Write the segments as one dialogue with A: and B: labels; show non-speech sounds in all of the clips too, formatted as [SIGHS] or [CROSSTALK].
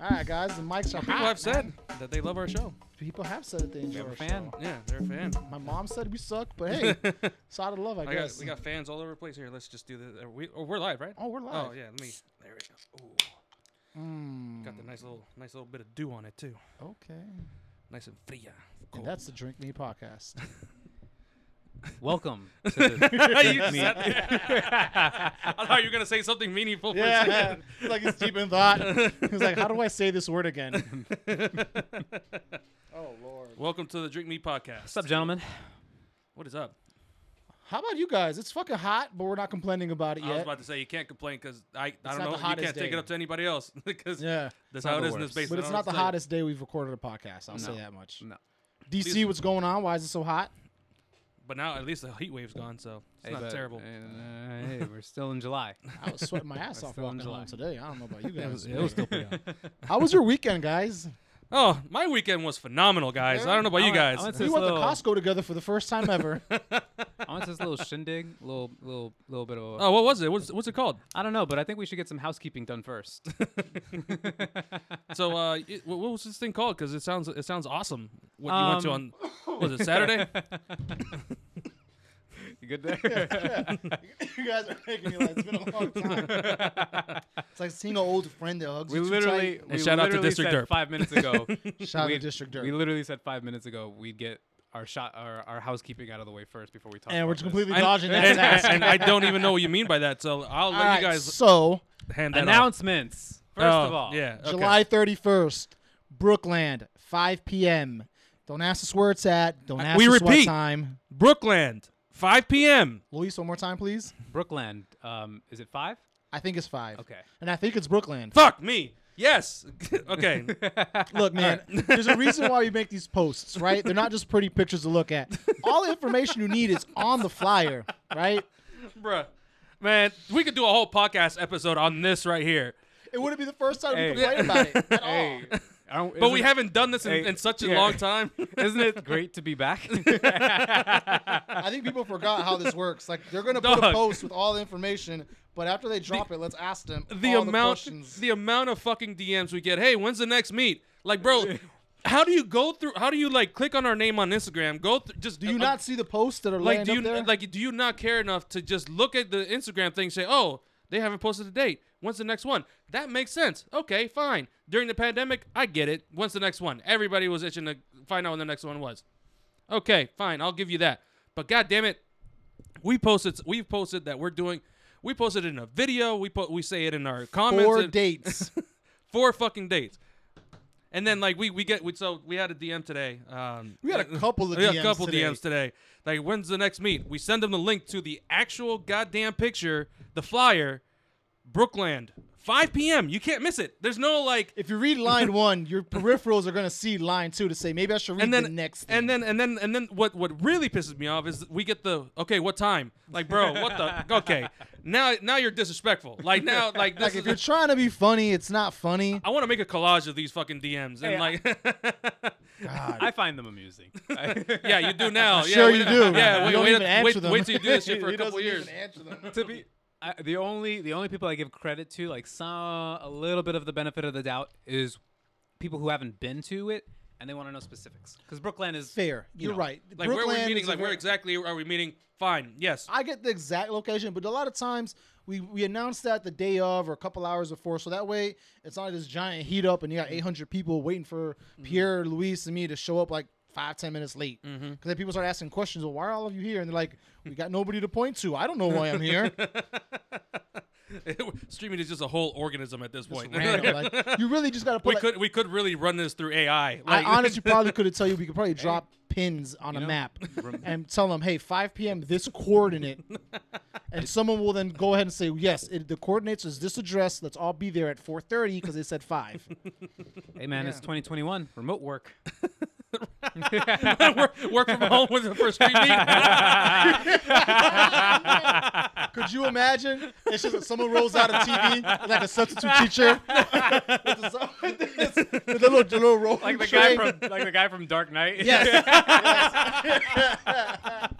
A: All right, guys, the mics are
B: People
A: hot.
B: have said
A: man.
B: that they love our show.
A: People have said that they
C: We
A: enjoy
C: have a
A: our
C: fan.
A: show.
B: Yeah, they're a fan.
A: My mom said we suck, but hey, it's out of love, I,
B: I got,
A: guess.
B: we got fans all over the place here. Let's just do this. Are we, oh, we're live, right?
A: oh, we're live.
B: Oh yeah, let me. There we go. Ooh,
A: Mm,
B: got the nice little, nice little bit of dew on it too.
A: Okay.
B: Nice and fria.
A: And
B: [LAUGHS]
A: that's the Drink Me podcast.
C: [LAUGHS] Welcome to the
B: you
C: Drink
B: just
C: Me.
B: sat there. [LAUGHS] I thought you were gonna say something meaningful.
A: yeah, it's like it's deep in thought.
B: For a
A: He's like, how do I say this word again?
B: second.
A: oh lord.
B: Welcome to the Drink Me podcast.
C: What's up, gentlemen?
B: What is up?
A: How about you guys? It's fucking hot, but we're not complaining about it
B: I was
A: yet.
B: about to say you can't complain because I, I
A: not
B: don't know
A: the
B: you
A: hottest
B: can't take
A: day.
B: it up to anybody else [LAUGHS] because
A: yeah,
B: that's
C: Not
B: how it
C: the
B: is in this
C: worst.
B: basement.
A: but
B: I
A: it's
B: don't
A: not the
B: know what to
A: hottest day we've recorded a podcast. I'll say
C: No.
A: that much.
C: No.
A: DC,
B: Please-
A: what's going on? Why is it so hot?
B: say. But now at least the heat wave's gone, so it's
C: Hey,
B: not
C: but-
B: terrible.
C: and, uh, hey, we're still in [LAUGHS] July.
A: I was sweating my ass off
C: still in
A: walking home
C: July.
A: today. I don't know about you guys.
C: was- it was
A: [LAUGHS]
C: still pretty
A: How was your weekend, guys?
B: Oh, my weekend was phenomenal, guys. I don't know about
C: I
B: you
C: went- I
B: guys.
C: went to
A: we
C: this
A: went to
C: little-
A: Costco together for the first time
B: [LAUGHS]
A: ever.
C: [LAUGHS] I went to this little shindig, little little little bit of.
B: Oh, what was it? What's, what's it called?
C: I don't know, but I think we should get some housekeeping done first.
B: So, uh, [LAUGHS] it, what what was this thing called? Because it sounds it sounds awesome. What you went to on
C: Um,
B: what was it
C: [LAUGHS]
B: Saturday?
C: [LAUGHS] you good [LAUGHS] there?
A: you guys are making me like it's been a long time.
B: [LAUGHS]
A: it's like seeing an old friend that hugs
C: we
A: you too
C: literally. We
B: shout out to
C: literally
B: District
C: said
B: Derp.
C: Five minutes [LAUGHS] ago.
A: tight. shout out to
C: we-
A: District Dirt.
C: we literally said five minutes ago we'd get our shot, our, our housekeeping out of the way first before we talk.
A: and we're
C: about
A: just
C: this.
A: completely
B: I-
A: dodging that
B: and,
A: task.
B: and I don't even know what you mean by that. So I'll let
A: All right,
B: you guys
A: so
B: hand that off.
C: announcements. First of
B: Oh,
C: all,
B: yeah, okay.
A: July 31st, Brookland, 5 p.m. Don't ask us where it's at. Don't
B: I-
A: ask
B: we
A: us what
B: repeat.
A: time.
B: Brookland, 5 p.m.
A: Luis, one more time, please.
C: Brookland. Um, is it [LAUGHS] five?
A: I think it's 5.
C: Okay.
A: And I think it's Brookland.
B: Fuck me. Yes. [LAUGHS]
C: [LAUGHS]
B: okay.
A: Look, man, there's a reason why we make these posts, right? They're not just pretty pictures to look at. All the information you need is on the flyer, right?
B: Bruh. Man, we could do a whole podcast episode on this right here.
A: It wouldn't be the first time
C: Hey.
A: we complain about it at all.
C: [LAUGHS] Hey, I don't-
B: But we
C: isn't-
B: haven't done this in,
C: Hey,
B: in such a
C: yeah.
B: long
C: [LAUGHS]
B: time.
C: Isn't it great to be [LAUGHS] back?
A: I think people forgot how this works. Like they're gonna put a
B: Dog.
A: post with all the information, but after they drop it, let's ask them
B: the
A: all the
B: amount
A: questions.
B: the, amount of fucking DMs we get. Hey, when's the next meet? Like,
A: [LAUGHS]
B: bro, how do you go through how do you like click on our name on Instagram? Go through just
A: do you
B: uh,
A: not see the posts that are
B: like
A: laying
B: do you
A: up there?
B: like do you not care enough to just look at the Instagram thing and say, "Oh, they haven't posted a date. When's the next one?" That makes sense. Okay, fine. During the pandemic, I get it. When's the next one? Everybody was itching to find out when the next one was. Okay, fine. I'll give you that. But god damn it, we posted we've posted that we're doing we posted it in a video. We put we say it in our comments.
A: Four
B: and- [LAUGHS]
A: dates.
B: four fucking dates. And then like we we get we so we had a DM today. Um,
A: We
B: [LAUGHS]
A: had a couple of
B: we had a
A: DMs
B: couple
A: today.
B: DMs today. Like when's the next meet? We send them the link to the actual goddamn picture, the flyer, Brookland, 5 p.m. You can't miss it. There's no like.
A: if you read line one, your peripherals are gonna see line two to say maybe I should read
B: and then
A: the next. Thing.
B: and then and then and then what what really pisses me off is we get the okay what time like bro what
A: [LAUGHS]
B: the okay now now you're disrespectful like now like this
A: like if
B: is,
A: you're trying to be funny, it's not funny.
B: I want to make a collage of these fucking DMs and
C: Hey,
B: like [LAUGHS]
A: God.
C: I find them amusing.
B: Yeah, you do now. yeah,
A: sure
B: wait-
A: you do.
B: [LAUGHS] Yeah,
A: You
B: wait,
A: don't
B: wait,
A: even answer
B: wait,
A: them.
B: wait till you
A: [LAUGHS]
B: do this shit for a couple years. [LAUGHS]
C: to be [LAUGHS] I, the only the only people I give credit to, like some a little bit of the benefit of the doubt, is people who haven't been to it and they want to know specifics. Because Brookland is
A: Fair. You're
C: know,
A: right.
B: Like where
A: Brookland
B: we're meeting,
A: is a
B: like where
A: very-
B: exactly are we meeting? Fine. Yes.
A: I get the exact location, but a lot of times we we announce that the day of or a couple hours before, so that way it's not this giant heat up and you
B: Mm-hmm.
A: got 800 people waiting for Pierre, Luis, and me to show up like five ten minutes late.
B: Mm-hmm.
A: Because then people start asking questions, well, why are all of you here? And they're like, we got nobody to point to. I don't know why I'm
B: [LAUGHS]
A: here.
B: Streaming is just a whole organism at this point.
A: Random.
B: [LAUGHS]
A: Like, you really just got to put.
B: we
A: like-
B: could we could really run this through AI.
A: I
C: [LAUGHS]
B: Like,
A: honestly probably could have tell you we could probably drop pins on a
C: know,
A: map
C: rem-
A: and tell them, hey, 5 p.m. this
C: [LAUGHS]
A: coordinate, and someone will then go ahead and say, yes, it, the coordinates is this address. Let's all be there at 4:30 because they said
C: [LAUGHS]
A: five.
C: Hey man, it's 2021, remote work.
B: [LAUGHS]
C: [LAUGHS]
B: work, work from home was the first
A: [LAUGHS]
B: stream meet.
A: could you imagine? It's just that someone rolls out a TV like a substitute teacher [LAUGHS] with the, sub- with the little, the little roll
C: Like the
A: tray.
C: guy from like the guy from Dark Knight.
A: Yes. [LAUGHS] Yes.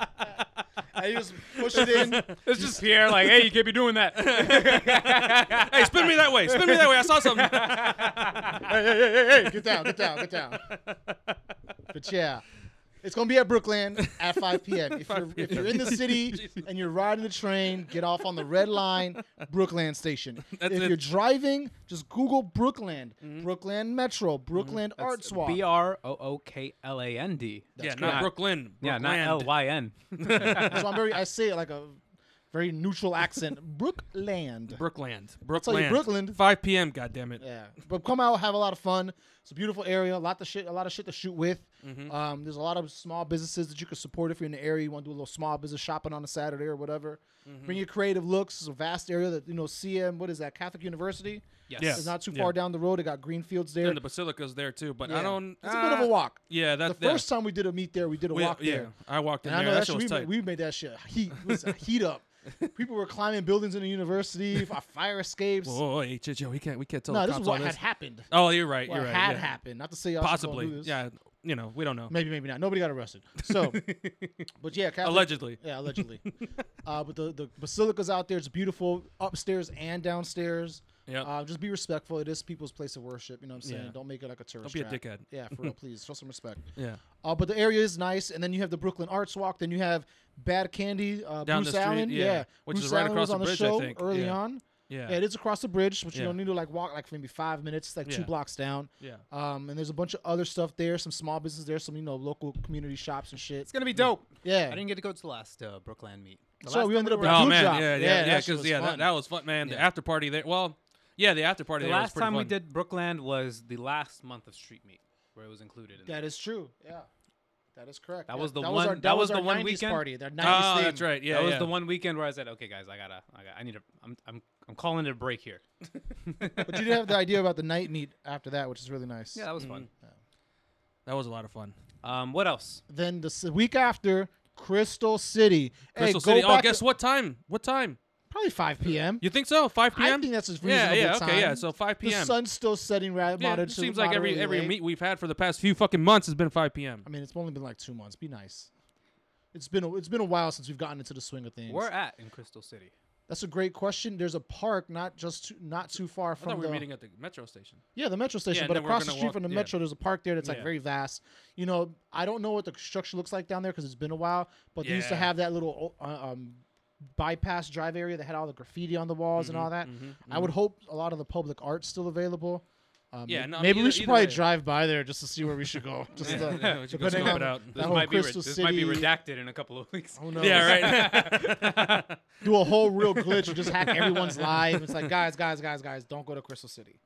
A: I just push it in.
C: [LAUGHS] it's just Pierre. Like, hey, you can't be doing that.
A: [LAUGHS]
B: hey, spin me that way. Spin me that way. I saw something.
A: hey, hey, hey, hey, hey, get down, get down, get down. But yeah, it's gonna be at Brooklyn at 5 p.m. If you're, if you're in the city and you're riding the train, get off on the Red Line, Brooklyn Station.
B: That's
A: if
B: it.
A: you're driving, just Google Brooklyn, Brooklyn Metro, Brooklyn Arts Walk.
C: B R O O K L A N D.
B: yeah, not Brooklyn.
C: Yeah, not L Y N.
A: [LAUGHS] so I'm very, I say it like a very neutral accent, Brookland.
B: Brookland.
A: tell you,
B: Brookland.
A: Brooklyn.
B: 5 p.m. God damn it.
A: Yeah, but come out, have a lot of fun. It's a beautiful area, a lot of shit, a lot of shit to shoot with.
B: Mm-hmm.
A: Um, there's a lot of small businesses that you can support if you're in the area. You want to do a little small business shopping on a Saturday or whatever.
B: Mm-hmm.
A: Bring your creative looks. It's a vast area that you know. CM, what is that? Catholic University.
C: Yes.
B: Yeah.
A: It's not too
B: Yeah.
A: far down the road. They got green fields there.
B: And the Basilica's there too, but I
A: Yeah.
B: don't.
A: It's a bit of
B: ah,
A: a walk.
B: Yeah, that's
A: the first time we did a meet there, we did a
B: we,
A: walk
B: yeah,
A: there.
B: I walked in
A: And I
B: there.
A: know
B: That
A: that
B: shit was
A: shit, we,
B: tight.
A: we made that shit heat, listen, heat
B: [LAUGHS]
A: up. People were climbing buildings in the university, f- fire escapes.
B: Whoa, whoa, whoa, hey, Chit, yo, we can't, we can't tell
A: no,
B: the
A: this
B: cops
A: is
B: all
A: what
B: this.
A: had happened.
B: oh, you're right.
A: What
B: You're right.
A: had
B: yeah.
A: happened. Not to say y'all should go do
B: Possibly.
A: this.
B: Yeah, you know, we don't know.
A: Maybe, maybe not. Nobody got arrested.
B: [LAUGHS]
A: So, but yeah, Catholic,
B: Allegedly.
A: Yeah,
B: [LAUGHS]
A: allegedly. uh, but the, the basilica's out there. It's beautiful upstairs and downstairs.
B: Yep.
A: Uh, just be respectful. It is people's place of worship. You know what I'm saying?
B: Yeah.
A: Don't make it like a tourist.
B: be a
A: trap.
B: dickhead.
A: Yeah,
B: [LAUGHS]
A: for real, please. Show some respect.
B: Yeah.
A: Uh, but the area is nice. And then you have the Brooklyn Arts Walk. Then you have Bad Candy, uh,
B: Down
A: Bruce
B: the street,
A: Allen.
B: yeah, which
A: Bruce
B: is right
A: Allen
B: across
A: was
B: the
A: on the
B: bridge, I
A: show
B: think.
A: early
B: Yeah.
A: on.
B: Yeah.
A: Yeah. it is across the bridge, but you
B: Yeah.
A: don't need to like walk like maybe five minutes, like two
B: Yeah.
A: blocks down.
B: Yeah.
A: Um, and there's a bunch of other stuff there, some small business there, some you know local community shops and shit.
C: It's gonna be dope.
A: Yeah.
C: I didn't get to go to the last uh, Brooklyn meet. The
A: So
C: last
A: we
C: time
A: ended up
C: were
A: with
C: out-
B: Oh
A: Good
B: man,
A: job.
B: yeah, yeah,
A: Yeah,
B: yeah,
A: that shit
B: because
A: was
B: yeah,
A: fun.
B: that, that was fun, man. The after party there. Well, yeah, the after party
C: The
B: there was
C: last
B: pretty
C: time we
B: fun.
C: did Brooklyn was the last month of Street Meet, where it was included. In
A: That is true. Yeah, that is correct.
C: That
A: Yeah,
C: was the
A: was
C: one-
A: our,
C: that
A: that
C: was
A: was
C: the
A: our
C: one
A: 90s
C: weekend?
A: party. That 90s
B: Oh,
A: thing.
B: that's right. Yeah,
C: that was
B: yeah.
C: the one weekend where I said, "Okay, guys, I gotta, I, gotta, I need a, I'm, I'm, I'm calling it a break here."
A: But you did
B: [LAUGHS]
A: have the idea about the night meet after that, which is really nice.
C: Yeah, that was fun.
B: That was a lot of fun.
C: Mm-hmm. Um, what else?
A: Then the s- week after, Crystal City. Hey,
B: Crystal
A: go
B: City. Oh,
A: back
B: guess
A: to-
B: what time? What time?
A: Probably 5 p.m.
B: You think so? 5
A: I
B: p.m.
A: think that's a
B: yeah,
A: reasonable
B: yeah, okay, yeah.
A: time.
B: So 5
A: The
B: p.m.
A: sun's still setting. Ra-
B: yeah,
A: moderate
B: it
A: to
B: seems like every
A: moderately
B: every
A: late.
B: meet we've had for the past few fucking months has been 5 p.m.
A: I mean, it's only been like two months. Be nice. It's been a, it's been a while since we've gotten into the swing of things.
C: We're at in Crystal City.
A: That's a great question. There's a park not just too, not too far
B: I thought
A: from
B: we
A: the
B: were meeting at the metro station.
A: yeah the metro station,
B: and
A: but
B: then we're
A: across the
B: gonna
A: street
B: walk-
A: from the
B: yeah.
A: metro, there's a park there that's like
B: Yeah.
A: very vast. You know, I don't know what the structure looks like down there because it's been a while. But they used to
B: Yeah.
A: have that little uh, um, bypass drive area that had all the graffiti on the walls
B: Mm-hmm,
A: and all that. I would hope a lot of the public art's still available. Um,
B: Yeah,
A: may-
B: no, I mean,
A: maybe
B: either-
A: we should
B: either
A: probably
B: way.
A: drive by there just to see where we should
B: [LAUGHS]
A: go. Just
B: Yeah,
A: uh,
B: yeah, we should go
A: depending
B: scope
A: on
B: it out.
A: that
C: This
A: whole
C: might be, re-
A: Crystal
C: this might be
A: City- Oh,
C: redacted in a couple of weeks.
A: Who knows?
B: Yeah, right.
A: do a whole real glitch and
B: [LAUGHS]
A: just hack everyone's live. It's like, guys, guys, guys, guys, don't go to Crystal City.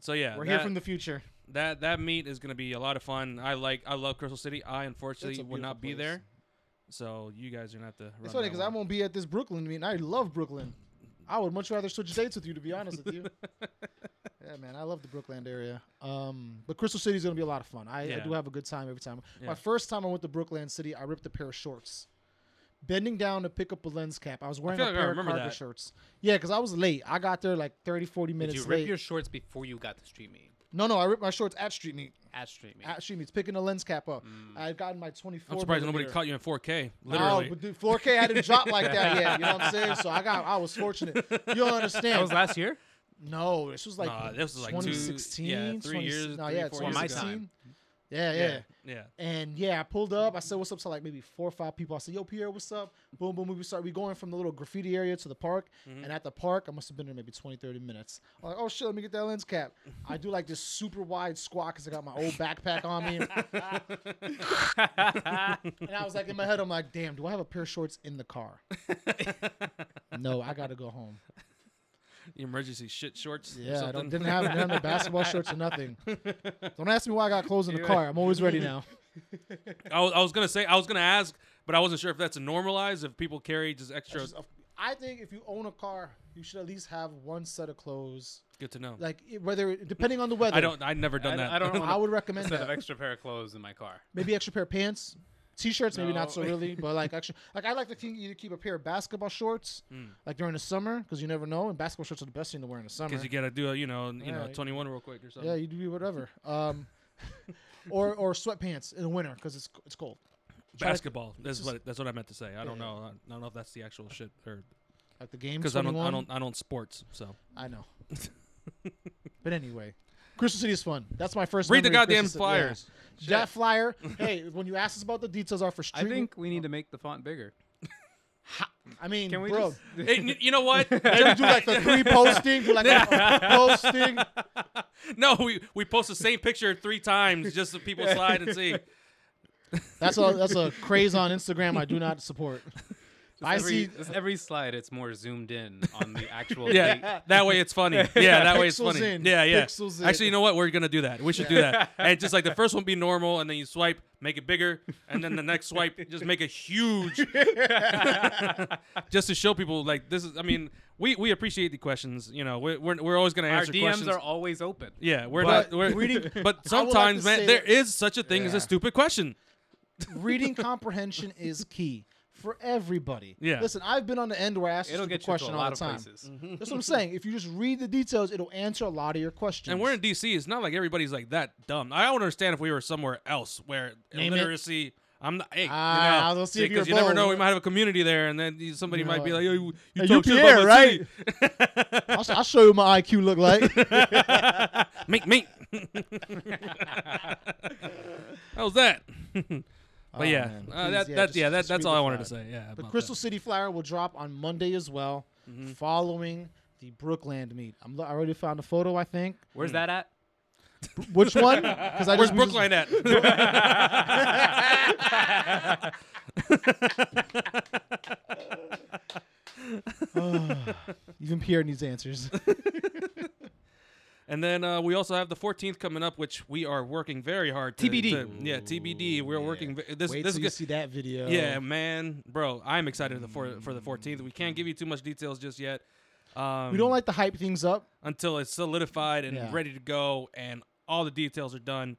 B: so yeah,
A: We're
B: that,
A: here from the future.
B: that that meet is gonna be a lot of fun. I like I love Crystal City. I
A: It's
B: unfortunately
A: a
B: would not be
A: beautiful place.
B: there, so you guys are gonna have to. Run
A: It's funny
B: that
A: because I
B: one.
A: won't be at this Brooklyn meeting. I love Brooklyn. I would much rather switch dates with you, to be honest
B: [LAUGHS]
A: with you. yeah, man, I love the Brookland area. Um, but Crystal City is gonna be a lot of fun. I, I
B: Yeah.
A: do have a good time every time.
B: Yeah.
A: My first time I went to Brookland City, I ripped a pair of shorts. Bending down to pick up a lens cap, I was wearing
B: feel
A: a
B: like I
A: pair of
B: remember
A: Carter
B: that.
A: shirts. Yeah, because I was late. I got there like 30, 40
C: Did
A: minutes
C: you
A: late.
C: rip your shorts before you got to Street Meet?
A: no, no, I ripped my shorts at Street Meet.
C: At Street Meet.
A: At Street Meet, picking the lens cap up. I had gotten my 24.
B: Mm. I'm surprised nobody
A: millimeter.
B: caught you in 4K.
A: Oh,
B: Literally.
A: but dude, 4K hadn't dropped like that yet. You know what I'm saying? So I got, I was fortunate. You don't
B: [LAUGHS]
A: understand.
C: that was last year.
A: no, this was like
B: Nah, this was like two-
A: 2016,
B: yeah, three
A: 20
B: years,
A: No,
B: three,
A: yeah,
B: four years
C: ago.
A: 2016. Yeah, yeah,
B: Yeah.
A: And yeah, I pulled up. I said, "What's up?" So like maybe four or five people. I said, "Yo, Pierre, what's up?" Boom, boom. We start. We going from the little graffiti area to the park. And at the park, I must have been there maybe 20, 30 minutes. I'm like, "Oh shit, let me get that lens cap." I do like this super wide squat because I got my old backpack on me. And I was like in my head, I'm like, damn, do I have a pair of shorts in the car? no, I gotta go home.
B: The emergency shit shorts. or
A: Yeah, I don't,
B: something.
A: didn't have none of the basketball shorts or nothing. Don't ask me why I got clothes in the car. I'm always ready now.
B: I was, I was gonna say I was gonna ask, but I wasn't sure if that's a normalized if people carry just extra.
A: Just a- I think if you own a car, you should at least have one set of clothes.
B: Good to know.
A: Like it- whether depending on the weather,
B: I don't. I never done
C: I,
B: that. [LAUGHS]
C: I don't.
A: I
C: want
A: would
C: a
A: recommend
C: set
A: that.
C: of extra pair of clothes in my car.
A: maybe extra pair of pants, t-shirts, maybe not so
C: No.
A: really, but
B: [LAUGHS]
A: like extra. Like I like to keep, either keep a pair of basketball shorts,
B: Hmm.
A: like during the summer, because you never know, and basketball shorts are the best thing to wear in the summer.
B: Because you gotta do a you know you know
A: Alright.
B: 21 real quick or
A: Yeah,
B: something.
A: you do whatever.
B: [LAUGHS]
A: Um, [LAUGHS] or or sweatpants in the winter because it's it's cold. try to-
B: Basketball. That's what that's what I meant to say. I don't know. I don't know if that's the actual shit or
A: Like the game.
B: because I don't I
A: 21.
B: don't I don't sports. So
A: I know. but anyway, Crystal City is fun. That's my first.
B: Read the
A: memory of
B: goddamn
A: Crystal City, yeah.
B: flyers.
A: That flyer. hey, when you asked us about the details, are for
C: I
A: street.
C: think we need to make the font bigger.
A: I mean,
C: Can we
A: bro.
C: just- [LAUGHS]
B: Hey, you- you know
A: [LAUGHS]
B: what?
A: Maybe do like the three posting, do like a posting.
B: [LAUGHS] no, we, we post the same picture three times just so people slide and
A: [LAUGHS]
B: see.
A: That's a that's a craze on Instagram I do not support. I
C: every,
A: see
C: just every slide. It's more zoomed in on the actual.
B: [LAUGHS]
C: date.
B: Yeah, that way it's funny. Yeah, that way it's
A: Pixels
B: funny.
A: in.
B: Yeah, yeah.
A: Pixels in.
B: Actually, you know what? We're gonna do that. We should do
A: [LAUGHS]
B: that. And just like the first one be normal, and then you swipe, make it bigger, and then the next swipe just make
A: [LAUGHS]
B: a huge, just to show people like this is. I mean, we we appreciate the questions. You know, we're we're, we're always gonna
C: Our
B: answer
C: DMs
B: questions.
C: are always open.
B: yeah, we're
A: But
B: not. We're,
A: reading-
B: [LAUGHS] but
A: I would like
B: sometimes,
A: to say
B: man, there
A: that-
B: is such a thing as
C: Yeah.
B: a stupid question.
A: reading comprehension is key for everybody.
B: Yeah.
A: Listen, I've been on the end where I ask
C: It'll
A: the
C: get you to
A: question
C: a
A: all
C: lot
A: the
C: of
A: time.
C: places. Mm-hmm.
A: That's what I'm saying. If you just read the details, it'll answer a lot of your questions.
B: And we're in DC. It's not like everybody's like that dumb. I don't understand if we were somewhere else where
A: Name it.
B: literacy. I'm not. Hey,
A: Ah,
B: you know,
A: let's see if
B: because
A: you're
B: you never
A: bold.
B: know. We might have a community there, and then you- somebody might be
A: No.
B: like, "Yo, you, you
A: Hey,
B: talk
A: you
B: shit about
A: Pierre,
B: my
A: right?
B: [LAUGHS]
A: I'll, I'll show you what my IQ look like.
B: city." Mink, mink. [LAUGHS] How's that? [LAUGHS] but
A: Oh,
B: yeah,
A: man.
B: uh,
A: Please, yeah,
B: that, that,
A: just-
B: yeah, that,
A: just read
B: that's all
A: the
B: I wanted to
A: flyer.
B: say. Yeah,
A: The
B: about
A: Crystal City Flyer will drop on Monday as well,
B: Mm-hmm.
A: following the Brookland meet. I'm, lo- I already found a photo, I think.
C: Where's that at?
A: [LAUGHS] Which one? Because I
B: that. Where's
A: just- we just-
B: Brookline at?
A: [LAUGHS]
B: [LAUGHS]
A: Even Pierre needs answers.
B: [LAUGHS] and then uh, we also have the 14th coming up, which we are working very hard. To,
C: TBD.
B: to- yeah, TBD. We're working. ve- This
A: Wait
B: this
A: till
B: is
A: you
B: good.
A: see that video.
B: Yeah, man, bro, I'm excited for for the 14th. We can't give you too much details just yet. Um,
A: We don't like to hype things up.
B: until it's solidified and
A: Yeah.
B: ready to go, and all the details are done.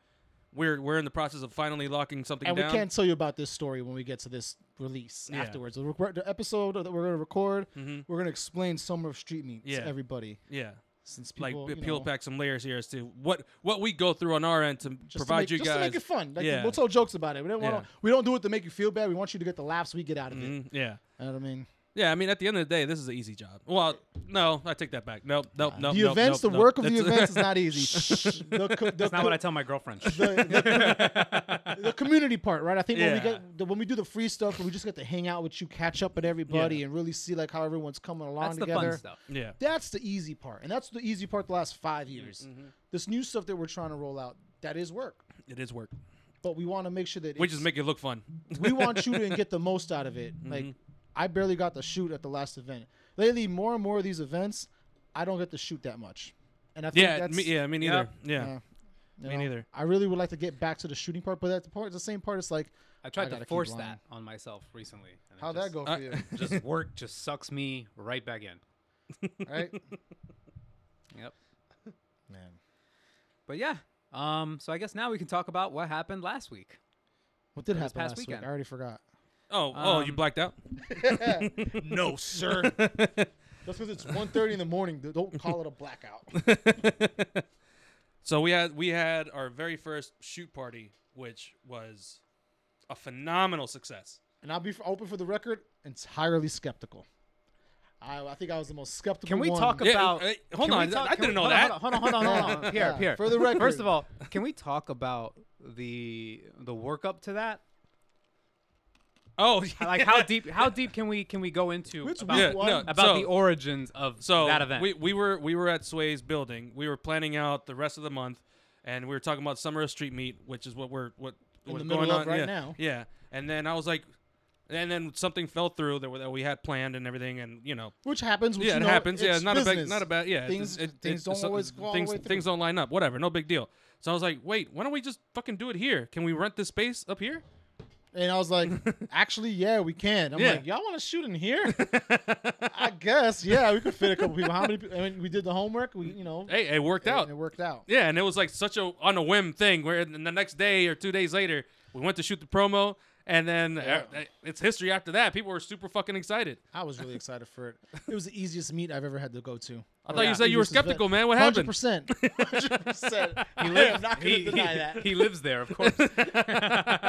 B: We're we're in the process of finally locking something
A: and
B: down.
A: we can't tell you about this story when we get to this release
B: Yeah.
A: afterwards. The, rec- the episode that we're going to record,
B: Mhm.
A: we're going to explain Summer of Street Meet
B: Yeah.
A: to everybody.
B: yeah,
A: Since
B: like
A: people,
B: p-
A: you
B: peel
A: know,
B: back some layers here as to what what we go through on our end to
A: just
B: provide
A: to make,
B: you
A: just to
B: guys.
A: make it fun. Like,
B: Yeah.
A: We'll tell jokes about it. We don't,
B: Yeah.
A: want we don't do it to make you feel bad. We want you to get the laughs we get out of it.
B: Mhm, yeah,
A: You know what I mean?
B: yeah. I mean, at the end of the day, this is an easy job. Well, no, I take that back. Nope, nope, nope.
A: the
B: nope,
A: events,
B: nope,
A: the
B: nope.
A: work of the
B: That's- [LAUGHS]
A: events is not easy. the, co- the
C: That's not
A: co-
C: what I tell my girlfriend.
B: [LAUGHS]
C: [LAUGHS]
A: the community part, right? I think when we
B: Yeah.
A: get the, when we do the free stuff, we just get to hang out with you, catch up with everybody, and really see like how everyone's coming along
C: That's the
A: together.
C: fun stuff.
B: yeah.
A: That's the easy part, and that's the easy part. The last five
B: Mm-hmm.
A: years, this new stuff that we're trying to roll out, that is work.
B: It is work.
A: But we want to make sure that
B: We
A: it's-
B: just make it
A: [LAUGHS]
B: look fun.
A: we want you to [LAUGHS] get the most out of it.
B: Mm-hmm.
A: Like I barely got to shoot at the last event. Lately, more and more of these events, I don't get to shoot that much, and I think
B: Yeah,
A: that's
B: me, yeah, me neither.
C: yeah.
B: Yeah,
A: Yeah. you
B: me
A: know,
B: neither.
A: I really would like to get back to the shooting part, but that's the part, it's the same part. It's like
C: I
A: I
C: tried
A: gotta
C: to
A: keep
C: force
A: lying.
C: that on myself recently. and it
A: how'd
C: just,
A: that go for
B: I- [LAUGHS]
A: you?
C: [LAUGHS] Just work just sucks me right back in.
A: right?
C: Yep.
A: Man,
C: But yeah. Um. So I guess now we can talk about what happened last week.
A: what did
C: This
A: happen
C: past
A: last week?
C: weekend.
A: I already forgot.
B: Oh, oh, you
C: Um,
B: blacked out.
A: No, sir. Just because it's 1.30 in the morning, dude, don't call it a
B: [LAUGHS]
A: blackout.
B: So we had we had our very first shoot party, which was a phenomenal success.
A: And I'll be f- open for the record, entirely skeptical. I, I think I was the most skeptical.
C: Can we
A: one.
C: talk
B: Yeah,
C: about?
B: uh, hold
C: can we
B: on,
C: talk-
B: I
C: can
B: didn't
C: we-
B: know
C: hold on,
B: that.
C: Hold on, hold on, hold on, hold [LAUGHS] on. Pierre,
A: Yeah,
C: Pierre.
A: for the record.
C: First of all, can we talk about the the workup to that?
B: [LAUGHS] Oh,
C: Like how deep? How deep can we can we go into
A: Which
C: about,
A: week
B: Yeah,
A: one?
B: no.
C: about
B: So-
C: the origins of
B: so
C: that event?
B: We, we were we were at Sway's building. We were planning out the rest of the month, and we were talking about summer of street meet, which is what we're what
A: In
B: what's
A: the
B: going
A: middle of
B: on
A: right
B: yeah.
A: now.
B: Yeah, and then I was like, and then something fell through that, we- that we had planned and everything, and you know.
A: which happens. Which,
B: yeah,
A: you
B: it
A: know,
B: happens. Yeah,
A: it's
B: it's not a big,
A: business.
B: not a bad. Yeah,
A: Things- things don't
B: so-
A: always go all the
B: things
A: way through.
B: things don't line up. Whatever, no big deal. So I was like, wait, why don't we just fucking do it here? Can we rent this space up here?
A: And I was
B: [LAUGHS]
A: like, actually, yeah, we can. I'm
B: Yeah.
A: like, y'all want to shoot in
B: [LAUGHS]
A: here? I guess, yeah, we could fit a couple people. How many? People? I mean, we did the homework. We, you know,
B: Hey, it worked out.
A: and it worked out.
B: Yeah, and it was like such a on a whim thing where in the next day or two days later, we went to shoot the promo and then uh,
A: Yeah.
B: it's history after that. People were super fucking excited.
A: I was really excited for it. It was the easiest meet I've ever had to go to.
B: I thought you said you were skeptical, man. What
A: Hundred
B: happened?
A: percent.
B: [LAUGHS]
A: Hundred percent. I
C: lives-
A: am not gonna
C: he-
A: deny
C: he-
A: that.
C: he lives there, of [LAUGHS] course.
A: So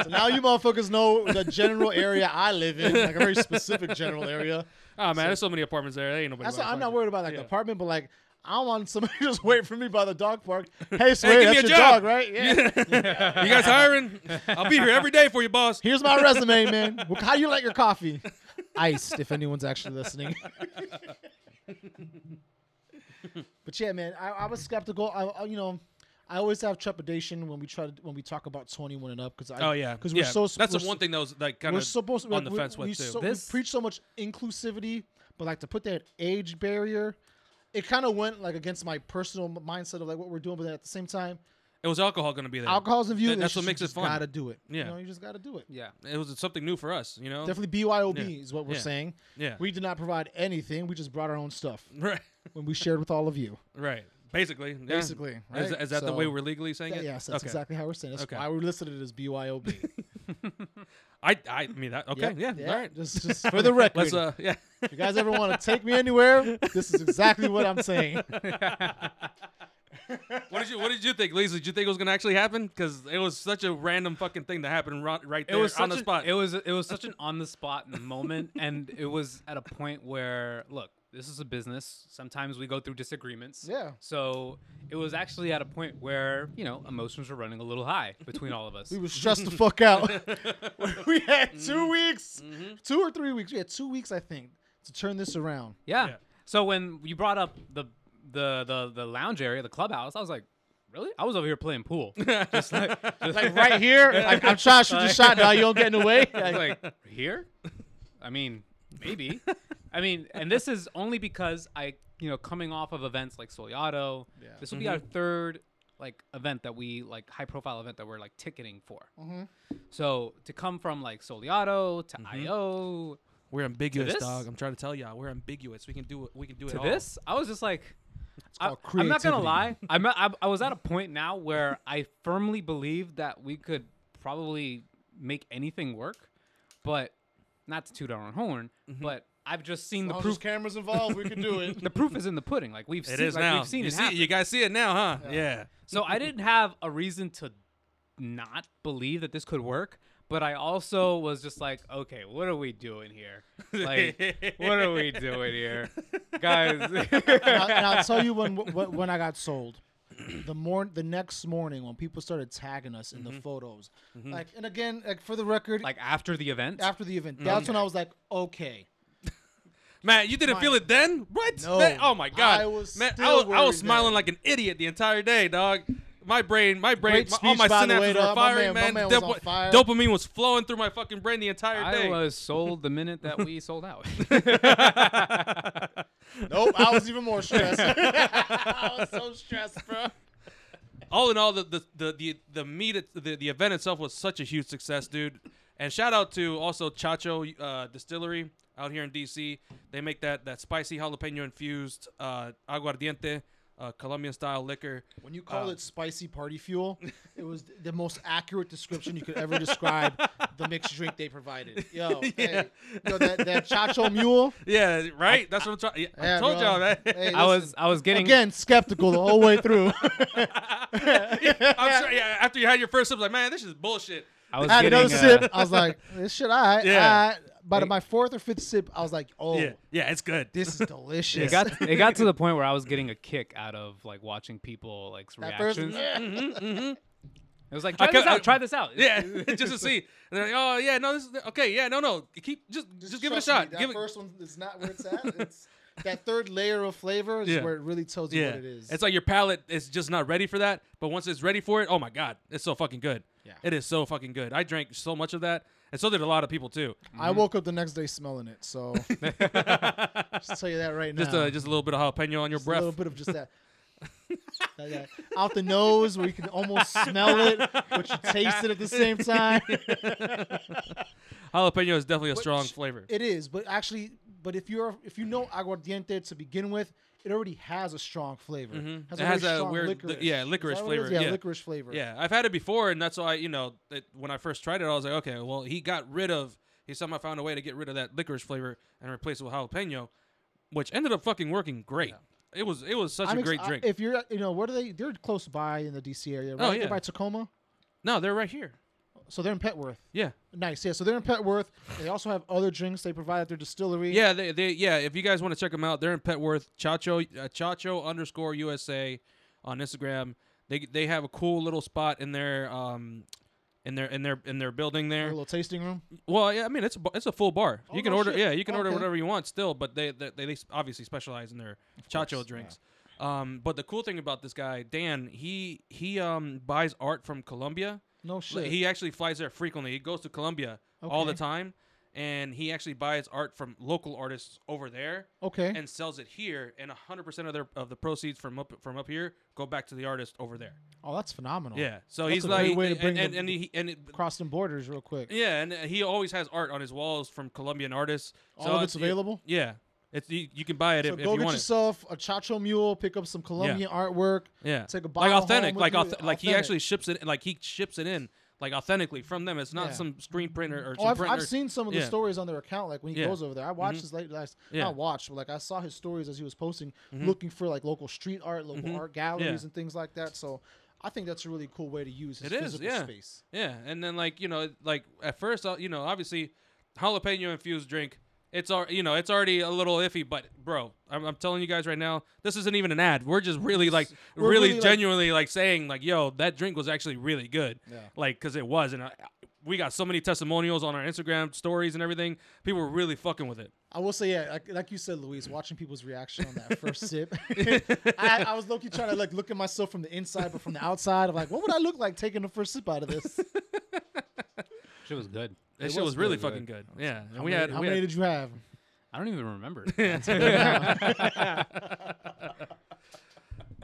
A: now you motherfuckers know the general area I live in, like a very specific general area.
B: Oh man, there's so many apartments there. There ain't nobody.
A: That's
B: buying
A: I'm not
B: apartments.
A: worried about like
B: Yeah.
A: the apartment, but like I don't want somebody [LAUGHS] to just wait for me by the dog park. Hey,
B: Hey,
A: Sway,
B: give
A: that's
B: me
A: your
B: a job.
A: dog, right? Yeah.
B: you
A: [LAUGHS]
B: guys hiring? I'll be here every day for you, boss.
A: Here's my resume, man. Well, How do you like your coffee? Iced, if anyone's actually listening. but yeah, man, I, I was skeptical. I, I- you know, I always have trepidation when we try to when we talk about twenty one and up because
B: Oh yeah,
A: because
B: Yeah.
A: we're so
B: That's
A: we're
B: the
A: so-
B: one thing that was like kind
A: we're
B: of
A: supposed to
B: on the
A: we-
B: fence
A: we,
B: with too.
A: so- we
C: This-
A: preach so much inclusivity, but like to put that age barrier, it kind of went like against my personal m- mindset of like what we're doing. But then at the same time,
B: it was alcohol going to be there.
A: alcohol's in view.
B: That-
A: and
B: that's
A: you
B: what makes it
A: just
B: fun.
A: Gotta do it.
B: Yeah.
A: you know, you just gotta do it.
C: Yeah.
B: It was something new for us, you know.
A: Definitely BYOB
B: Um, Yeah.
A: is what we're
B: Yeah.
A: saying.
B: Yeah.
A: We did not provide anything. We just brought our own stuff
B: [LAUGHS] Right.
A: when we shared with all of you.
B: Right. Basically. yeah.
A: Basically,
B: Is,
A: right?
B: is that the way
A: So-
B: we're legally saying
A: Yeah,
B: it?
A: yes, that's
B: [LAUGHS] okay.
A: exactly how we're saying. That's
B: Okay.
A: why we listed it as
B: [LAUGHS]
A: BYOB.
B: I, I mean that. Okay.
A: Yep,
B: Yeah. All right.
A: Just,
B: [LAUGHS]
A: just for the record,
B: Let's. Uh, yeah. [LAUGHS]
A: if you guys ever want to take me anywhere, this is exactly what I'm saying.
B: [LAUGHS] What did you What did you think, Lisa? Did you think it was gonna actually happen? Because it was such a random fucking thing that happened ro- right there on the
C: such an-
B: spot. [LAUGHS]
C: It was it was such an on the spot moment, and it was at a point where look, this is a business. Sometimes we go through disagreements.
A: Yeah.
C: So it was actually at a point where you know emotions were running a little high between all of
A: [LAUGHS]
C: us.
A: We were stressed the fuck out. [LAUGHS] we had 2
B: Mm-hmm.
A: weeks, two or three weeks. We had two weeks, I think, to turn this around.
C: yeah.
B: Yeah.
C: So when you brought up the the the the lounge area, the clubhouse, I was like, really? I was over here playing pool. just like,
B: [LAUGHS]
C: just
A: Like right here, [LAUGHS] like, I'm trying to shoot the shot now. You don't get in the way. Like,
C: like here? I mean, maybe. I mean, and this is only because I, you know, coming off of events like Soliato,
A: Yeah.
C: this will be our third like event that we like high profile event that we're like ticketing for. So to come from like Soliato to IO
B: we're ambiguous,
C: this?
B: dog. I'm trying to tell y'all, we're ambiguous. We can do it. We can do it.
C: to
B: all.
C: this, I was just like, I,
A: called
C: I'm not gonna
A: creativity.
C: lie, I'm, I I was at a point now where [LAUGHS] I firmly believe that we could probably make anything work, but not to toot our own horn,
B: Mm-hmm.
C: but I've just seen the proof
A: cameras involved, we can do
B: [LAUGHS]
A: it.
C: the proof is in the pudding. Like we've
B: It
C: seen,
B: is
C: like,
B: now.
C: We've seen
B: you
C: it
B: see,
C: happen.
B: you guys see it now, huh? Yeah.
C: So I didn't have a reason to not believe that this could work, but I also was just like, okay, what are we doing here? Like, what are we
B: [LAUGHS]
C: doing here, guys? [LAUGHS]
A: and, I, and I'll tell you when when, when I got sold. [CLEARS THROAT] The morn, the next morning when people started tagging us in the photos, like, and again, Mm-hmm. like mm-hmm. for the record,
C: like after the event,
A: after the event, that's when I was like, okay,
B: Matt, you didn't feel it then? What?
A: No.
B: That- oh my god.
A: I was
B: Man, I
A: still
B: was, I
A: worried
B: was smiling
A: then.
B: like an idiot the entire day, dog. My brain, my brain,
A: Great
B: my, all
A: speech,
B: my
A: by the
B: synapses
A: way,
B: were
A: dog. My man-
B: firing,
A: my
B: man.
A: man was
B: Dopa-
A: on fire.
B: Dopamine was flowing through my fucking brain the entire
C: I
B: day.
C: was sold the minute that we sold out.
A: nope, I was even more stressed. [LAUGHS] I was so stressed, bro.
B: [LAUGHS] all in all, the the the the, the meet it, the the event itself was such a huge success, dude. And shout out to also Chacho uh, Distillery out here in DC. They make that that spicy jalapeno infused uh, aguardiente, uh, Colombian style liquor.
A: When you call it spicy party fuel, it was the most accurate description you could ever describe the mixed drink they provided. [LAUGHS] Yo, hey, yo, that that chacho mule.
B: Yeah, right. That's what I'm trying. Yeah, I
A: Yeah,
B: told
A: bro.
B: y'all, man.
A: Hey,
B: [LAUGHS]
C: I
A: listen,
C: was I was getting
A: again skeptical the whole way through. [LAUGHS]
B: I'm sure, yeah, after you had your first sip, like, man, this is bullshit.
C: I was
A: I had
C: getting
A: another
C: uh,
A: [LAUGHS] sip. I was like, this shit, all right.
B: Yeah.
A: Yeah. By the- my fourth or fifth sip, I was like, oh,
B: Yeah, yeah, it's good. [LAUGHS]
A: this is delicious.
C: It got it got to the point where I was getting a kick out of like watching people like
A: [LAUGHS] that first.
C: reactions. It was like
B: I
C: try this
B: ca-
C: out,
B: I-
C: try this out.
B: Mm-hmm,
C: [LAUGHS]
B: yeah, [LAUGHS] just to see. And they're like, oh yeah, no, this is okay. Yeah, no, no, keep just just, give it a
A: trust me,
B: shot.
A: That
B: give it.
A: first one is not where it's at. It's that third layer of flavor is
B: Yeah.
A: where it really tells you
B: yeah,
A: what it is.
B: It's like your palate is just not ready for that. But once it's ready for it, oh my god, it's so fucking good.
A: Yeah.
B: it is so fucking good. I drank so much of that, and so did a lot of people too.
A: I woke up the next day smelling it,
B: [LAUGHS]
A: so
C: [LAUGHS]
A: just tell you that right now.
B: uh, Just uh, just a little bit of jalapeno on your
A: Just a
B: breath.
A: little bit of just that. [LAUGHS] that- that out the nose where you can almost smell it, but you taste it at the same
B: [LAUGHS]
A: time.
B: Jalapeno is definitely a strong
A: sh-
B: flavor.
A: It is, but actually, but if you're if you know aguardiente to begin with, it already has a strong flavor.
B: Mm-hmm. It has
A: very
B: a
A: strong
B: weird-
A: licorice.
B: yeah,
A: Is that what it
B: licorice
A: is?
B: flavor, yeah.
A: Yeah, licorice flavor.
B: Yeah, I've had it before, and that's why you know it, when I first tried it, I was like, okay, well, he got rid of. He somehow found a way to get rid of that licorice flavor and replace it with jalapeno, which ended up fucking working great. It was it was such
A: I'm
B: a
A: ex-
B: great
A: I-
B: drink.
A: if you're, you know, what are they? They're close by in the D.C. area, right?
B: Oh, yeah.
A: They're by Tacoma,
B: no, they're right here.
A: so they're in Petworth.
B: Yeah,
A: Nice. Yeah. So they're in Petworth. They also have other drinks they provide at their distillery.
B: Yeah, they, they yeah. If you guys want to check them out, they're in Petworth. Chacho uh, Chacho underscore USA on Instagram. They they have a cool little spot in their um in their in their in their building
A: A
B: there.
A: little tasting room.
B: Well, yeah, I mean it's a, bu- it's a full bar.
A: Oh,
B: you can
A: no
B: order
A: shit.
B: yeah, you can order
A: Okay.
B: whatever you want still, but they they, they, they s- obviously specialize in their chacho
A: course,
B: drinks. Um, but the cool thing about this guy Dan, he he um buys art from Colombia.
A: No
B: Like,
A: shit.
B: He actually flies there frequently. He goes to Colombia all the
A: Okay.
B: time, and he actually buys art from local artists over there
A: okay.
B: and sells it here. And hundred percent of their of the proceeds from up from up here go back to the artist over there.
A: oh, that's phenomenal.
B: Yeah, so
A: That's
B: he's
A: a
B: like,
A: great way to bring
B: and, and,
A: the-
B: and he and it,
A: Crossing borders real quick.
B: yeah, and uh, he always has art on his walls from Colombian artists.
A: All of it's
B: it-
A: available.
B: Yeah, it's you, you can buy it
A: So
B: if, if
A: go
B: you
A: get
B: want
A: yourself a chacho mule. Pick up some Colombian artwork.
B: it. Yeah,
A: Take a
B: Uh, like
A: bottle
B: authentic,
A: home with
B: like
A: you.
B: auth- like he
A: Authentic.
B: actually ships it, like he ships it in, like authentically from them. It's not
A: Yeah.
B: some screen printer or
A: Oh,
B: some
A: I've,
B: printer.
A: I've seen some of the
B: yeah.
A: stories on their account. Like when he
B: Yeah. Mm-hmm.
A: goes over there, I watched his late last.
B: Yeah.
A: Not watched, but like I saw his stories as he was posting,
B: Mhm.
A: looking for like local street art, local
B: Mhm.
A: art galleries,
B: Yeah.
A: and things like that. So I think that's a really cool way to use his
B: It is,
A: physical
B: yeah.
A: space.
B: Yeah, and then like you know, like at first, uh, you know, obviously, jalapeno infused drink. It's al- you know, it's already a little iffy, but bro, I'm, I'm telling you guys right now, this isn't even an ad. We're just really like,
A: We're
B: really,
A: really, like-
B: genuinely like saying like, yo, that drink was actually really good.
A: Yeah.
B: Like, cause it was, and I, we got so many testimonials on our Instagram stories and everything. People were really fucking with it.
A: I will say, yeah, like, like you said, Luis, watching people's reaction on that
B: [LAUGHS]
A: first sip, I, I was low key trying to like look at myself from the inside, but from the outside, I'm like, what would I look like taking the first sip out of this?
C: Shit was good.
B: That
C: It
B: shit was really
C: good.
B: fucking good. Yeah, and
A: How
B: we
A: many,
B: had
A: how
B: we
A: many
B: had-
A: did you have?
C: I don't
B: [LAUGHS]
C: even remember.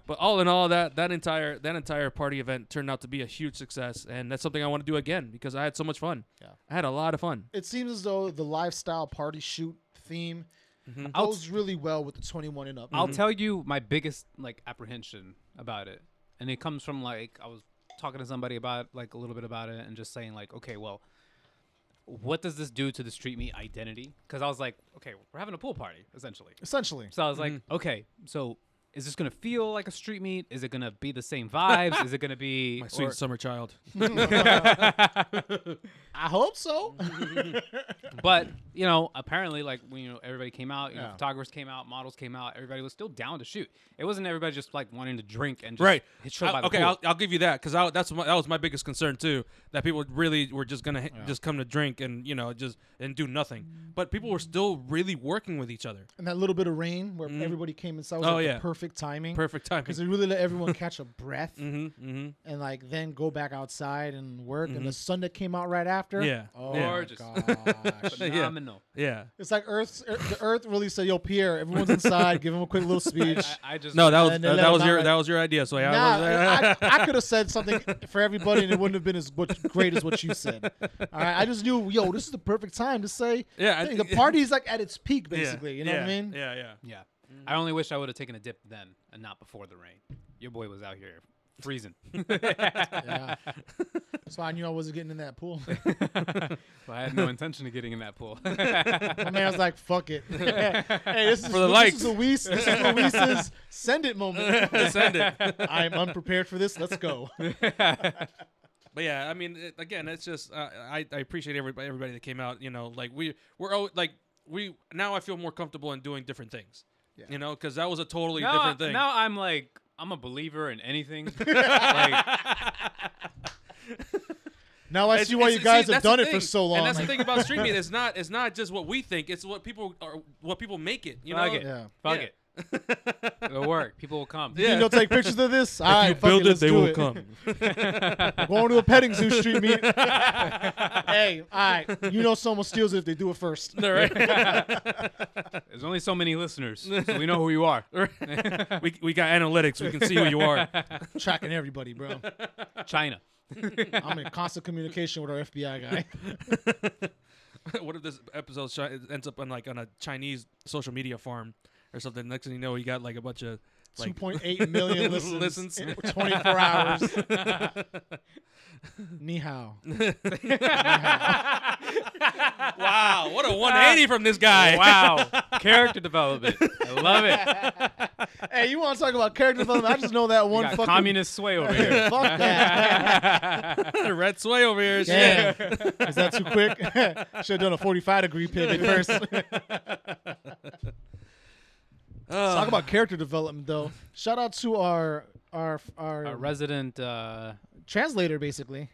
B: But all in all, that that entire that entire party event turned out to be a huge success, and that's something I want to do again because I had so much fun.
A: Yeah.
B: I had a lot of fun.
A: It seems as though the lifestyle party shoot theme
C: I'll-
A: goes really well with the 21 and up.
C: I'll tell you my biggest like apprehension about it, and it comes from like I was talking to somebody about like a little bit about it, and just saying like, okay, well, what does this do to the street meat identity? Because I was like, okay, we're having a pool party essentially.
A: Essentially,
C: So I was like,
B: Mm-hmm.
C: okay, so is this gonna feel like a street meet? Is it gonna be the same vibes? is it gonna
B: [LAUGHS]
C: be
B: My
C: or-
B: sweet
A: [LAUGHS]
B: summer child.
A: I hope
B: [LAUGHS]
A: so.
C: but you know, apparently, like when you know everybody came out, you know,
A: Yeah.
C: photographers came out, models came out, everybody was still down to shoot. It wasn't everybody just like wanting to drink and just
B: right.
C: hit show
B: I-
C: by the
B: okay,
C: pool.
B: I'll,
C: [LAUGHS]
B: I'll give you that because that's my, that was my biggest concern too. That people really were just gonna ha- just come to drink and you know just and do nothing. But people were still really working with each other.
A: and that little bit of rain where everybody came inside was
B: Oh,
A: like
B: yeah.
A: the perfect timing.
B: Perfect timing.
A: Because it really let everyone catch a breath
B: [LAUGHS] Mm-hmm, mm-hmm.
A: and like then go back outside and work. And the sun that came out right after.
B: Yeah.
A: Oh,
B: Yeah.
A: my
C: Gorgeous.
A: gosh.
B: [LAUGHS]
C: [LAUGHS]
B: yeah.
C: Phenomenal.
B: Yeah.
A: it's like Earth's, er, the Earth really said, yo, Pierre, everyone's inside. give him a quick little speech.
C: [LAUGHS] I, I just
B: No, that was
A: And they
B: uh,
A: let
B: that was
A: them out
B: your
A: like-
B: that was your idea. So yeah,
A: Nah,
B: I
A: I,
B: [LAUGHS]
A: I could have said something for everybody, and it wouldn't have been as what, great as what you said. All right, I just knew, yo, this is the perfect time to say,
B: [LAUGHS] Yeah, I
A: "Hey,
B: think-
A: the party's like at its peak,
B: Yeah,
A: basically. You know what I
B: yeah,
A: mean?
B: Yeah, yeah.
C: yeah. I only wish I would have taken a dip then and not before the rain. Your boy was out here
B: [LAUGHS]
C: freezing. [LAUGHS]
A: Yeah. That's why I knew I wasn't getting in that pool. [LAUGHS]
C: So I had no intention of getting in
B: [LAUGHS]
C: that pool.
A: My man was like, "Fuck it." hey, this is
B: For the
A: this
B: likes.
A: Is Luis, this is Luis's send it moment.
B: [LAUGHS] Send it.
A: [LAUGHS] I am unprepared for this. Let's go.
B: But yeah, I mean, it, again, it's just uh, I I appreciate everybody everybody that came out. You know, like we we're al- like we now I feel more comfortable in doing different things. You know, because that was a totally
C: now,
B: different
C: I-
B: thing.
C: now I'm like, I'm a believer
B: [LAUGHS]
C: in anything. like,
A: Now I
B: It's-
A: see why
B: it's-
A: you guys
B: see,
A: have
B: that's the
A: done it for
B: thing.
A: so long.
B: And that's the
A: Like, [LAUGHS]
B: thing about streaming. It's not it's not just what we think. It's what people are what people make it. You know.
C: Fuck it.
A: Yeah.
C: fuck
B: Yeah.
C: it. It'll work. People will come.
B: [LAUGHS] Yeah.
A: You think they'll take pictures of this. All right, fuck it, let's do it. [LAUGHS] Going to a petting zoo street meet. hey, all right. You know someone steals it if they do it first.
B: All right.
C: [LAUGHS] There's only so many listeners, so we know who you
B: [LAUGHS]
C: are.
B: we we got analytics. We can see who
A: [LAUGHS]
B: you are. [LAUGHS]
A: Tracking everybody, bro.
C: China.
A: I'm in constant communication with our FBI guy.
B: what if this episode shi- ends up on like on a Chinese social media farm or something? Next thing you know, you got like a bunch of
A: [LAUGHS]
B: Like-
A: 2.8 million listens,
B: Listens.
A: in 24 hours. Ni hao.
B: wow, what a 180 from this guy.
C: Oh, wow. Character development. I
B: [LAUGHS]
C: love it.
A: Hey, you want to talk about character development? I just know that
C: We
A: one
C: got
A: fucking
C: communist sway over
A: [LAUGHS]
C: here.
A: Fuck that.
C: [LAUGHS]
B: Red Sway over here.
A: Damn.
B: Shit.
A: Is that too quick? [LAUGHS] Should have done a 45 degree pivot first.
B: Ugh.
A: Talk about character development, though. Shout out to our our our,
C: A resident. Uh,
A: translator, basically.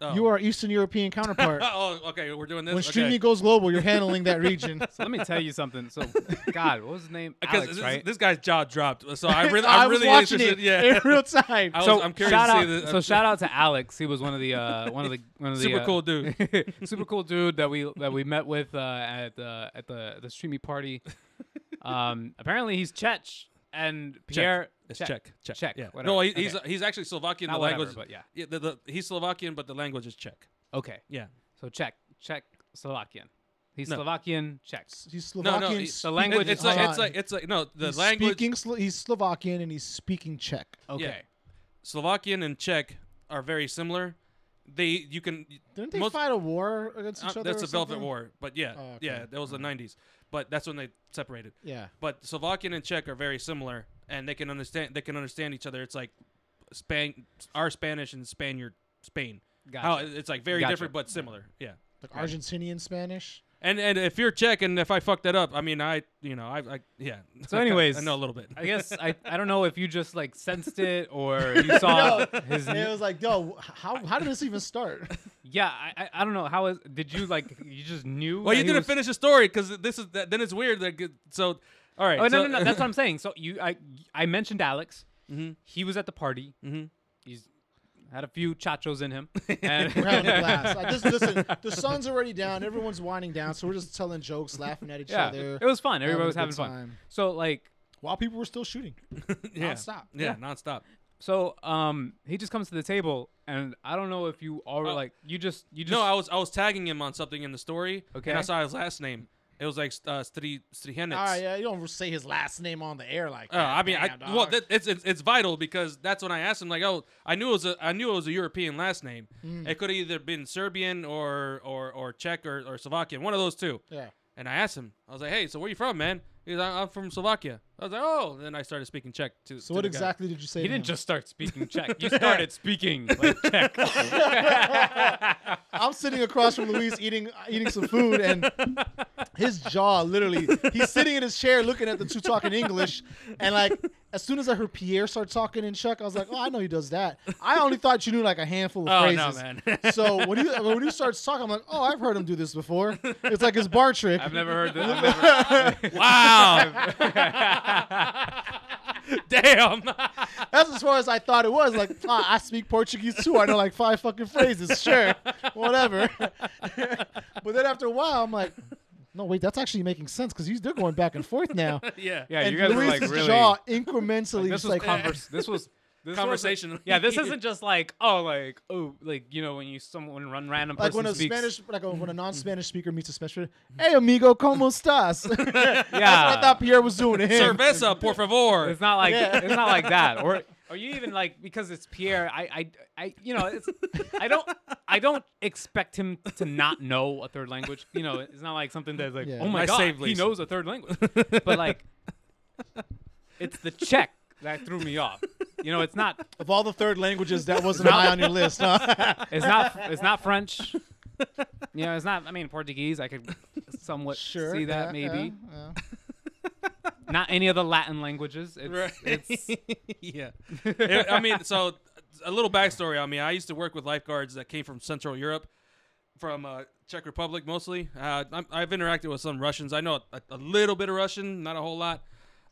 B: Oh.
A: You are Eastern European counterpart.
B: [LAUGHS] Oh, okay. We're doing this.
A: when
B: okay.
A: streaming goes global, you're handling that region.
C: so let me tell you
A: [LAUGHS]
C: something. So, God, what was his name?
B: because
C: Alex,
B: this,
C: right?
B: this guy's jaw dropped. So [LAUGHS] I
A: [LAUGHS]
B: really, I'm
A: was
B: really
A: watching
B: interested.
A: [LAUGHS] it
B: Yeah.
A: in
B: [LAUGHS]
A: real time.
B: I was,
C: so
B: I'm curious
C: shout
B: to see
C: out,
B: the,
C: so shout out to Alex. He was one of the uh, one of the one of the
B: Super
C: uh,
B: cool
C: [LAUGHS]
B: dude.
C: super cool dude that we that we met with uh, at uh, at the the streamy party. Um, apparently he's Czech and Pierre.
B: It's Czech. Czech.
C: Czech,
B: Yeah.
C: whatever.
B: No, he, he's
C: Okay.
B: he's actually Slovakian.
C: Not
B: the
C: whatever,
B: language,
C: but yeah.
B: yeah, the, the, he's Slovakian, but the language is Czech.
C: Okay,
B: Yeah.
C: so Czech, Czech, Slovakian. He's
B: No.
C: Slovakian, Czech.
A: He's
B: No,
A: Slovakian.
B: no, he-
A: spe-
C: The language
B: It's
C: is
B: like it's
A: Slovak.
B: like it's like no, the
A: he's
B: language
A: Speaking, Slo- he's Slovakian and he's speaking Czech.
C: Okay.
B: Slovakian and Czech are very similar. They you can
A: Didn't they
B: most-
A: fight a war against
B: uh,
A: each other?
B: that's
A: or
B: the Velvet
A: something?
B: War, but yeah,
A: Oh, okay.
B: yeah, that was the '90s. But that's when they separated.
A: Yeah.
B: But Slovakian and Czech are very similar, and they can understand they can understand each other. It's like Span our Spanish and Spaniard Spain. How
C: Gotcha.
B: it's like very
C: Gotcha.
B: different but similar. Yeah.
A: Like Argentinian
B: [LAUGHS]
A: Spanish.
B: And and if you're Czech and if I fuck that up, I mean I you know I, I yeah. [LAUGHS]
C: So
B: I-
C: anyways,
B: I know a little bit.
C: I guess I, I don't know if you just like sensed it
B: [LAUGHS]
C: or
A: [LAUGHS]
C: you saw
A: No.
C: [LAUGHS] his
A: And it was like, yo, how how did this even start? [LAUGHS]
C: yeah I, I I don't know how is did you like you just knew
B: well,
C: that
B: you
C: he
B: didn't
C: was-
B: finish the story because this is that, then it's weird. Like, it- so all right.
C: oh no
B: so-
C: no no that's
B: [LAUGHS]
C: what I'm saying so you I I mentioned Alex
B: Mhm.
C: he was at the party
B: Mhm.
C: he's had a few chachos in him
A: [LAUGHS]
C: and
A: We're having a blast. Like, this, listen, the sun's already down. Everyone's winding down, so we're just telling jokes, laughing at each
C: [LAUGHS] yeah
A: other.
C: it was fun everybody
A: a
C: was
A: good
C: having fun
A: time.
C: so like
A: While people were still shooting,
B: mm-hmm. [LAUGHS] yeah.
A: nonstop.
B: Yeah, nonstop.
C: so um he just comes to the table and I don't know if you already
B: Oh.
C: like you just you just
B: No, I was I was tagging him on something in the story.
C: Okay.
B: And
C: Ah,
B: I saw his last name. It was like uh, Stri Strihenets.
A: All right, yeah, you don't say his last name on the air like
B: Uh,
A: that.
B: I mean,
A: Damn,
B: I, well,
A: dog.
B: that, it's, it's it's vital because that's when I asked him like, oh, I knew it was a I knew it was a European last name.
C: Mm.
B: It could have either been Serbian or or or Czech or, or Slovakian, one of those two.
A: yeah.
B: And I asked him, I was like, hey, so where you from, man? He's like, I'm from Slovakia. I was like, oh. then I started speaking Czech to.
A: So
B: to
A: what
B: the guy.
A: exactly did you say?
C: he
A: to
C: didn't
A: him?
C: just start speaking Czech. [LAUGHS] You started speaking [LAUGHS] like Czech.
A: I'm sitting across from
B: [LAUGHS]
A: Luis eating eating some food, and his jaw literally. He's sitting in his chair looking at the two talking English, and like as soon as I heard Pierre start talking in Czech, I was like, "Oh, I know he does that." I only thought you knew like a handful of
B: Oh
A: phrases.
B: no, man.
A: So when you when you starts talking, I'm like, "Oh, I've heard him do this before." It's like his bar trick.
C: I've never heard this. I've never- [LAUGHS]
B: wow. [LAUGHS] Damn.
A: That's as far as I thought it was. Like, ah, I speak Portuguese too. I know like five fucking phrases. Sure, whatever. [LAUGHS] but then after a while, I'm like, no, wait, that's actually making sense because they're going back and forth now.
B: yeah.
C: [LAUGHS] yeah,
A: and
C: you guys were
A: Luis's
C: like really.
A: jaw incrementally
C: this
A: just
C: was
A: like
C: converse. This was this
B: Conversational.
C: wasn't- Yeah, this isn't just like oh, like oh, like you know when you someone run random
A: like
C: person
A: when a
C: speaks.
A: Spanish like a, when a non-Spanish speaker meets a Spanish speaker, hey amigo, cómo estás? [LAUGHS] that's
C: yeah,
A: what I thought Pierre was doing to him.
B: Cerveza, por favor.
C: it's not like
A: Yeah.
C: it's not like that.
A: [LAUGHS]
C: Or are you even like because it's Pierre? I I, I you know it's, I don't I don't expect him to not know a third language. You know, it's not like something that's like
A: Yeah.
C: oh my
B: Nice
C: god,
B: save,
C: he
B: Lisa.
C: knows a third language. But like, it's the Czech that threw me off. You know, it's not
A: Of all the third languages, that wasn't high on your list, huh?
C: It's not. It's not French. You know, it's not. I mean, Portuguese. I could somewhat
A: [LAUGHS] sure.
C: see that
A: yeah,
C: maybe.
A: yeah, yeah.
C: Not any of the Latin languages. It's, it's
A: [LAUGHS]
B: yeah. It- [LAUGHS] I mean, so a little backstory on me. I used to work with lifeguards that came from Central Europe, from uh, Czech Republic mostly. Uh, I'm, I've interacted with some Russians. I know a, a little bit of Russian, not a whole lot,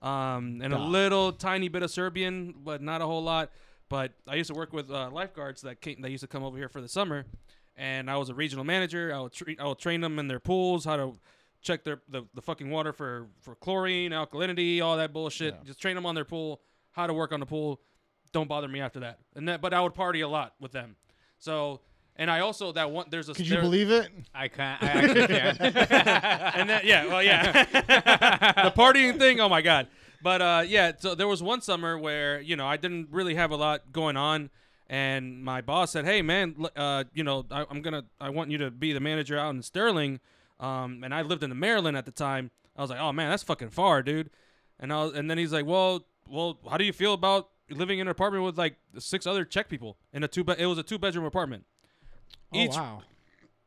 B: um, and a little tiny bit of Serbian, but not a whole lot. But I used to work with uh, lifeguards that came. They used to come over here for the summer, and I was a regional manager. I would tre- I would train them in their pools how to check their the, the fucking water for for chlorine, alkalinity, all that bullshit. Just train them on their pool, how to work on the pool. Don't bother me after that. And that, but I would party a lot with them. So, and I also that one there's a
A: Could you
B: there- [LAUGHS]
A: believe it?
C: I can't. I actually can't.
A: [LAUGHS]
B: and that yeah well yeah the partying thing oh my god But uh, yeah, so there was one summer where you know I didn't really have a lot going on, and my boss said, "Hey man, l- uh, you know I, I'm gonna I want you to be the manager out in Sterling," um, and I lived in Maryland at the time. I was like, "Oh man, that's fucking far, dude," and I was, and then he's like, "Well, well, how do you feel about living in an apartment with like six other Czech people in a two bed? It was a two bedroom apartment.
A: Oh, wow.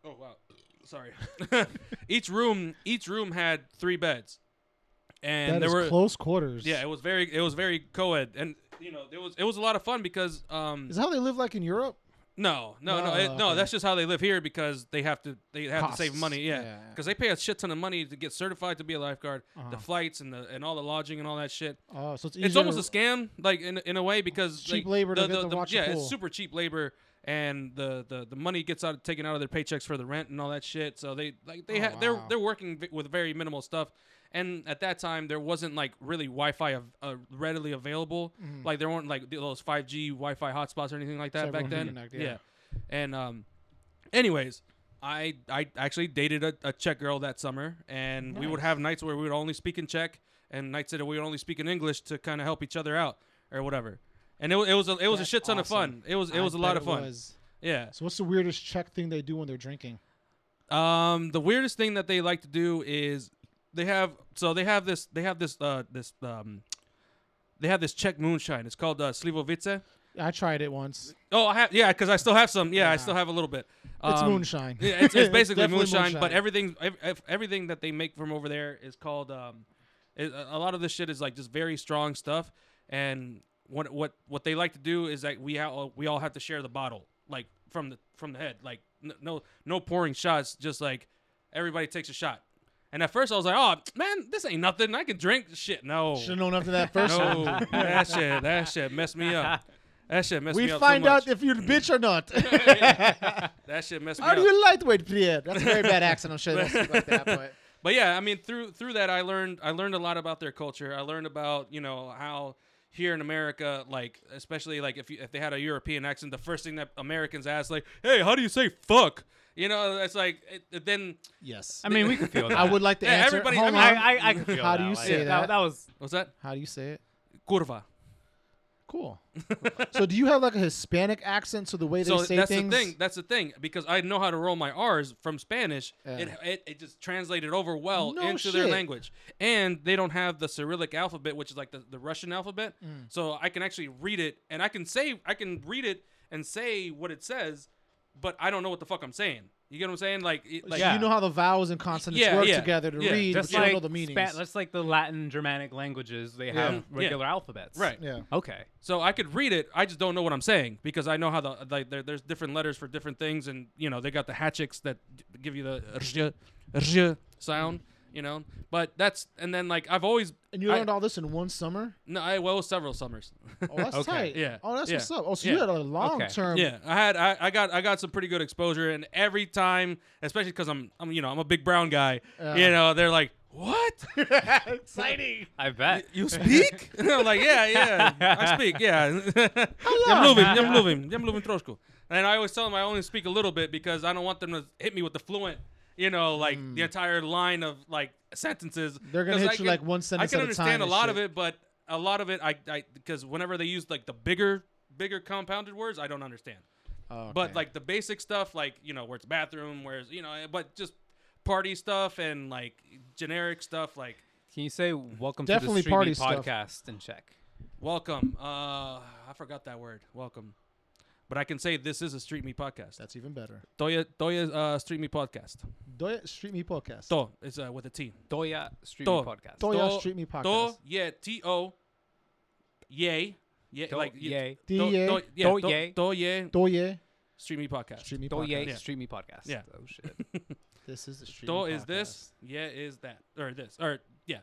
B: Oh wow. Sorry. [LAUGHS] each room each room had three beds. And
A: That
B: there
A: is
B: were
A: close quarters.
B: Yeah, it was very it was very co-ed and you know, it was it was a lot of fun because um
A: Is that how they live like in Europe?
B: no, no, no,
A: Oh,
B: it, no,
A: okay.
B: that's just how they live here because they have to they have to save
A: Costs,
B: money, yeah.
A: yeah. Uh-huh.
B: Cuz they pay a shit ton of money to get certified to be a lifeguard, the flights and the and all the lodging and all that shit.
A: Oh, so it's
B: It's
A: easier
B: almost
A: to-
B: a scam like in in a way because
A: Cheap
B: like,
A: labor to get them to watch the
B: yeah,
A: pool.
B: it's super cheap labor and the, the, the money gets out taken out of their paychecks for the rent and all that shit. So they like they
A: Oh,
B: ha- they're
A: wow.
B: they're working vi- with very minimal stuff. And at that time, there wasn't like really Wi-Fi av- uh, readily available.
A: Mm-hmm.
B: Like there weren't like those five G Wi-Fi hotspots or anything like that back
A: everyone
B: then.
A: could connect,
B: yeah.
A: yeah.
B: And um, anyways, I I actually dated a, a Czech girl that summer, and we would
A: Nice.
B: have nights where we would only speak in Czech, and nights that we would only speak in English to kind of help each other out or whatever. And it, wa- it was a, it was
A: That's
B: a shit ton of
A: awesome.
B: fun. It was it
A: I
B: was a
A: bet
B: lot
A: it
B: of fun.
A: was.
B: Yeah.
A: So what's the weirdest Czech thing they do when they're drinking?
B: Um, the weirdest thing that they like to do is they have so they have this they have this uh this um they have this Czech moonshine. It's called uh, Slivovice.
A: I tried it once.
B: Oh, I have yeah, because I still have some. Yeah, I
A: Yeah.
B: still have a little bit.
A: It's
B: Um,
A: moonshine.
B: Yeah, it's,
A: [LAUGHS]
B: it's basically
A: definitely
B: moonshine, but everything ev- ev- everything that they make from over there is called um, it, a lot of this shit is like just very strong stuff. And what what what they like to do is that we all we all have to share the bottle, like from the from the head, like n- no no pouring shots, just like everybody takes a shot. And at first I was like, oh man, this ain't nothing. I can drink shit. No,
A: Should have known after that first
B: no,
A: one.
B: [LAUGHS] that shit that shit messed me up. That shit messed
A: We
B: me up.
A: find
B: so
A: out
B: much.
A: if you're a bitch or
B: [LAUGHS]
A: not.
B: that shit messed me
A: Are
B: up.
A: you a lightweight, Pierre? That's a very bad accent. I'm sure they don't speak like that,
B: [LAUGHS]
A: but
B: But yeah, I mean through through that I learned I learned a lot about their culture. I learned about, you know, how here in America, like especially like if you, if they had a European accent, the first thing that Americans ask like, "Hey, how do you say fuck?" You know, it's like it, it then
A: yes.
C: I mean, we can feel that.
A: I would like to
B: Yeah,
A: answer.
B: everybody-
A: hold
B: I mean,
A: on.
C: I, I, I can feel
A: How
C: that.
A: do you
C: like,
A: say
C: that?
A: that?
C: was
B: what's that?
A: How do you say it?
B: Curva. [LAUGHS]
A: Cool. so do you have like a Hispanic accent to the way they
B: So
A: say
B: that's
A: things?
B: the thing. That's the thing because I know how to roll my R's from Spanish.
A: Yeah.
B: It, it it just translated over well
A: No
B: into their
A: shit.
B: language, and they don't have the Cyrillic alphabet, which is like the, the Russian alphabet.
A: Mm.
B: So I can actually read it, and I can say I can read it and say what it says, but I don't know what the fuck I'm saying. You get what I'm saying? Like, it-
A: So
B: like
C: Yeah.
A: you know how the vowels and consonants
B: Yeah,
A: work
B: yeah,
A: together to
B: yeah.
A: read,
C: just
A: but you
C: like,
A: don't know the meanings.
C: Spa- just like the Latin Germanic languages. They have
B: Yeah.
C: regular alphabets.
B: right.
A: yeah.
C: Okay.
B: So I could read it. I just don't know what I'm saying because I know how the like there, there's different letters for different things, and you know they got the hatchets that d- give you the rzh, rzh sound. You know, but that's and then like I've always
A: And you
B: I-
A: learned all this in one summer?
B: no, I well several summers. [LAUGHS]
A: Oh, um, that's
C: Okay.
A: tight.
B: Yeah.
A: Oh, that's
B: Yeah.
A: what's up. Oh, so
B: Yeah.
A: you had a long term.
B: yeah, I had I, I got I got some pretty good exposure, and every time, especially because I'm I'm you know I'm a big brown guy, you know they're like what
A: Exciting.
C: I bet.
B: you speak? And I'm like yeah yeah I speak yeah. [LAUGHS] I'm moving, I'm moving, I'm moving trošku. And I always tell them I only speak a little bit because I don't want them to hit me with the fluent. You know, like the entire line of like sentences.
A: Hmm. They're gonna
B: 'Cause
A: hit
B: I
A: you, like, one sentence
B: I
A: at
B: can
A: a
B: understand
A: time
B: a
A: and
B: lot
A: shit.
B: of it, but a lot of it, I, I, because whenever they use like the bigger, bigger compounded words, I don't understand.
A: Oh,
B: But like the basic stuff, like you know, where it's bathroom, where's you know, but just party stuff and like generic stuff, like
C: Can you say welcome
A: Definitely
C: to the
A: party
C: party
A: stuff.
C: podcast in Czech?
B: welcome. Uh, I forgot that word, welcome. But I can say this is a Street Me podcast.
A: That's even better.
B: Toya Toya uh, Street Me podcast.
A: Doya Street Me Podcast.
B: To is uh, with a T.
C: Doya Street
B: To-
C: Podcast.
A: Doya
B: To-
A: Street Me Podcast.
B: To yeah T O. Yay. Yeah,
C: Do-
B: like
C: yay.
B: Do, do,
A: D-yay.
B: yeah,
C: Do-
B: do-
C: yay.
B: do- yeah,
A: Doya
B: Street Me podcast.
A: Street Me
C: Doya
A: Podcast.
B: Yeah.
C: Street Me Podcast.
B: Yeah.
C: Oh shit.
A: This is the Street
B: Do
A: Me
B: is
A: Podcast.
B: this. Yeah is that or this or yeah.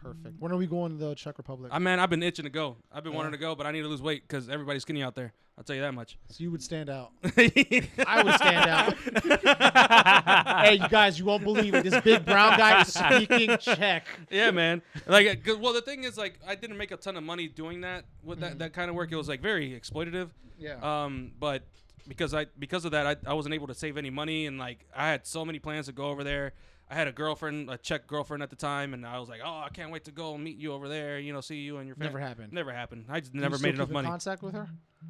A: Perfect. When are we going to the Czech Republic?
B: I man, I've been itching to go. I've been wanting to go, but I need to lose weight because everybody's skinny out there. I'll tell you that much.
A: so you would stand out.
B: [LAUGHS]
A: I would stand out.
B: [LAUGHS]
A: hey, you guys, you won't believe it. This big brown guy is speaking
B: [LAUGHS]
A: Czech.
B: yeah, man. Like, uh, 'cause- well, the thing is, like, I didn't make a ton of money doing that with that, that kind of work. It was like very exploitative.
A: Mm-hmm. Yeah.
B: Um, but because I because of that, I, I wasn't able to save any money, and like I had so many plans to go over there. I had a girlfriend, a Czech girlfriend at the time, and I was like, oh, I can't wait to go and meet you over there. You know, see you and your family.
A: Never happened.
B: Never happened. I just
A: You
B: never
A: still
B: made enough
A: keep in
B: money.
A: Contact with her?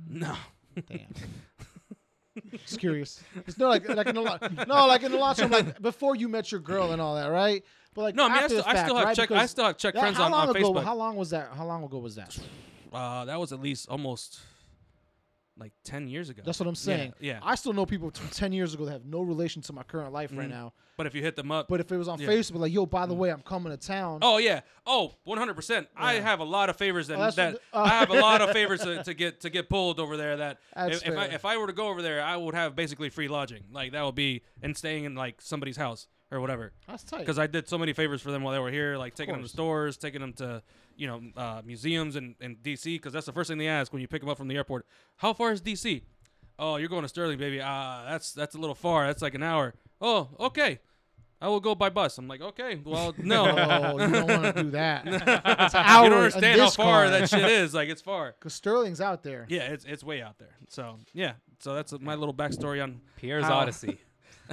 B: no.
A: Damn. Just curious. It's not like like in the lo- no, like in the long term, like before you met your girl and all that, right? But like
B: No, I mean, I
A: after
B: still,
A: the
B: I
A: fact,
B: still have
A: right?
B: Czech, I
A: Because
B: still have Czech
A: that-
B: friends
A: how
B: on,
A: long
B: on
A: ago,
B: Facebook.
A: How long was that? How long ago was that?
B: uh, that was at least almost like 10 years ago.
A: That's what I'm
B: Yeah,
A: saying.
B: Yeah.
A: I still know people from ten years ago that have no relation to my current life right
B: Mhm.
A: now.
B: but if you hit them up.
A: But if it was on
B: Yeah. Mm-hmm.
A: Facebook, like, yo, by the way, I'm coming to town.
B: Oh yeah. Oh, 100%. I
A: Yeah.
B: have a lot of favors that,
A: Oh, that's
B: that
A: what the- oh.
B: I have a lot of favors to, to get to get pulled over there that
A: [LAUGHS] That's
B: if, if I
A: fair.
B: if I were to go over there, I would have basically free lodging. Like that would be and staying in like somebody's house or whatever.
A: that's tight.
B: because I did so many favors for them while they were here, like taking them to
A: course.
B: stores, taking them to you know uh, museums in, in D.C. Because that's the first thing they ask when you pick them up from the airport. How far is D.C.? Oh, you're going to Sterling, baby. Ah, that's that's a little far. That's like an hour. Oh, okay. I will go by bus. I'm like, okay. Well, no.
A: [LAUGHS] oh, you don't want to
B: [LAUGHS]
A: do that. it's an
B: you
A: hour in
B: don't understand how
A: this
B: far
A: car.
B: that shit is. Like, it's far.
A: [LAUGHS] Cause Sterling's out there.
B: Yeah, it's it's way out there. So yeah, so that's my little backstory on
C: Pierre's
A: How-
C: Odyssey.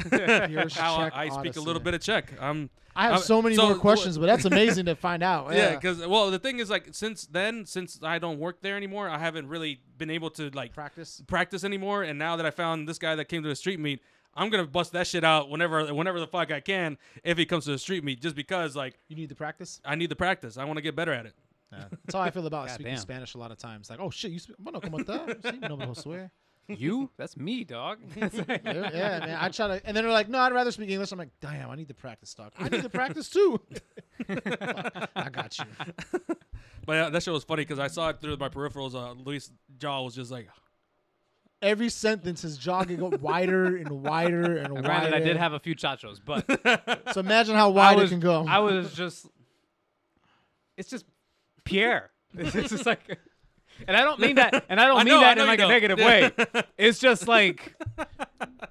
A: Here's
B: how
A: Czech
B: I speak a
A: Odyssey.
B: little bit of Czech. Um, I'm
A: I have
B: I'm-
A: so many
B: so
A: more
B: wh-
A: questions, but that's amazing to find out.
B: [LAUGHS] Oh, Yeah, because well, the thing is, like, since then, since I don't work there anymore, I haven't really been able to like
A: practice.
B: practice anymore. And now that I found this guy that came to the street meet, I'm gonna bust that shit out whenever, whenever the fuck I can, if he comes to the street meet, just because like
A: You need to practice.
B: I need the practice. I want to get better at it.
A: [LAUGHS] That's how I feel
C: [LAUGHS]
A: about speaking
C: Goddamn.
A: Spanish a lot of times. Like, oh shit, you speak bueno como
B: [LAUGHS]
A: está? Sí, no me lo swear.
C: you? That's me, dog.
A: Yeah, yeah, man. I try to, and then they're like, no, I'd rather speak English. I'm like, damn, I need to practice, doc. I need to practice too.
B: [LAUGHS]
A: Fuck, I got you.
B: But uh, that shit was funny because I saw it through my peripherals. Uh, Luis jaw was just like,
A: Every sentence is jogging up wider and wider and wider.
C: Granted, I did have a few chachos, but
A: So imagine how
C: I
A: wide
C: was,
A: it can go.
C: I was just. It's just Pierre. [LAUGHS] it's just like, and I don't mean that, and I don't
B: [LAUGHS] I
C: mean
B: know, I
C: that
B: know
C: in
B: you
C: like a
B: don't.
C: negative way.
B: Yeah.
C: It's
B: [LAUGHS]
C: just like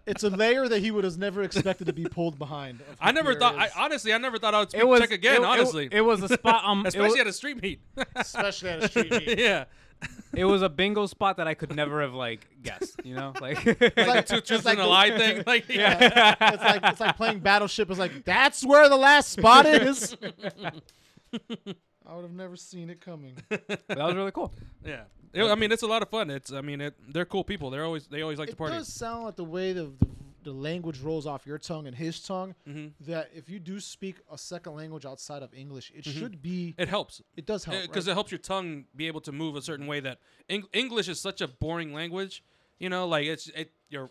A: it's a layer that he would have never expected to be pulled behind. of
B: I
A: who
B: never
A: Pierre
B: thought. I
A: is,
B: honestly, I never thought I would speak
C: it was
B: Czech again.
C: it- it-
B: honestly,
C: it, was a
B: [LAUGHS]
C: spot. Um, it,
B: especially
C: wa-
B: at a street meet. [LAUGHS]
A: especially at a street meet.
C: [LAUGHS]
B: yeah.
C: it was a bingo spot that I could never have like guessed. You know, like, [LAUGHS]
B: Like
A: like-
B: the two
A: it's
B: truths
A: like
B: and a
A: the-
B: lie thing. [LAUGHS] Like, yeah.
A: it's like it's like playing Battleship. It's like that's where the last spot
C: [LAUGHS]
A: is. I would have never seen it coming.
C: but that was really cool.
B: Yeah, It- I mean it's a lot of fun. It's I mean it, they're cool people. They're always they always like to
A: It
B: party.
A: does sound like the way the, the the language rolls off your tongue and his tongue.
B: Mhm.
C: Mm-hmm.
A: That if you do speak a second language outside of English,
C: Mm-hmm.
A: it should be.
B: It helps
A: It does
C: Uh,
A: help.
B: because
A: right?
B: it helps your tongue be able to move a certain way. That Eng- English is such a boring language. You know, like it's it your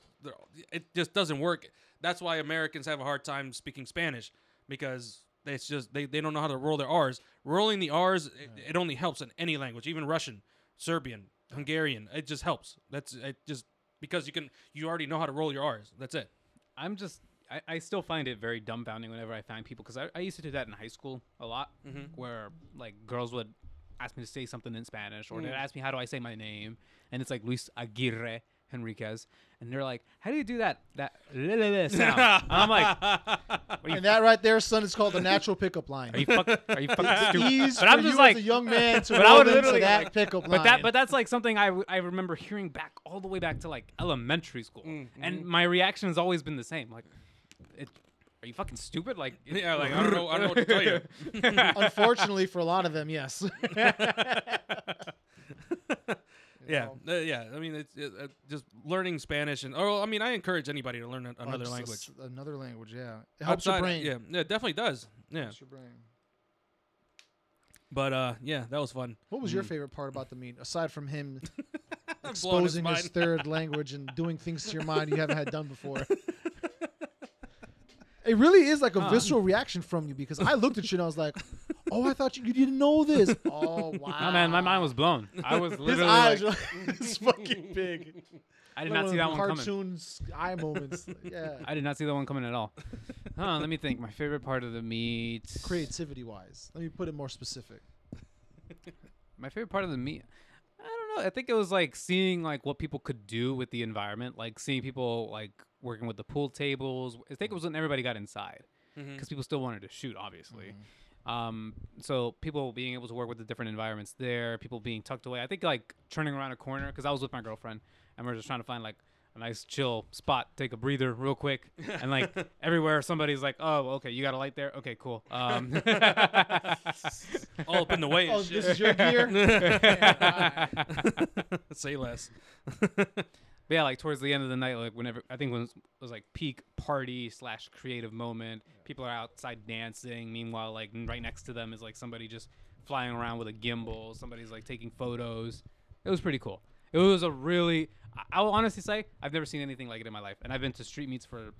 B: it just doesn't work. That's why Americans have a hard time speaking Spanish because it's just they, they don't know how to roll their R's. Rolling the R's it, it only helps in any language, even Russian, Serbian, Hungarian. It just helps. That's it just because you can you already know how to roll your R's. That's it.
C: I'm just I, I still find it very dumbfounding whenever I find people because I, I used to do that in high school a lot,
B: Mm-hmm.
C: where like girls would ask me to say something in Spanish or they'd
B: Mm.
C: ask me how do I say my name, and it's like Luis Aguirre Henriquez, and they're like, how do you do that that le- le-
B: [LAUGHS]
C: le sound? and I'm like,
A: and that right there, son, is called the natural pickup line.
C: are you fuck, are you fucking
B: [LAUGHS]
C: stupid?
A: Ease
C: But I'm
A: for
C: just
A: you
C: like-
A: as a young man to
C: [LAUGHS] but I
A: roll
C: would
A: into
C: literally
A: that
C: like-
A: pickup line.
C: But that but [LAUGHS] that's like something I, w- I remember hearing back all the way back to like elementary school,
B: Mm,
C: and my reaction has always been the same, like, it, are you fucking stupid? Like it-
B: Yeah, like I don't know I don't know what to tell you.
C: [LAUGHS]
A: unfortunately for a lot of them, yes.
B: Yeah,
A: know?
B: uh, yeah. I mean, it's it, uh, just learning Spanish, and or I mean, I encourage anybody to learn an-
A: [LAUGHS]
B: another
A: Just a
B: language.
A: s- Another language, yeah. It helps
B: Outside- uh,
A: your brain.
B: Yeah, yeah, it definitely does. Yeah,
A: Helps your brain.
B: but uh, yeah, that was fun.
A: What was your favorite part about the meet, aside from him
B: Hmm. [LAUGHS] Blowing his
A: exposing his,
B: mind.
A: third language and doing things to your mind you haven't had done
B: [LAUGHS]
A: before? It really is like a visceral reaction from you because I looked at you and I was like, "Oh, I thought you, you didn't know
B: [LAUGHS]
A: this." Oh wow,
C: Oh man, my mind was blown. I [LAUGHS] was literally
A: His eyes
C: like,
A: are like, [LAUGHS] it's fucking big.
C: I [LAUGHS] did not see that one coming.
A: Cartoons eye
C: [LAUGHS]
A: moments. Yeah,
C: I did not see that one coming at all. Huh, let me think. My favorite part of the meet.
A: creativity wise. Let me put it more specific.
C: My favorite part of the meet. I don't know. I think it was like seeing like what people could do with the environment, like seeing people like working with the pool tables. I think it was when everybody got inside because people still wanted to shoot, obviously. Um, so people being able to work with the different environments there, people being tucked away. I think like turning around a corner because I was with my girlfriend and we are just trying to find like a nice chill spot, take a breather real quick, and like everywhere somebody's like, "Oh, okay, you got a light there? Okay, cool." Um,
B: all
A: [LAUGHS]
B: up in the way.
A: Oh,
B: and shit.
A: this is your [LAUGHS]
C: [LAUGHS]
A: gear.
B: [LAUGHS] Say less.
C: But yeah, like towards the end of the night, like whenever I think when it was like peak party slash creative moment, people are outside dancing. Meanwhile, like n- right next to them is like somebody just flying around with a gimbal. Somebody's like taking photos. It was pretty cool. It was a really. I- I will honestly say I've never seen anything like it in my life, and I've been to street meets for,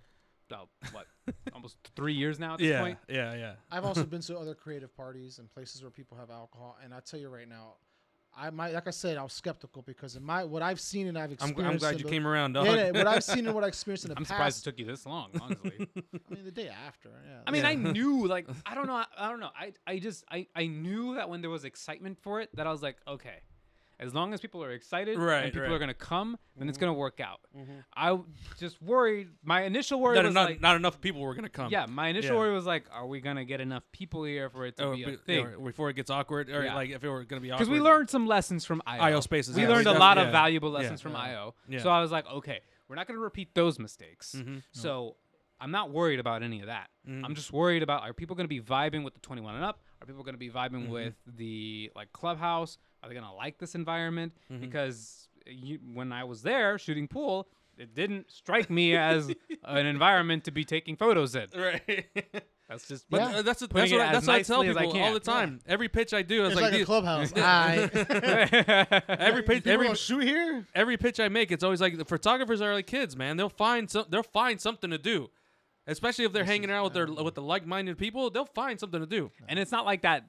C: oh, what, almost three years now at this
B: Yeah,
C: point.
B: yeah, yeah.
A: I've also been to other creative parties and places where people have alcohol, and I tell you right now, I might like I said, I was skeptical because in my what I've seen and I've
B: I'm,
A: experienced.
B: I'm glad
A: in
B: you
A: the-
B: came around, dog.
A: Yeah, yeah,
B: [LAUGHS]
A: what I've seen and what I experienced in the
C: I'm surprised
A: past.
C: it took you this long, honestly.
A: I mean, the day after. Yeah.
C: I mean, I
B: Yeah. [LAUGHS]
C: knew like I don't know, I, I don't know. I I just I I knew that when there was excitement for it, that I was like, okay, as long as people are excited
B: Right,
C: and people
B: right. Mm-hmm.
C: are gonna come, then it's gonna work out. I w- just worried. My initial worry
B: not,
C: was
B: not,
C: like,
B: not enough people were gonna come.
C: yeah, my initial
B: yeah.
C: worry was like, are we gonna get enough people here for it to
B: Or
C: be a
B: be-
C: thing?
B: or before it gets awkward, or
C: Yeah.
B: like if it were gonna be awkward.
C: because we learned some lessons from IO.
B: IO spaces,
C: We
B: yeah,
C: learned
B: we
C: a lot
B: def-
C: of
B: yeah,
C: valuable
B: yeah,
C: lessons from
A: yeah.
C: IO.
B: Yeah. Mm-hmm.
C: So I was like, okay, we're not going to repeat those mistakes. [LAUGHS] So I'm not worried about any of that. I'm just worried about are people going to be vibing with the 21 and up? Are people going to be vibing
B: Mm-hmm.
C: with the like clubhouse? Are they going to like this environment?
B: Mm-hmm.
C: Because you, when I was there shooting pool, it didn't strike me
B: [LAUGHS]
C: as an environment to be taking photos in.
B: Right.
C: That's just
B: But
A: Yeah.
B: uh, that's, what- that's
C: Putting
B: what,
C: it
B: I-
C: as
B: that's what I tell
C: nicely as I
B: people all
C: can.
B: the time. Every pitch I do, I was
A: it's like, a
B: "Dude,
A: clubhouse. I
C: [LAUGHS]
B: every pitch,
A: people
B: every
A: gonna shoot here.
B: every pitch I make, it's always like the photographers are like kids, man. They'll find some, they'll find something to do, especially if they're hanging out with their with the like-minded people. They'll find something to do.
C: And it's not like that,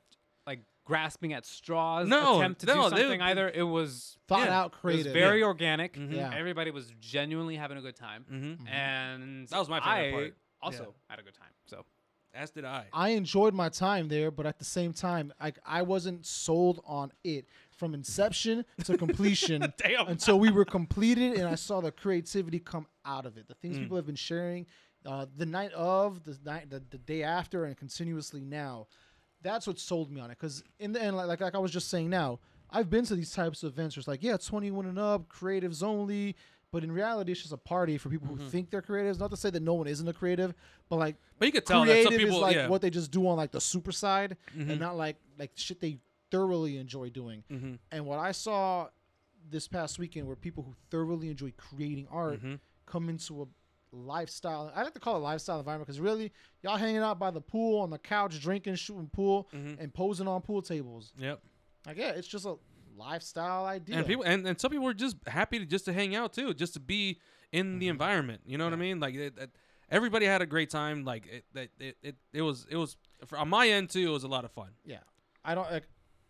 C: like grasping at straws
B: No,
C: attempt to
B: no,
C: do
B: they-
C: something either. It was
A: Thought
B: Yeah.
A: out,
C: it was
A: creative.
C: very organic.
B: Mm-hmm.
A: Yeah.
C: Everybody was genuinely having a good time,
B: Mhm.
C: and
B: That was my favorite
C: I
B: part.
C: Also
B: Yeah.
C: had a good time. So
B: As did I.
A: I enjoyed my time there, but at the same time, I, I wasn't sold on it from inception to completion
B: Damn.
A: until we were completed and I saw the creativity come out of it. The things people have been sharing uh, the night of, the night, the, the day after, and continuously now. That's what sold me on it. Because in the end, like, like, like I was just saying now, I've been to these types of events where it's like, yeah, 21 and up, creatives only. But in reality, it's just a party for people who think they're creatives. Not to say that no one isn't a creative, but like
B: But you could tell that
A: creative
B: some people,
A: is like
B: yeah, Mm-hmm.
A: what they just do on like the super side and not like like shit they thoroughly enjoy doing. And what I saw this past weekend were people who thoroughly enjoy creating art
B: Mm-hmm.
A: come into a lifestyle. I like to call it lifestyle environment because really y'all hanging out by the pool on the couch, drinking, shooting pool,
B: Mm-hmm.
A: and posing on pool tables.
B: yep.
A: Like yeah, it's just a lifestyle idea.
B: And people and, and some people are just happy to just to hang out too, just to be in
A: Mm-hmm.
B: the environment. You know what I mean? Like it, it- everybody had a great time. Like it, it, it, it, it was it was for, on my end too. It was a lot of fun.
A: Yeah, I don't like.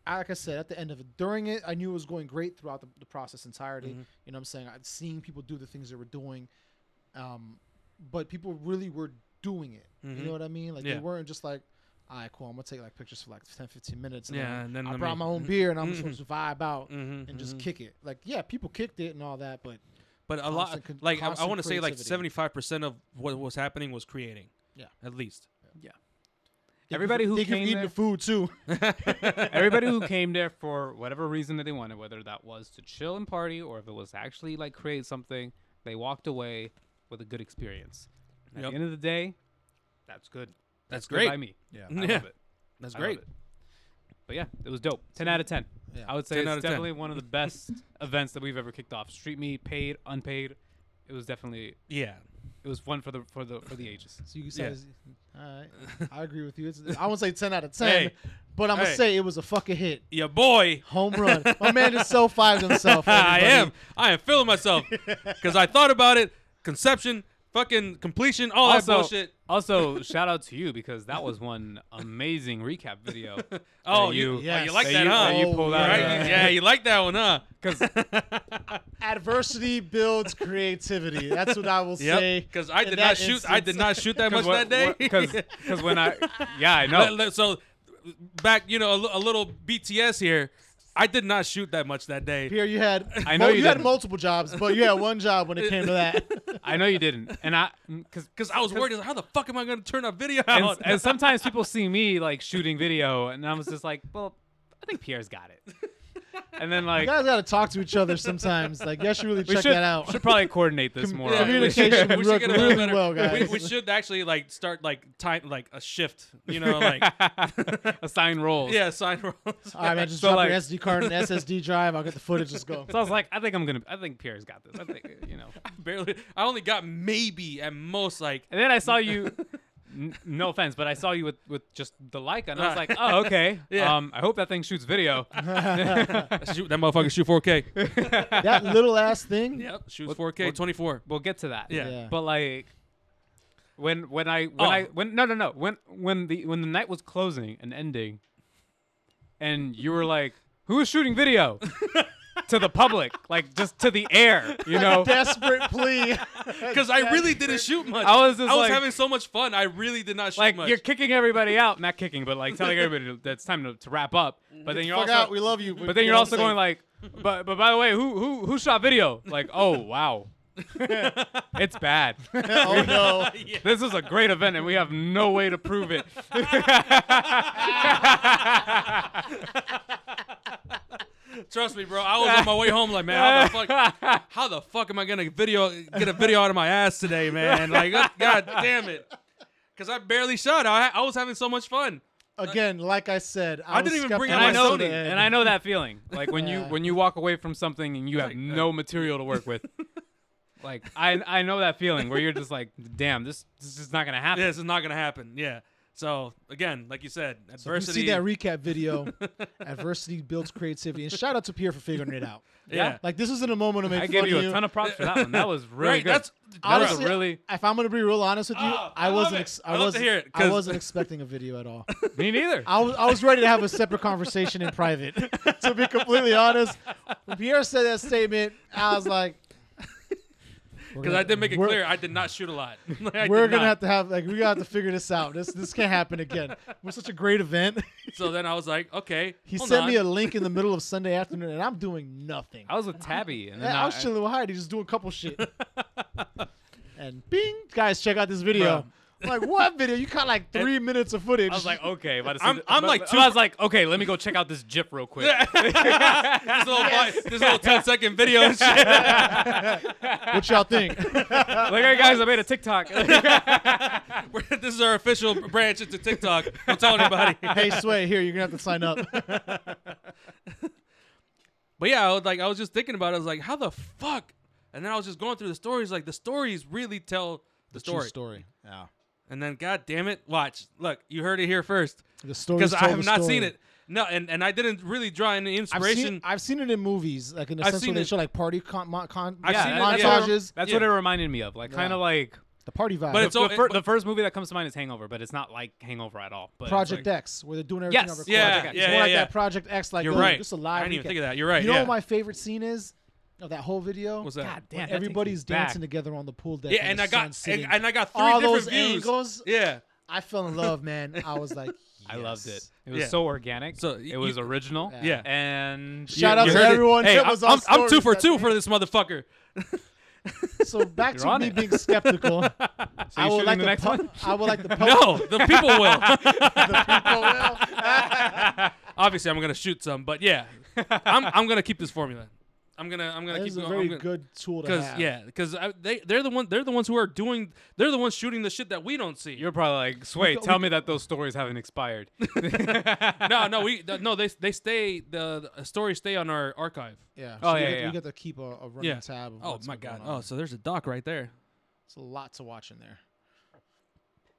A: I- Like I said, at the end of it, during it, I knew it was going great throughout the, the process entirety.
B: Mm-hmm.
A: You know, what I'm saying, I'd seeing people do the things they were doing, um, but people really were doing it. You know what I mean? Like
B: Mm-hmm. Yeah.
A: they weren't just like, "All right, cool, I'm gonna take like pictures for like 10, 15 minutes." And
B: Yeah,
A: then
B: and then
A: I
B: let
A: brought
B: me- Mm-hmm.
A: my
B: [LAUGHS]
A: own beer and I'm just supposed to vibe out
B: Mhm,
A: and just kick it. Like, yeah, people kicked it and all that, but
B: But a lot,
A: Constant con-
B: like I, I
A: constant
B: want to say, like
A: creativity.
B: seventy five percent of what was happening was creating.
A: Yeah.
B: at least.
A: they
C: Everybody
A: give-
C: who
A: they give
C: came
A: eating
C: there-
A: the food
B: [LAUGHS]
A: too.
C: [LAUGHS] everybody who came there for whatever reason that they wanted, whether that was to chill and party or if it was to actually like create something, they walked away with a good experience. And At
B: Yep.
C: the end of the day, that's good.
B: That's
C: good
B: great.
C: by me.
A: Yeah.
C: I
B: Yeah.
C: love it.
B: That's
C: I love
B: great.
C: it. But yeah, it was dope. Ten out of ten.
A: Yeah.
C: I would say
B: 10 out
C: it's
B: of 10.
C: definitely one of the best [LAUGHS] events that we've ever kicked off. Street meet, paid, unpaid. It was definitely
B: Yeah,
C: it was fun for the for the for the ages.
A: So you
B: Yeah.
A: said, "All right,
B: [LAUGHS]
A: I agree with you." It's, I won't say ten out of ten,
B: Hey.
A: but I'm gonna
B: Hey.
A: say it was a fucking hit.
B: yeah, boy.
A: Home run. My man just so fives himself.
B: [LAUGHS] I am.
A: everybody.
B: I am feeling myself because I thought about it. Conception, fucking completion, all that bullshit.
C: also shout out to you because that was one amazing recap
B: [LAUGHS]
C: video.
B: Oh,
C: that
B: you,
C: you-
B: oh,
A: Yes.
B: you like
A: That
B: that,
C: you,
B: huh?
C: that uh, you
A: Oh,
C: pulled out.
B: right?
A: yeah.
B: Yeah, you like that one, huh?
C: Because
A: [LAUGHS] Adversity builds creativity. That's what
B: [LAUGHS]
A: I will say.
B: Because I
A: in
B: did
A: that
B: not shoot. I did
A: instance.
B: not shoot
C: [LAUGHS]
B: that much that day.
C: Because
B: [LAUGHS]
C: when I yeah I
B: Let-
C: know
B: [LAUGHS] let- so back, you know, a, li- a little BTS here. I did not shoot that much that day.
A: Here you had.
C: I know
A: mul-
C: you
A: had
C: didn't.
A: multiple jobs, but you had one job when it came to that.
C: I know you didn't and I
B: [LAUGHS]
C: because
B: Because I was worried, like, how the fuck am I going to turn a video
C: and,
B: out? [LAUGHS] [LAUGHS]
C: and sometimes people see me like shooting video and I was just like well I think Pierre's got it. and then like
A: You guys got to talk to each other sometimes. Like, you should really
C: we
A: check
C: should,
A: that out.
C: should probably coordinate this
A: Com-
C: more.
A: yeah,
C: right? We should-
A: communication
B: [LAUGHS] we
A: would
B: should
A: work
B: get a little
A: really
C: [LAUGHS]
B: better.
A: well,
B: We,
A: guys.
B: we should actually like start like time like a shift. You know,
C: [LAUGHS]
B: like
C: assign roles.
B: yeah, sign [LAUGHS] rolls.
A: All right, man, just
C: So,
A: drop
C: like-
A: your SD card and SSD drive. I'll get the footage. Let's go.
C: So I was like, I think I'm gonna. I think Pierre's got this. I think you know.
B: barely. I only got maybe at most
C: [LAUGHS]
B: like
C: And then I
B: [LAUGHS]
C: saw you. n- no offense, but I saw you with, with just the Leica, and I was
B: [LAUGHS]
C: like, oh okay.
B: Yeah.
C: Um, I hope that thing shoots
B: [LAUGHS]
C: video.
B: shoot, that motherfucker shoot 4K.
A: That little ass thing.
B: yep, shoots
C: What-
B: 4K,
C: what- [LAUGHS]
B: 24.
C: we'll get to that.
B: Yeah.
A: Yeah.
C: But like when when I when I
B: Oh.
C: when no no no when when the when the night was closing and ending, and you were like, "Who is shooting video?" to
B: [LAUGHS]
C: the public, like just to the air, you know.
A: Desperate plea.
B: Because I
A: [LAUGHS]
B: really didn't shoot much.
C: I was just
B: I was
C: like-
B: having so much fun. I really did not shoot
C: Like
B: much. [LAUGHS]
C: you're kicking everybody out, not kicking, but like telling everybody that it's time to, to wrap up. But then you're
A: Fuck
C: also
A: out. We love you.
C: but then you're also going like, but but by the way, who who who shot video? Like,
B: [LAUGHS]
C: oh wow,
A: [LAUGHS]
C: it's bad.
A: oh no.
C: This is a great event, and we have no way to
B: [LAUGHS]
C: prove it.
B: Trust me, bro. I was on my way home like, man, how the
C: [LAUGHS]
B: fuck, how the fuck am I gonna video get a video out of my ass today, man? Like, [LAUGHS] uh, god damn it, because I barely shot. I, I was having so much fun.
A: Again, like I said, I,
B: I didn't
A: was
B: even bring
A: skeptical
C: and I
B: out my
C: know
A: to the
B: Sony,
A: end.
C: and I know that feeling. Like when you
A: Yeah.
C: when you walk away from something and you have
B: like, uh,
C: no material to
B: [LAUGHS]
C: work with. Like I I know that feeling where you're just like, damn, this this is not
A: [LAUGHS]
C: gonna happen.
B: This is not gonna happen. Yeah. So again, like you said,
A: So if you
B: adversity.
A: see that recap video.
B: [LAUGHS]
A: adversity builds creativity, and shout out to Pierre for figuring it out.
B: yeah.
A: Like this isn't a moment to make
C: I
A: fun
C: gave you
A: of
C: a ton of props for that one. That was really
B: right.
C: good.
B: That's
C: That was a
A: Honestly,
C: really-
A: If I'm gonna be real honest with you,
B: Oh, I
A: I
B: love
A: wasn't.
B: it.
A: Ex-
B: I
A: I
B: love to
A: wasn't.
B: hear it,
A: I
B: 'cause-
A: wasn't expecting a video at all.
C: Me neither.
A: I was, I was ready to have a separate conversation in private. [LAUGHS] To be completely honest, when Pierre said that statement, I was like, we're
B: because
A: gonna-
B: I did make it
A: we're-
B: clear I did not shoot a lot. [LAUGHS] Like, I
A: We're
B: did
A: gonna
B: not.
A: have to have like we gotta have to figure this out. This this can't happen again. We're such a great event.
B: So then I was like, okay.
A: He
B: hold
A: sent
B: on.
A: me a link in the middle
B: [LAUGHS]
A: of Sunday afternoon, and I'm doing nothing.
C: I was with Tabby, and then
A: Yeah, I was chilling with Heidi, just doing couple
B: [LAUGHS]
A: shit. and bing, guys, check out this video. I'm like what video? You caught like three minutes of footage.
C: I was like, okay, about to see
B: I'm-
C: the-
B: I'm
C: but-
B: like
C: but
B: two-
C: I was like, okay, let me go check out this GIF real quick.
B: this
A: [LAUGHS]
B: little five- this little 10 second video and shit.
A: what y'all
B: [LAUGHS]
A: think?
C: like, hey guys, I made a TikTok. [LAUGHS]
B: We're- this is our official branch into TikTok. Don't
A: [LAUGHS]
B: tell anybody.
A: hey, Sway, here you're gonna have to sign
B: [LAUGHS]
A: up.
B: But yeah, I was like, I was just thinking about it. I was like, how the fuck? And then I was just going through the stories. Like the stories really tell the, story.
A: story. Yeah.
B: And then, god damn it, watch, look, you heard it here first
A: The story.
B: because I have not seen it. No, and, and I didn't really draw any
A: I've
B: inspiration.
A: seen, I've seen it in movies, like in the
B: I've
A: sense
B: seen
A: where they
B: it.
A: show like party con- mon- con-
B: I've
C: yeah,
B: seen
C: that-
B: it,
C: that's,
B: yeah.
C: what-
A: montages,
C: That's
B: Yeah.
C: what it reminded me of. Like, kind
A: Yeah.
C: of like
A: the party vibe.
B: But it's
C: the,
B: all-
C: fir-
B: but-
C: the first movie that comes to mind is Hangover, but it's not like Hangover at all. But it's
A: Project
C: like,
A: X, where they're doing everything
C: Yes,
A: on record.
B: yeah,
A: It's
B: yeah,
A: more
B: yeah,
A: like
B: yeah.
A: that Project X, like
B: You're
A: oh,
B: right.
A: Just a live
B: I didn't even
A: recap.
B: think of that. You're right.
A: You know
B: yeah.
A: what my favorite scene is of that whole video?
B: What's that?
C: God damn, that takes me
A: Everybody's
C: back.
A: dancing together on the pool deck.
B: yeah,
A: in
B: and
A: the
B: I
A: sun
B: got and,
A: sitting.
B: and I got three
A: all
B: different
A: those
B: views.
A: angles.
B: Yeah.
A: I fell in love, [LAUGHS] man. I was like,
C: I loved it.
A: yes.
C: It was
B: Yeah.
C: so organic.
B: So, y-
C: it was
B: you-
C: original.
A: Yeah.
B: Yeah.
C: And
A: Shout out
B: You
A: to
B: heard it.
A: everyone.
B: Hey,
A: That
B: I'm,
A: was on
B: I'm- I'm two
A: stories
B: for
A: that
B: two
A: day.
B: for
A: [LAUGHS]
B: this motherfucker.
A: So back
C: You're
A: to
C: on
A: me
C: it.
A: being
B: [LAUGHS]
A: skeptical.
C: So you shooting the
A: to
C: next
A: pu-
C: one?
A: I would like to poke
B: No, the people will. [LAUGHS]
A: the people.
B: Obviously, I'm gonna shoot some, but yeah, I'm, I'm gonna keep this formula. I'm gonna I'm gonna
A: This
B: keep
A: is a
B: going.
A: very
B: I'm gonna,
A: good tool to
B: Because
A: have.
B: yeah, because they they're the one they're the ones who are doing they're the ones shooting the shit that we don't see.
C: you're probably like, Sway,
A: go-
C: tell
A: we-
C: me that those stories
A: [LAUGHS]
C: haven't expired.
B: no, no, we th- no they they stay the, the stories stay on our archive.
A: yeah.
C: Oh,
A: so you
C: yeah,
A: get,
C: yeah.
A: You get to keep a, a running
B: Yeah.
A: tab. Of
B: Oh
A: what's
B: my
A: been
B: god.
A: going on.
B: Oh, so there's a doc right there.
A: it's a lot to watch in there.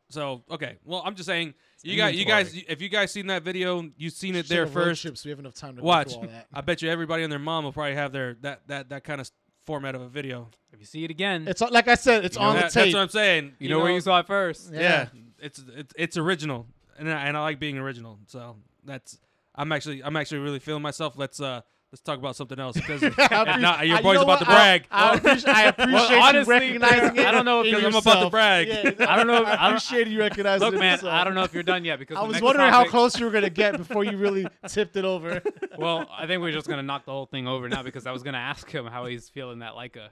B: So okay, well I'm just saying you got you guys if you guys seen that video you've seen it
A: Should
B: there
A: have road
B: first.
A: trips, we have enough time to go
B: Watch,
A: through all that.
B: I bet you everybody and their mom will probably have their that that that kind of format of a video.
C: [LAUGHS] If you see it again,
A: It's on- like I said, it's
B: You know,
A: on the
B: that-
A: tape.
B: That's what I'm saying.
C: you know where you saw it first.
A: Yeah.
B: yeah, it's it's it's original, and I, and I like being original. So that's I'm actually I'm actually really feeling myself. Let's uh let's talk about something else
A: [LAUGHS]
B: because if [LAUGHS]
A: I appreci-
B: not,
A: I-
B: your
A: you
B: boy's
A: know
B: about to
A: what? I-
B: brag.
A: I, appreci-
B: [LAUGHS]
A: I appreciate
C: honestly,
A: you recognizing
C: Peter,
A: it.
C: I don't know if
A: in
B: 'cause I'm about to
A: yourself.
B: brag. [LAUGHS]
A: Yeah,
C: I don't know. I
A: I
C: don't,
A: appreciate you recognizing
C: look,
A: it.
C: man,
A: yourself.
C: I don't know if you're done yet because
A: [LAUGHS] I
C: the
A: was
C: next
A: wondering how
C: topic-
A: close you were gonna get before you really tipped it
B: [LAUGHS]
A: over.
C: Well, I think we're just gonna knock the whole thing over now because I was gonna ask him how he's feeling that Leica.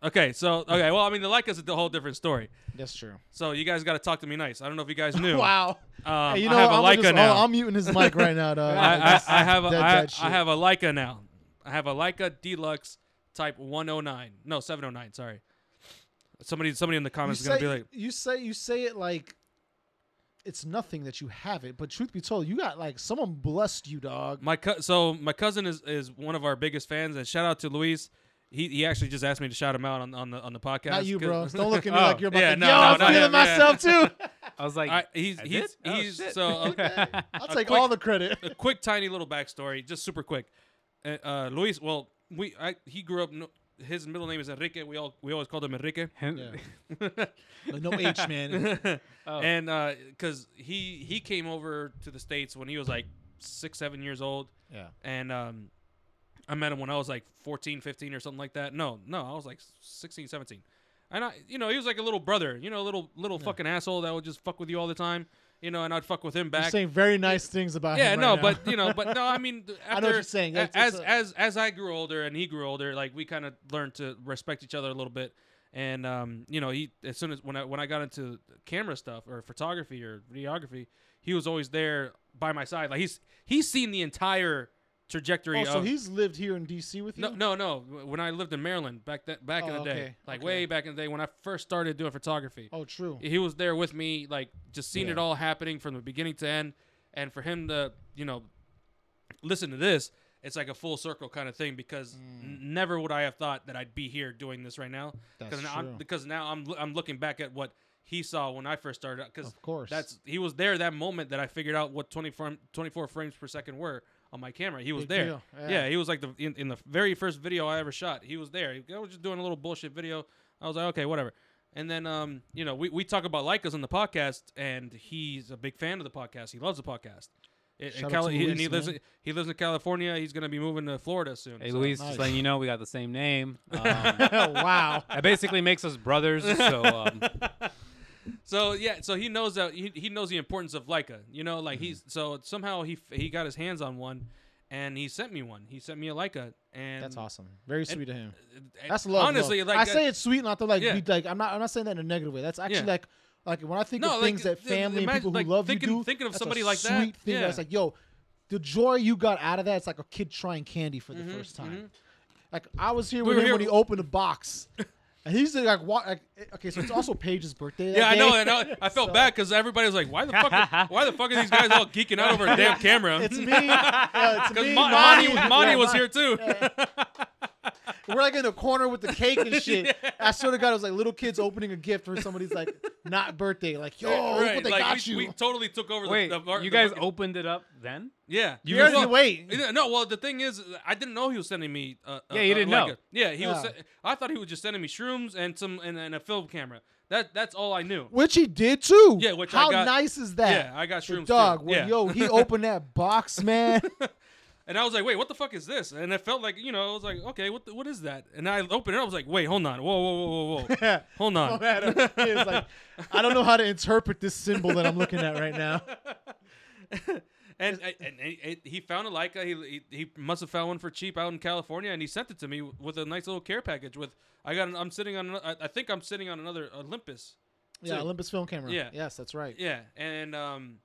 B: Okay, so okay, well, I mean, the like is a whole different story.
A: That's true.
B: So you guys got to talk to me nice. I don't know if you guys knew.
A: [LAUGHS] Wow.
B: Um,
A: Hey, you
B: I
A: know,
B: have a
A: what? I'm
B: Leica
A: just,
B: now.
A: Oh, I'm muting
B: [LAUGHS]
A: his mic right now, dog.
B: I, I,
A: That's
B: I have a
A: dead,
B: I-
A: dead shit.
B: I have a Leica now. I have a Leica Deluxe Type 109. No, 709. Sorry. Somebody somebody in the
A: You
B: comments is
A: say,
B: gonna be like,
A: you say you say it like it's nothing that you have it, but truth be told, you got like someone blessed you, dog.
B: my co- so my cousin is is one of our biggest fans, and shout out to Luis. He, he actually just asked me to shout him out on, on the on the podcast.
A: Not you,
B: 'cause- [LAUGHS]
A: bro. Don't look at me
C: Oh,
A: like you're about
B: yeah,
A: to.
B: no,
A: Yo,
B: no,
A: I'm
B: no,
A: feeling
B: yeah,
A: myself too.
C: I was like, [LAUGHS]
B: I, he's
C: I
B: he's
C: did? Oh,
B: he's
C: shit.
B: so
A: [LAUGHS]
B: uh,
A: I'll take
B: quick-
A: all the credit.
B: [LAUGHS] a quick tiny little backstory, just super quick. Uh, uh, Luis, well, we I, he grew up. No, his middle name is Enrique. We all we always called him Enrique.
A: Yeah. no H,
B: [LAUGHS]
A: man.
C: Oh.
B: And uh 'cause cause he he came over to the states when he was like six seven years old,
A: Yeah.
B: and um, I met him when I was like 14, 15 or something like that. No, no, I was like 16, 17. and I you know he was like a little brother, you know, a little little fucking asshole that would just fuck with you all the time, you know, and I'd fuck with him
A: You're
B: back.
A: saying very nice things about
B: Yeah,
A: him.
B: no,
A: right now.
B: but you know, but no, I mean, th- after,
A: I know what you're saying.
B: a-
A: It's-
B: As,
A: it's
B: as
A: a-
B: as I grew older and he grew older, like we kind of learned to respect each other a little bit. And um, you know, he as soon as when I when I got into camera stuff or photography or videography, he was always there by my side. Like he's he's seen the entire
A: [LAUGHS]
B: trajectory.
A: Oh, so
B: of,
A: he's lived here in D.C. with you?
B: no, no, no. w- When I lived in Maryland back that back in
A: Oh,
B: the day,
A: okay,
B: like
A: okay.
B: way back in the day when I first started doing photography,
A: Oh, true.
B: he was there with me, like just seeing
A: Yeah.
B: it all happening from the beginning to end, and for him to you know listen to this, it's like a full circle kind of thing because n- never would I have thought that I'd be here doing this right now.
A: Mm. That's
B: now I'm,
A: true.
B: because now I'm loo- I'm looking back at what he saw when I first started. Because
A: Of course.
B: that's he was there that moment that I figured out what 24, 24 frames per second were on my camera. He was
A: Big
B: there.
A: deal,
B: Yeah.
A: yeah.
B: he was like the in, in the very first video I ever shot. He was there. He- I was just doing a little bullshit video. I was like, okay, whatever. And then um, you know, we, we talk about Leicas on the podcast, and he's a big fan of the podcast. He loves the podcast. It-
A: Shout
B: in
A: out
B: Cali-
A: to
B: he- and
A: Luis,
B: he lives
A: man.
B: in, he lives in California. He's gonna be moving to Florida soon.
C: hey,
B: so-
C: Luis,
A: Nice.
C: just letting you know, we got the
A: [LAUGHS]
C: same name.
A: [LAUGHS]
C: Um,
A: wow.
C: that basically makes us
A: [LAUGHS]
C: brothers. So um,
B: So yeah, so he knows that he, he knows the importance of Leica. You know, like he's
A: Mm-hmm.
B: so somehow he f- he got his hands on one, and he sent me one. He sent me a Leica, and
A: That's awesome. Very sweet of him.
B: and
A: That's love.
B: Honestly,
A: though.
B: like uh,
A: I
B: that-
A: say it's sweet, not to like
B: Yeah.
A: be like. I'm not. I'm not saying that in a negative way. That's actually
B: Yeah.
A: like, like when I think
B: No,
A: of
B: like,
A: things that
B: th-
A: family
B: imagine,
A: and people who
B: like,
A: love
B: thinking-
A: you do.
B: thinking of
A: that's a
B: somebody like that,
A: sweet thing.
B: yeah.
A: That's like, yo, the joy you got out of that. It's like a kid trying candy for the first time. Like I was here
B: Mm-hmm, We
A: with
B: were
A: him
B: here-
A: when he opened the box.
B: [LAUGHS]
A: And he's like, wa- like, okay, so it's also Paige's birthday. that
B: Yeah, I know,
A: day.
B: I know.
A: [LAUGHS]
B: I felt bad because everybody was like, "Why the fuck? Are, why the fuck are these guys all geeking out
A: [LAUGHS]
B: over a damn camera?" [LAUGHS]
A: It's me. yeah, it's
B: Because
A: me.
B: Mon-
A: Monty,
B: Monty,
A: yeah,
B: Monty was
A: Monty.
B: here too. [LAUGHS]
A: We're like in the corner with the cake
B: [LAUGHS]
A: and shit. I swear to God, it was like little kids opening a gift for somebody's like not birthday. Like, yo, Oh, look
B: right,
A: what they
B: like
A: got
B: we,
A: you.
B: we totally took over.
C: wait,
B: the, the, mar-
C: you
B: the
C: guys
B: market.
C: opened it up then?
B: yeah,
A: You guys
B: Well,
A: didn't wait.
B: Yeah, No, well, the thing is, I didn't know he was sending me. Uh,
C: Yeah,
B: uh,
C: you
B: uh,
C: didn't
B: like
C: know.
B: a- yeah, he was.
A: Yeah.
B: se- I thought he was just sending me shrooms and some and, and a film camera. That that's all I knew.
A: Which he did too.
B: Yeah, which I
A: how
B: got-
A: nice is that?
B: yeah, I got
A: The
B: shrooms
A: Dog,
B: too.
A: when
B: Yeah.
A: yo, he opened that
B: [LAUGHS]
A: box, man.
B: And I was like, wait, what the fuck is this? And it felt like you know, I was like, okay, what the, what is that? And I opened it. I was like, wait, hold on, whoa, whoa, whoa,
C: [LAUGHS]
B: whoa, whoa,
A: Yeah.
B: hold on.
A: [LAUGHS] It's like, I don't know how to interpret this symbol that I'm looking at right
B: [LAUGHS]
A: now.
B: and and, and he- he found a Leica. He, he he must have found one for cheap out in California, and he sent it to me with a nice little care package. With I got, an, I'm sitting on, an, I, I think I'm sitting on another Olympus.
A: Yeah,
B: Two.
A: Olympus film camera.
B: Yeah.
A: Yes, that's right.
B: Yeah, and um,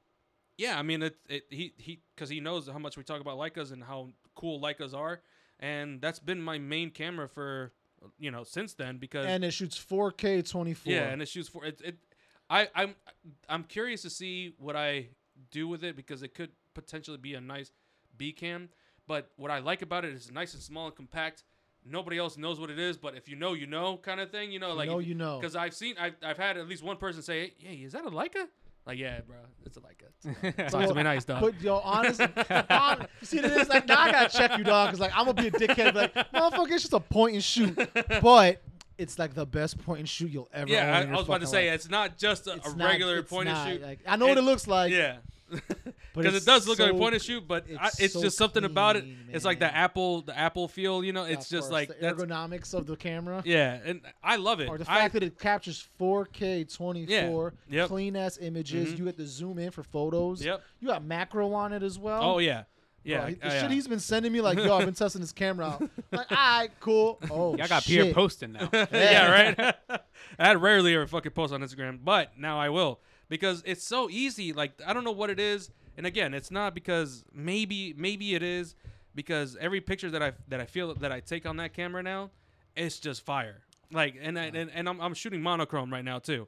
B: yeah, I mean it. it he he because he knows how much we talk about Leicas and how cool Leicas are, and that's been my main camera for you know since then because
A: And it shoots 4K 24.
B: yeah, and it shoots for it. it I I'm I'm curious to see what I do with it because it could potentially be a nice B cam. But what I like about it is it's nice and small and compact. Nobody else knows what it is, but if you know, you know, kind of thing. You know, like
A: know, you know.
B: Because I've seen, I've, I've had at least one person say, "Hey, is that a Leica?" Like, yeah, bro, it's a Leica. It's a
A: [LAUGHS]
B: Leica. Talk to me nice, dog.
A: But yo,
B: [LAUGHS]
A: honestly, hon- you see, it's like now I gotta check you, dog, because like I'm gonna be a dickhead, like motherfucker, it's just a point and shoot,
B: [LAUGHS]
A: but it's like the best point and shoot you'll ever. own
B: yeah,
A: in
B: I, I
A: your
B: was about to
A: fucking
B: say
A: life.
B: it's not just a, a
A: It's not-
B: regular
A: it's
B: point
A: not,
B: and shoot.
A: Like, I know what it
B: It-
A: looks like.
B: Yeah. [LAUGHS]
A: But
B: Because it
A: it's
B: does look like a
A: so
B: point and shoot, but I,
A: it's
B: it's
A: so
B: just something about it.
A: clean,
B: It's like the
A: man.
B: Apple, the Apple feel, you know. It's
A: of
B: just
A: course,
B: like
A: the
B: that's
A: ergonomics of the camera,
B: yeah, and I love it.
A: or the
B: I-
A: fact that it captures 4K 24
B: Yep. Mm-hmm.
A: clean ass images. You have to zoom in for photos.
B: Yep.
A: You got macro on it as well.
B: oh yeah, Yeah,
A: Bro, he- the
B: uh,
A: shit
B: yeah. [LAUGHS]
A: he's been sending me, like, yo, I've been testing this camera out. Like, all right,
B: [LAUGHS]
A: cool. Oh,
C: Y'all got
A: shit.
C: Pierre
A: [LAUGHS]
C: posting now.
B: yeah, right. [LAUGHS] I'd rarely ever fucking post on Instagram, but now I will because it's so easy. Like I don't know what it is, and again, it's not because maybe maybe it is because every picture that I that I feel that I take on that camera now, it's just fire. Like and I, and and I'm, I'm shooting monochrome right now too.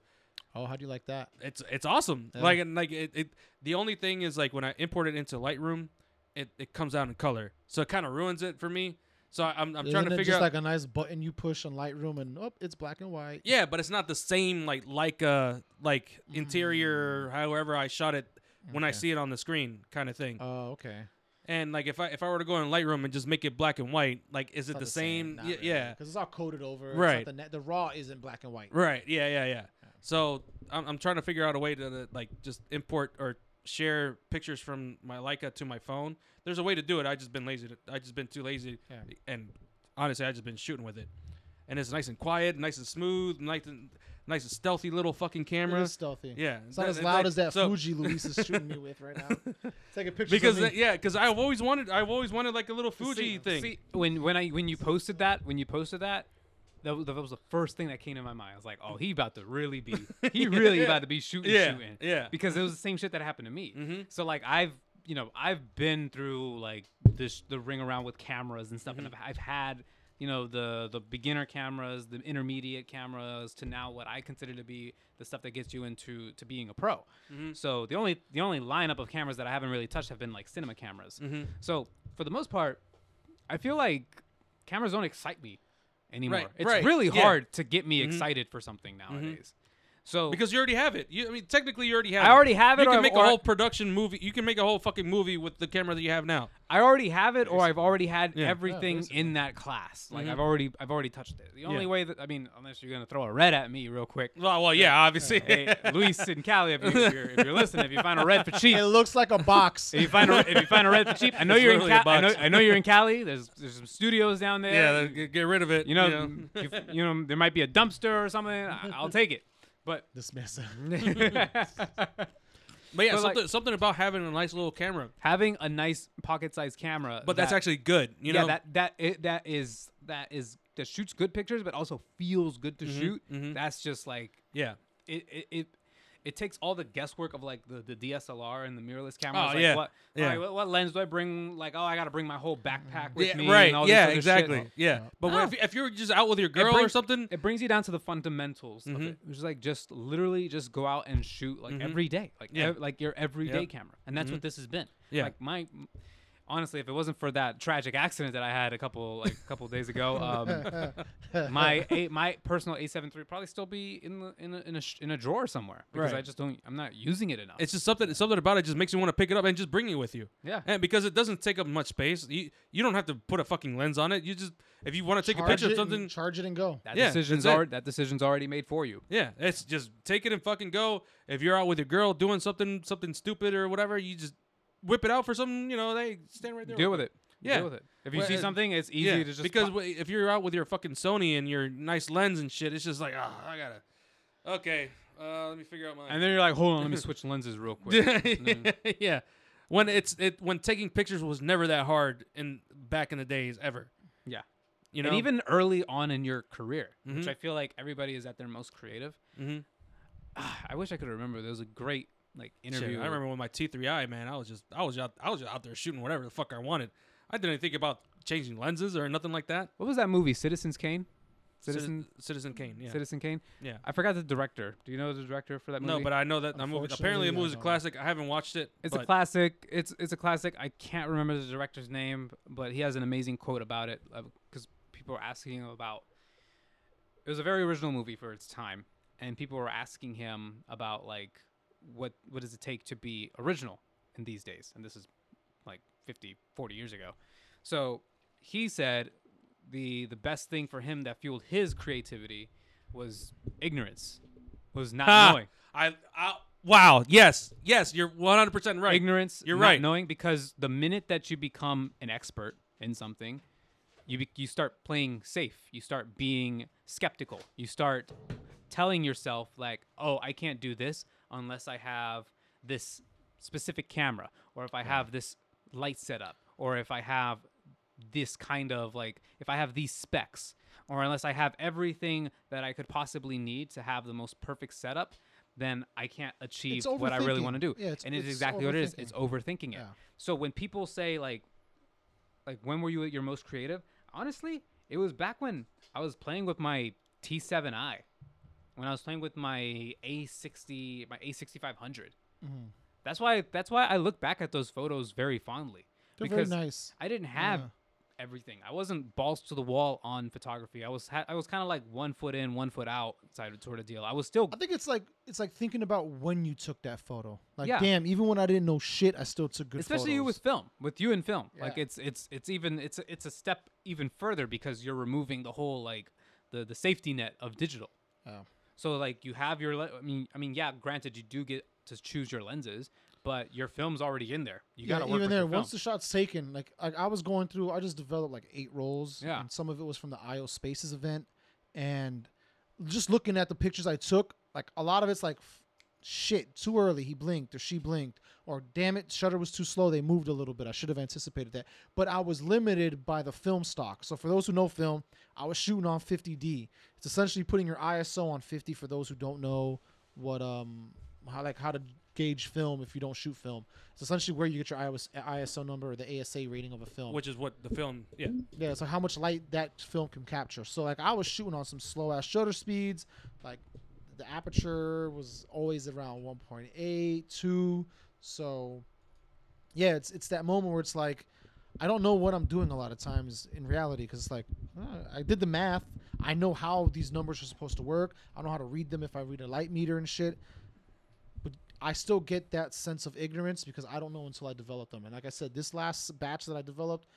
A: Oh, how do you like that?
B: It's it's awesome.
A: Yeah.
B: Like and like it, it. The only thing is like when I import it into Lightroom, it, it comes out in color, so it kind of ruins it for me. So I, I'm I'm trying
A: Isn't
B: to
A: it
B: figure
A: just
B: out.
A: like a nice button you push on Lightroom and oh, it's black and white.
B: Yeah, but it's not the same like like uh like interior however I shot it when I
A: Mm. Okay.
B: see it on the screen kind of thing.
A: Oh, okay.
B: and like if I if I were to go in Lightroom and just make it black and white, like is
A: It's
B: it
A: not
B: the same?
A: Not
B: Y-
A: really,
B: Yeah.
A: Because it's all coded over. It's not
B: Right.
A: the, net, the raw isn't black and white.
B: Right. Yeah, yeah, yeah. So I'm I'm trying to figure out a way to uh, like just import or share pictures from my Leica to my phone. There's a way to do it. I just been lazy. To, I just been too lazy.
A: Yeah.
B: And honestly, I just been shooting with it. And it's nice and quiet, nice and smooth, nice and nice and stealthy little fucking camera.
A: It is stealthy.
B: Yeah,
A: It's not as loud as that Fuji Luis is shooting me with right now.
B: [LAUGHS]
A: It's like a picture
B: Because
A: of me.
B: that- yeah, because I've always wanted, I've always wanted like a little Fuji
C: See-
B: thing.
C: See, when when I when you posted that, when you posted that, that was, that was the first thing that came to my mind. I was like, oh, he about to really be, he really about to be shooting,
B: [LAUGHS] Yeah,
C: shooting,
B: yeah.
C: Because it was the same shit that happened to me.
B: Mhm.
C: So like I've you know I've been through like this the ring around with cameras and stuff, and
B: Mm-hmm.
C: I've, I've had you know the the beginner cameras, the intermediate cameras, to now what I consider to be the stuff that gets you into to being a pro.
B: Mm-hmm.
C: So the only the only lineup of cameras that I haven't really touched have been like cinema cameras.
B: Mm-hmm.
C: So for the most part, I feel like cameras don't excite me anymore. it's
B: right,
C: really
B: yeah. Mm-hmm.
C: hard to get me excited for something nowadays. So
B: because you already have it. You, I mean, technically, you already have.
C: I already have it,
B: You
C: or
B: can
C: I've
B: make a
C: alre-
B: whole production movie. You can make a whole fucking movie with the camera that you have now.
C: I already have it, or I've already had
B: Yeah. Yeah,
C: everything
A: basically.
C: in that class. Like
B: Mhm.
C: I've already I've already touched it. The only way that I mean, unless you're gonna throw a red at me real
B: [LAUGHS]
C: quick.
B: Well, well, yeah, obviously.
C: hey, Luis and Cali, if, you, if, you're,
B: [LAUGHS]
C: if you're listening, if you find a red for cheap,
A: [LAUGHS] It looks like a box.
C: if you find a, if you find a red for cheap, I know
B: It's
C: you're in
B: literally a
C: Ca- I, know,
B: box.
C: I know
B: [LAUGHS]
C: you're in Cali. There's there's some studios down there.
B: [LAUGHS] yeah, then get, get rid of it.
C: you know, m- if- you know, there might be a dumpster or something. I, I'll take it.
B: [LAUGHS]
C: But [LAUGHS]
A: this mess.
B: But yeah,
C: but, like-
B: something, something about having a nice little camera.
C: having a nice pocket-sized camera,
B: But that's
C: that-
B: actually good. You
C: yeah,
B: know.
C: that that it, that is that is that shoots good pictures, but also feels good
B: Mm-hmm,
C: to shoot. That's just like
B: yeah.
C: it it. it it takes all the guesswork of like the, the DSLR and the mirrorless cameras.
B: Oh,
C: like,
B: yeah,
C: What,
B: yeah. Mm-hmm.
C: alright, what what lens do I bring? Like, oh, I gotta bring my whole backpack with
B: Yeah,
C: me.
B: right.
C: And all this
B: yeah.
C: other shit.
B: Exactly. Yeah. Oh. But when,
C: Ah.
B: if, if you're just out with your girl or
C: brings-
B: something,
C: It brings you down to the fundamentals
B: Mm-hmm.
C: of it, which is like just literally just go out and shoot like every day, like
B: Yeah.
C: ev- like your everyday
B: Yep.
C: camera, and that's what this has been.
B: Yeah.
C: Like my, honestly, if it wasn't for that tragic accident that I had a couple like a couple days ago,
B: [LAUGHS]
C: um, my a, my personal A seven three probably still be in the in a in a, sh- in a drawer somewhere because I
B: Right.
C: just don't I'm not using it enough.
B: it's just something something about it just makes you want to pick it up and just bring it with you.
C: Yeah.
B: And because it doesn't take up much space, you, you don't have to put a fucking lens on it. You just if you want to take a
A: Charge
B: picture
A: it,
B: of
A: and-
B: something,
A: charge it and go.
C: that
B: yeah,
C: decision's
B: that's it.
C: already that decision's already made for you.
B: yeah, it's just take it and fucking go. If you're out with your girl doing something something stupid or whatever, you just whip it out for something. You know, they stand right there.
C: Deal with it.
B: Yeah.
C: Deal with it. If you
B: Well,
C: see
B: uh,
C: something, it's easy
B: Yeah,
C: to just
B: because
C: pop-
B: w- if you're out with your fucking Sony and your nice lens and shit, it's just like, ah, I gotta. Okay, uh, let me figure out my.
C: and then you're like, hold on, let me
B: [LAUGHS]
C: switch lenses real quick. No.
B: yeah. When it's it when taking pictures was never that hard in back in the days ever.
C: Yeah.
B: You know.
C: and even early on in your career, which
B: Mhm.
C: I feel like everybody is at their most creative.
B: Mhm.
C: Ah, I wish I could remember. There was a great like
B: Shit,
C: interview.
B: I remember when my T3i man, I was just I was out I was out there shooting whatever the fuck I wanted. I didn't think about changing lenses or nothing like that.
C: What was that movie? Citizens Kane.
B: Citi-
C: Citizen
B: Citizen Kane. Yeah.
C: Citizen Kane.
B: Yeah.
C: I forgot the director. Do you know the director for that movie?
B: No, but I know that that movie. Apparently,
A: Unfortunately,
B: the movie's
A: I
B: a
A: don't.
B: classic. I haven't watched it.
C: it's
B: but-
C: a classic. It's it's a classic. I can't remember the director's name, but he has an amazing quote about it because people were asking him about. It was a very original movie for its time, and people were asking him about like what what does it take to be original in these days, and this is like 50, 40 years ago. So he said the the best thing for him that fueled his creativity was ignorance, was not
B: Ha!
C: knowing.
A: Ah.
B: I, I wow. Yes. Yes. You're 100 percent right.
C: ignorance
B: You're
C: not
B: right.
C: knowing because the minute that you become an expert in something you be, you start playing safe you start being skeptical you start telling yourself like oh i can't do this unless i have this specific camera or if i have this light setup or if I have this kind of like if I have these specs or unless I have everything that I could possibly need to have the most perfect setup, then I can't achieve
A: It's
C: what I really
A: overthinking.
C: want to do.
A: Yeah, it's-
C: and it's,
A: it's
C: exactly what it is.
A: overthinking.
C: It's overthinking it.
A: Yeah.
C: So when people say like like when were you at your most creative? Honestly, it was back when I was playing with my T7i. When I was playing with my A60 my A6500.
A: Mm-hmm.
C: That's why that's why I look back at those photos very fondly.
A: They're
C: because
A: very nice.
C: I didn't have
A: Yeah.
C: everything. I wasn't balls to the wall on photography. I was ha- I was kind of like one foot in, one foot out side of sort of deal. I was still
A: I think it's like it's like thinking about when you took that photo. Like,
C: Yeah.
A: damn, even when I didn't know shit, I still took good.
C: especially you with
A: photos.
C: film, with you in film. Like
A: Yeah.
C: it's it's it's even it's a- it's a step even further because you're removing the whole like the the safety net of digital.
A: Oh.
C: So like you have your le- I mean I mean yeah, granted you do get to choose your lenses, but your film's already in there. You got to work
A: even
C: with
A: there.
C: your film.
A: Once the shot's taken, like I, I was going through, I just developed like eight rolls.
C: Yeah.
A: and some of it was from the IO Spaces event, and just looking at the pictures I took, like a lot of it's like, f- shit, too early. He blinked or she blinked, or damn it, shutter was too slow. They moved a little bit. I should have anticipated that, but I was limited by the film stock. So for those who know film, I was shooting on 50D. It's essentially putting your ISO on 50. For those who don't know what um how like how to gauge film if you don't shoot film, it's essentially where you get your ISO, ISO number or the ASA rating of a film.
B: which is what the film. Yeah,
A: Yeah, so how much light that film can capture. So like I was shooting on some slow ass shutter speeds, like the aperture was always around 1.8, 2. So yeah, it's it's that moment where it's like I don't know what I'm doing a lot of times in reality cuz it's like uh, I did the math. I know how these numbers are supposed to work. I know how to read them if I read a light meter and shit. But I still get that sense of ignorance because I don't know until I develop them. And like I said, this last batch that I developed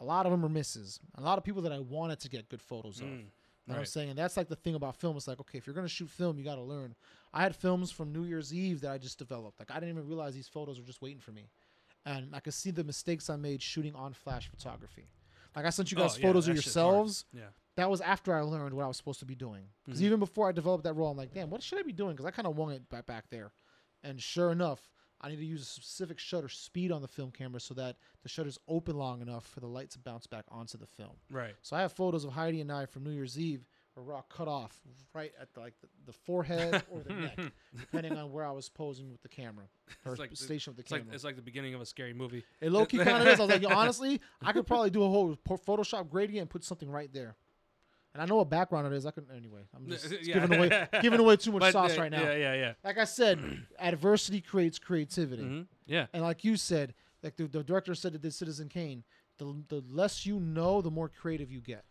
A: a lot of them are misses. A lot of people that I wanted to get good photos of. You know what I'm
B: Mm, right.
A: saying? And that's like the thing about film. It's like, okay, if you're going to shoot film, you got to learn. I had films from New Year's Eve that I just developed. Like, I didn't even realize these photos were just waiting for me. And I could see the mistakes I made shooting on flash photography. Like, I sent you
B: Oh,
A: guys
B: yeah,
A: photos of
B: that shit's hard.
A: yourselves.
B: yeah.
A: That was after I learned what I was supposed to be doing. Because
B: Mm-hmm.
A: even before I developed that role, I'm like, damn, what should I be doing? Because I kind of won it back, back there. And sure enough, I need to use a specific shutter speed on the film camera so that the shutters open long enough for the light to bounce back onto the film.
B: Right.
A: So I have photos of Heidi and I from New Year's Eve where we're all cut off right at the, like the, the forehead or the neck,
B: [LAUGHS]
A: depending on where I was posing with the camera or
B: It's like the-
A: station with
B: It's
A: the
B: like
A: camera.
B: it's like the beginning of a scary movie.
A: it low
B: [LAUGHS]
A: key kind of is. I was like, yo, honestly, I could probably do a whole po- Photoshop gradient and put something right there. And I know what background it is. I could anyway. I'm just it's
B: [LAUGHS] Yeah.
A: giving away giving away too much
B: But,
A: sauce
B: uh,
A: right now.
B: Yeah, yeah, yeah.
A: Like I said, [CLEARS THROAT] adversity creates creativity.
B: Mhm. Yeah.
A: And like you said, like the, the director said that did Citizen Kane, the, the less you know, the more creative you get.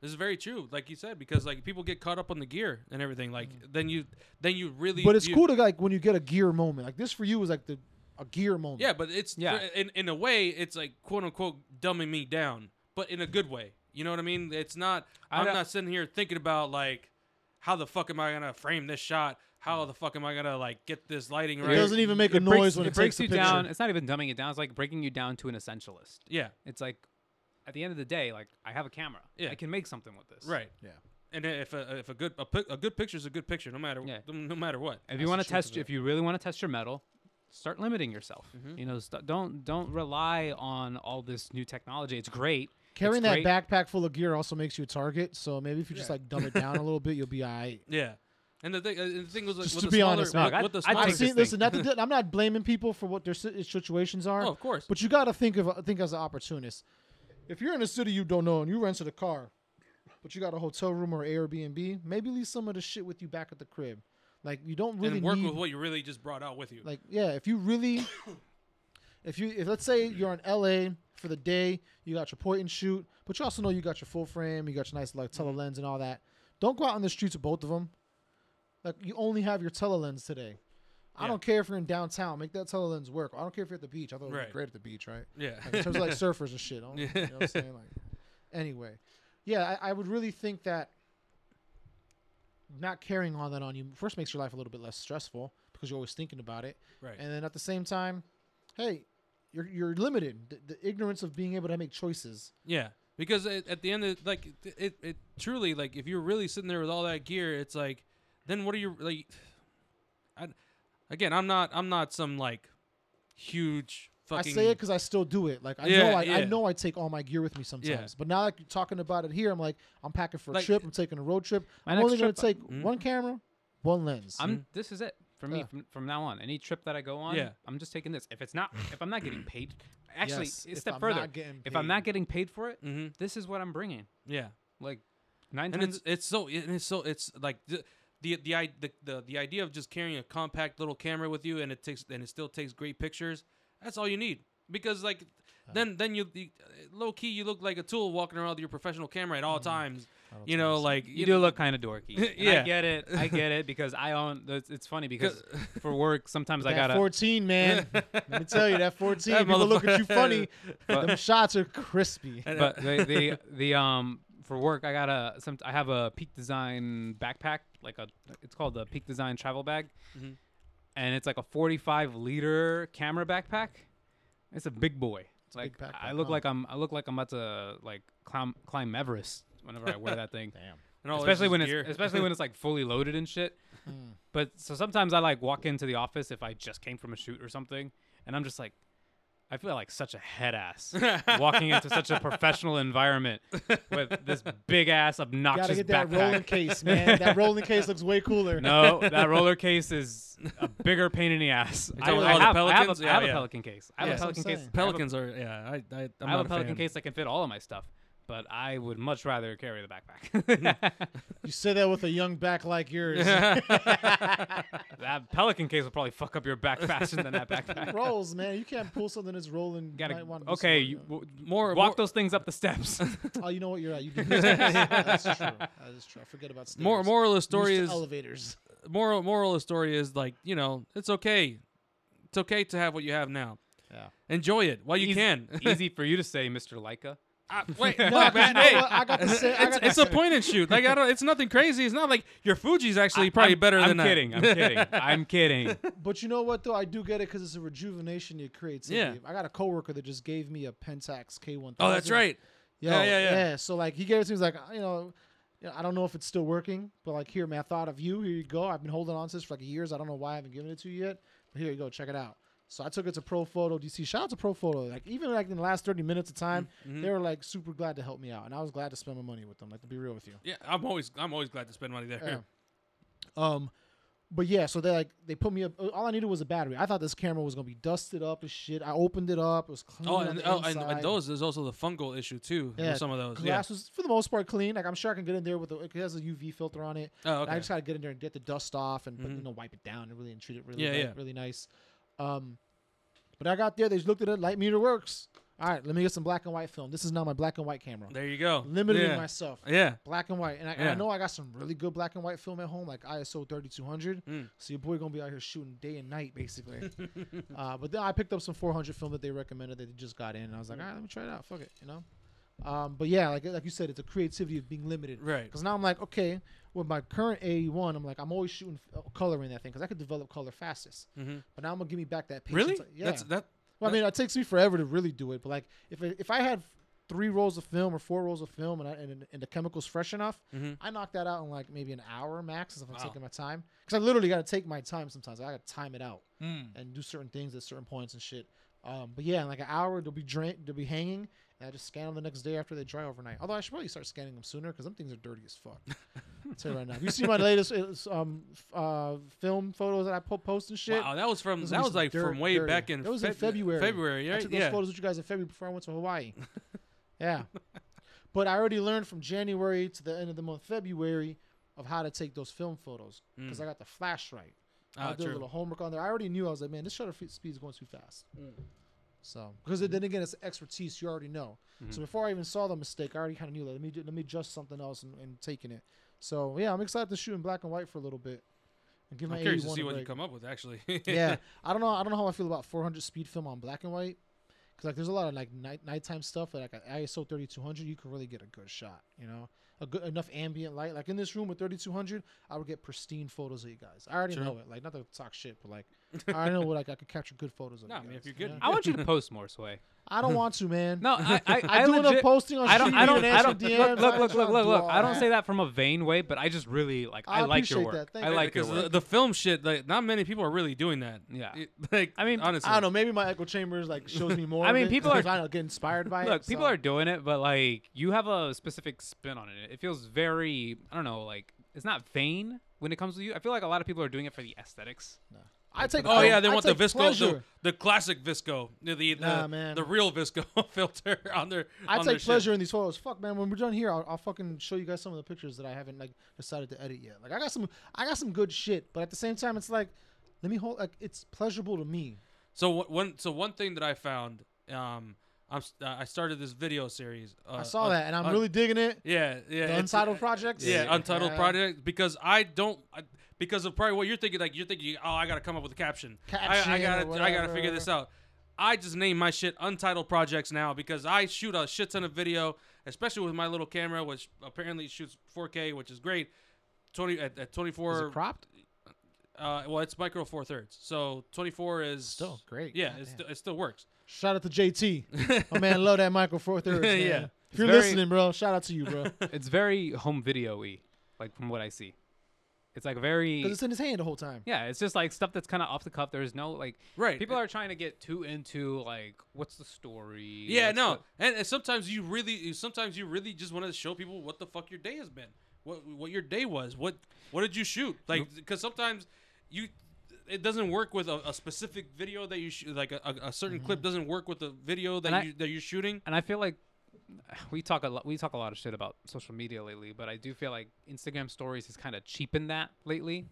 B: This is very true, like you said, because like people get caught up on the gear and everything. Like
A: Hmm.
B: then you then you really.
A: But it's
B: you-
A: cool to like when you get a gear moment. Like this for you was like the a gear moment.
B: Yeah, but it's
C: Yeah.
B: yeah. In in a way, it's like quote unquote dumbing me down, but in a good way. You know what I mean? It's not.
C: I
B: I'm
C: don't-
B: not sitting here thinking about like how the fuck am I gonna frame this shot? How the fuck am I gonna like get this lighting
A: it
B: right?
A: doesn't even make a
C: breaks-
A: noise when it,
C: breaks
A: takes
C: you
A: a picture.
C: down. It's not even dumbing it down. It's like breaking you down to an essentialist.
B: yeah.
C: It's like at the end of the day, like I have a camera.
B: Yeah.
C: I can make something with this.
B: Right.
A: Yeah.
B: And if a if a good a, pic, a good picture is a good picture, no matter
C: Yeah.
B: no matter what.
C: If
B: That's
C: you
B: the
C: want to
B: truth of
C: test,
B: it.
C: if you really want to test your metal, start limiting yourself. You know, st- don't don't rely on all this new technology. It's great. It's
A: Carrying that
C: great.
A: backpack full of gear also makes you a target. So maybe if you just
B: Yeah.
A: like dumb it down a little bit, you'll be
B: [LAUGHS]
A: alright.
B: yeah. And the thing, uh, the thing was like,
A: Just
B: with
A: to
B: the
A: be
B: smaller,
A: honest,
B: with,
C: Mark, I'd-
B: with the
C: I'd
B: smaller-
A: I've
C: take
A: seen.
C: this
A: Listen,
B: [LAUGHS]
C: thing.
A: not to, I'm not blaming people for what their si- situations are.
B: Oh, of course.
A: But you got to think of think as an opportunist. If you're in a city you don't know and you rented a car, but you got a hotel room or Airbnb, maybe leave some of the shit with you back at the crib. Like you don't really
B: and work
A: need,
B: with what you really just brought out with you.
A: like yeah if you really [COUGHS] if you if let's say you're in la for the day you got your point and shoot but you also know you got your full frame you got your nice like
B: Mm-hmm.
A: telelens and all that don't go out on the streets with both of them like you only have your telelens today I
B: Yeah.
A: don't care if you're in downtown. Make that telelens work. I don't care if you're at the beach. I thought it would
B: Right.
A: be great at the beach, right?
B: yeah. [LAUGHS]
A: Like, in terms of like surfers and shit. I don't- You know what I'm saying? Like, anyway, yeah, I, I would really think that not carrying all that on you first makes your life a little bit less stressful because you're always thinking about it,
B: Right.
A: and then at the same time, hey, you're you're limited. The, the ignorance of being able to make choices.
B: Yeah, because it, at the end, of, like it, it, it truly like if you're really sitting there with all that gear, it's like, then what are you [SIGHS] like? I, again, I'm not I'm not some like huge
A: I
B: fucking.
A: say it because I still do it. Like I
B: Yeah,
A: know I, I
B: yeah.
A: know I take all my gear with me sometimes. But now that you're talking about it here, I'm like, I'm packing for a
B: Like- hmm?
A: trip. I'm taking a road trip.
C: My
A: I'm
C: next
A: only gonna
C: trip, uh, I-
A: take one camera, one lens.
C: I'm. This is it for me
A: Yeah.
C: from, from now on. Any trip that I go on,
B: Yeah.
C: I'm just taking this. If it's not, if I'm not getting paid, actually,
A: Yes,
C: a
A: if
C: step
A: I'm
C: further.
A: not getting
C: If I'm not
A: paid.
C: getting paid Mm. for it,
B: Mhm.
C: this is what I'm bringing.
B: yeah,
C: Like nine
B: and
C: times.
B: it's it's so and it's so it's like the the the, i- the the the idea of just carrying a compact little camera with you and it takes and it still takes great pictures. That's all you need because like then then you, you low key you look like a tool walking around with your professional camera at all times. You know, like
C: Mm-hmm. You do look kind of [LAUGHS] dorky. and
B: Yeah.
C: I get it. I get [LAUGHS] it because I own. It's, it's funny [LAUGHS] because for work sometimes I
A: that
C: gotta.
A: 14,
B: [LAUGHS]
A: man. Let me tell you, that 14.
B: That
A: people look at you
B: motherfucker-
A: funny. [LAUGHS]
C: But-
A: Them shots are crispy.
B: And, uh,
C: but
A: [LAUGHS]
C: the, the the um for work I got a some I have a Peak Design backpack like a it's called the Peak Design travel bag,
A: Mm-hmm.
B: Mhm.
C: and it's like a 45 liter camera backpack. It's a big boy.
A: a
C: like
A: big backpack,
C: I look
A: huh?
C: like I'm I look like I'm about to like climb climb Everest whenever I wear that thing.
A: Damn.
B: and all this
C: especially
B: is
C: when
B: gear.
C: it's especially
B: [LAUGHS]
C: when it's like fully loaded and shit.
A: [LAUGHS] Hmm.
C: But so sometimes I like walk into the office if I just came from a shoot or something, and I'm just like, I feel like such a
B: [LAUGHS]
C: head ass walking into such a professional environment with this big ass
A: Gotta
C: obnoxious
A: get that rolling
C: backpack.
A: case, man. That rolling case looks way
B: [LAUGHS]
A: cooler.
C: No, that roller case is a bigger pain in the ass. I,
B: talking
C: I
B: about the
C: have, I have
B: Pelicans?
C: a, I
B: Yeah,
C: have a
B: yeah.
C: pelican case. I
B: Yeah.
C: have a
B: That's
A: what I'm
C: pelican case.
A: saying.
C: I have a-
B: Pelicans are yeah. I I, I'm
C: I have
B: not
C: a pelican
B: fan.
C: case that can fit all of my stuff, but I would much rather carry the backpack.
B: Hmm.
C: [LAUGHS]
A: You say that with a young back like
B: [LAUGHS]
A: yours.
C: that pelican case will probably fuck up your back faster than
A: [LAUGHS]
C: that backpack.
A: rolls, man. You can't pull something that's rolling. You
C: Gotta
A: might wanna do uh,
C: okay.
A: something.
C: You, w-
B: More
C: walk
B: more,
C: those things up the steps.
A: Oh, you know what? You're right. You do. use stairs.
B: [LAUGHS]
A: That's true. That is true. I forget about stairs.
B: more
A: I'm
B: moral of the
A: used
B: story
A: to
B: is
A: elevators.
B: moral moral of the story is like you know it's okay, it's okay to have what you have now.
A: Yeah.
B: Enjoy it while you
C: Easy-
B: can.
C: [LAUGHS]
B: [LAUGHS]
C: Easy for you to say, Mr. Leica.
B: I, [LAUGHS] wait,
A: No,
B: look,
A: 'cause you
B: man,
A: know
B: hey,
A: what? I got the same. I
B: it's,
A: got
B: it's
A: the
B: a point and shoot. Like I don't, it's nothing crazy. It's not like your Fuji's actually probably
C: I'm,
B: better
C: I'm
B: than that.
C: kidding. I'm [LAUGHS] kidding. I'm kidding.
A: But you know what though? I do get it because it's a rejuvenation of your creativity.
B: Yeah.
A: I got a coworker that just gave me a Pentax K1000.
B: [LAUGHS] Oh, that's right.
A: Yo,
B: Yeah, yeah, yeah.
A: So like he gave it to me. He's like, "Uh, you know, you know, I don't know if it's still working, but like here, man, I thought of you. Here you go. I've been holding on to this for like years. I don't know why I haven't given it to you yet, but here you go. Check it out. So I took it to Pro Photo DC. Shout out to Pro Photo. Like even like in the last thirty minutes of time,
B: Mm-hmm.
A: they were like super glad to help me out, and I was glad to spend my money with them. Like to be real with you.
B: Yeah, I'm always I'm always glad to spend money there.
A: Yeah. Um, but yeah, so they like they put me up. All I needed was a battery. I thought this camera was gonna be dusted up and shit. I opened it up. It was clean.
B: Oh,
A: on
B: and,
A: the
B: oh and,
A: inside.
B: and those there's also the fungal issue too. with
A: Yeah,
B: some of those. Yeah.
A: glass was for the most part clean. Like I'm sure I can get in there with the, it has a UV filter on it.
B: Oh,
A: And I
B: okay. Mm-hmm.
A: just gotta get in there and get the dust off and but, you know wipe it down and really and treat it really
B: Yeah,
A: ni-
B: yeah.
A: really nice. Um, but I got there. They just looked at it. Light meter works. All right, let me get some black and white film. This is now my black and white camera.
B: There you go.
A: Limiting
B: yeah.
A: myself
B: Yeah.
A: black and white. And I, and I
B: Yeah.
A: know I got some really good black and white film at home, like ISO 3200.
B: Mm.
A: So your boy gonna be out here shooting day and night,
B: [LAUGHS]
A: basically. uh, but then I picked up some 400 film that they recommended that they just got in, and I was like, all right, let me try it out. Fuck it, you know. Um, but yeah, like like you said, it's a creativity of being limited.
B: Right.
A: Because now I'm like, okay, with my current A1, I'm like, I'm always shooting uh, color in that thing because I could develop color fastest.
B: Mhm.
A: But now I'm gonna give me back that patience.
B: Really?
A: Yeah.
B: That's that.
A: Well, I mean, it takes me forever to really do it, but like if I- if I had three rolls of film or four rolls of film and I, and, and the chemicals fresh enough,
B: Mhm.
A: I knock that out in like maybe an hour max if I'm
B: Wow.
A: taking my time. Because I literally got to take my time sometimes. I got to time it out
B: Mm.
A: and do certain things at certain points and shit. Um, but yeah, in like an hour, they'll be drain, they'll be hanging, and I just scan them the next day after they dry overnight. Although I should probably start scanning them sooner because them things are dirty as
B: [LAUGHS]
A: fuck. I'll tell you right now. If you see my latest [LAUGHS] it's, um, f- uh, film photos that I po- post and shit,
B: Wow, that was from
A: those
B: that
A: are
B: was
A: some
B: like
A: dirt-
B: from way
A: dirty.
B: back in.
A: That was in
B: Feb-
A: February.
B: February,
A: I
B: right?
A: took those
B: yeah.
A: photos with you guys in February before I went to Hawaii. [LAUGHS] yeah.
B: [LAUGHS]
A: But I already learned from January to the end of the month, February, of how to take those film photos because I got the flash right.
B: Mm. Ah,
A: I did a
B: true.
A: little homework on there. I already knew. I was like, man, this shutter fe- speed is going too fast.
B: Mm.
A: So, because then again, it's expertise. You already know.
B: Mm-hmm.
A: So before I even saw the mistake, I already kind of knew that. Let me ju- let me adjust something else and, and taking it. So yeah, I'm excited to shoot in black and white for a little bit. And give
B: I'm
A: my
B: curious to
A: 81
B: see
A: a
B: what you
A: break
B: come up
A: [LAUGHS]
B: with actually. [LAUGHS]
A: yeah, I don't know. I don't know how I feel about 400 speed film on black and white, because like there's a lot of like night nighttime stuff that like an ISO 3200 you can really get a good shot. You know, a good enough ambient light. Like in this room with 3200, I would get pristine photos of you guys. I already
B: Sure.
A: know it. Like not to talk shit, but like I already know what like I could capture good photos of.
B: No,
A: you
B: I mean,
A: guys,
B: if you're good,
A: you know?
C: I want you to post more, Sway.
A: I don't want to, man.
C: No, I, I,
A: I, do
C: legit,
A: enough posting on
C: I don't,
A: shitty
C: I don't, I
A: financial
C: don't,
A: DMs.
C: look,
A: I
C: look,
A: ain't
C: look,
A: trying
C: look,
A: to
C: look,
A: do
C: look.
A: all
C: I don't say
A: that.
C: that from a vain way, but I just really like,
A: I
C: I, like your
A: appreciate that.
C: work.
A: Thank
C: I
A: you.
C: like your
B: because the,
C: work.
B: the film shit, like not many people are really doing that.
C: Yeah.
B: It- [LAUGHS] like
C: I mean,
B: honestly,
A: I don't know. Maybe my echo chambers like shows
C: [LAUGHS]
A: me more.
C: I
A: of
C: mean,
A: it [LAUGHS]
C: people
A: 'cause
C: are-
A: I don't get inspired by it.
C: Look, people
A: so.
C: are doing it, but like you have a specific spin on it. It feels very, I don't know, like it's not vain when it comes to you. I feel like a lot of people are doing it for the aesthetics.
A: I take.
B: Oh yeah, they
A: I
B: want the
A: take
B: visco, the,
A: pleasure-
B: the classic visco, the the, the,
A: Nah, man.
B: the real visco [LAUGHS] filter on their.
A: I
B: [LAUGHS] on their
A: take
B: shit.
A: pleasure in these photos. Fuck, man. When we're done here, I'll, I'll fucking show you guys some of the pictures that I haven't like decided to edit yet. Like I got some, I got some good shit, but at the same time, it's like, let me hold. Like it's pleasurable to me.
B: So wh- one so one thing that I found, um, I'm s- uh, I started this video series. Uh,
A: I saw
B: on-
A: that, and I'm
B: on-
A: really digging it.
B: yeah yeah
A: The
B: it's- uh,
A: Untitled Uh, Project.
B: yeah, untitled
A: Yeah.
B: project because I don't I, because of probably what you're thinking like you're thinking oh I gotta come up with a caption,
A: Caption
B: I, I
A: or
B: gotta I gotta figure
A: whatever.
B: this out. I just name my shit untitled projects now because I shoot a shit ton of video, especially with my little camera, which apparently shoots 4K, which is great. Twenty at, at 24.
A: Is it cropped?
B: Uh, well, it's micro four thirds, so 24 is
A: Still great.
B: Yeah,
A: God
B: it,
A: damn.
B: st- it still works.
A: Shout out to JT.
B: [LAUGHS]
A: My man, love that Michael Four Thirds.
B: Yeah.
A: man. If
C: It's
A: you're
C: very-
A: listening, bro, shout out to you,
B: [LAUGHS]
A: bro. Because
C: It's very home video y, like from what I see. It's like very.
A: it's in his hand the whole time.
C: Yeah, it's just like stuff that's kind of off the cuff. There's no like
B: Right.
C: People are trying to get too into like what's the story?
B: Yeah,
C: what's
B: no,
C: the-
B: and, and sometimes you really, sometimes you really just want to show people what the fuck your day has been, what what your day was, what what did you shoot, like because sometimes you, it doesn't work with a, a specific video that you shoot, like a, a, a certain clip doesn't work with the video that
C: Mm-hmm. And I-
B: you that you're
C: [LAUGHS]
B: shooting.
C: and I feel like we talk a lot. We talk a lot of shit about social media lately, but I do feel like Instagram stories has kind of cheapened that lately.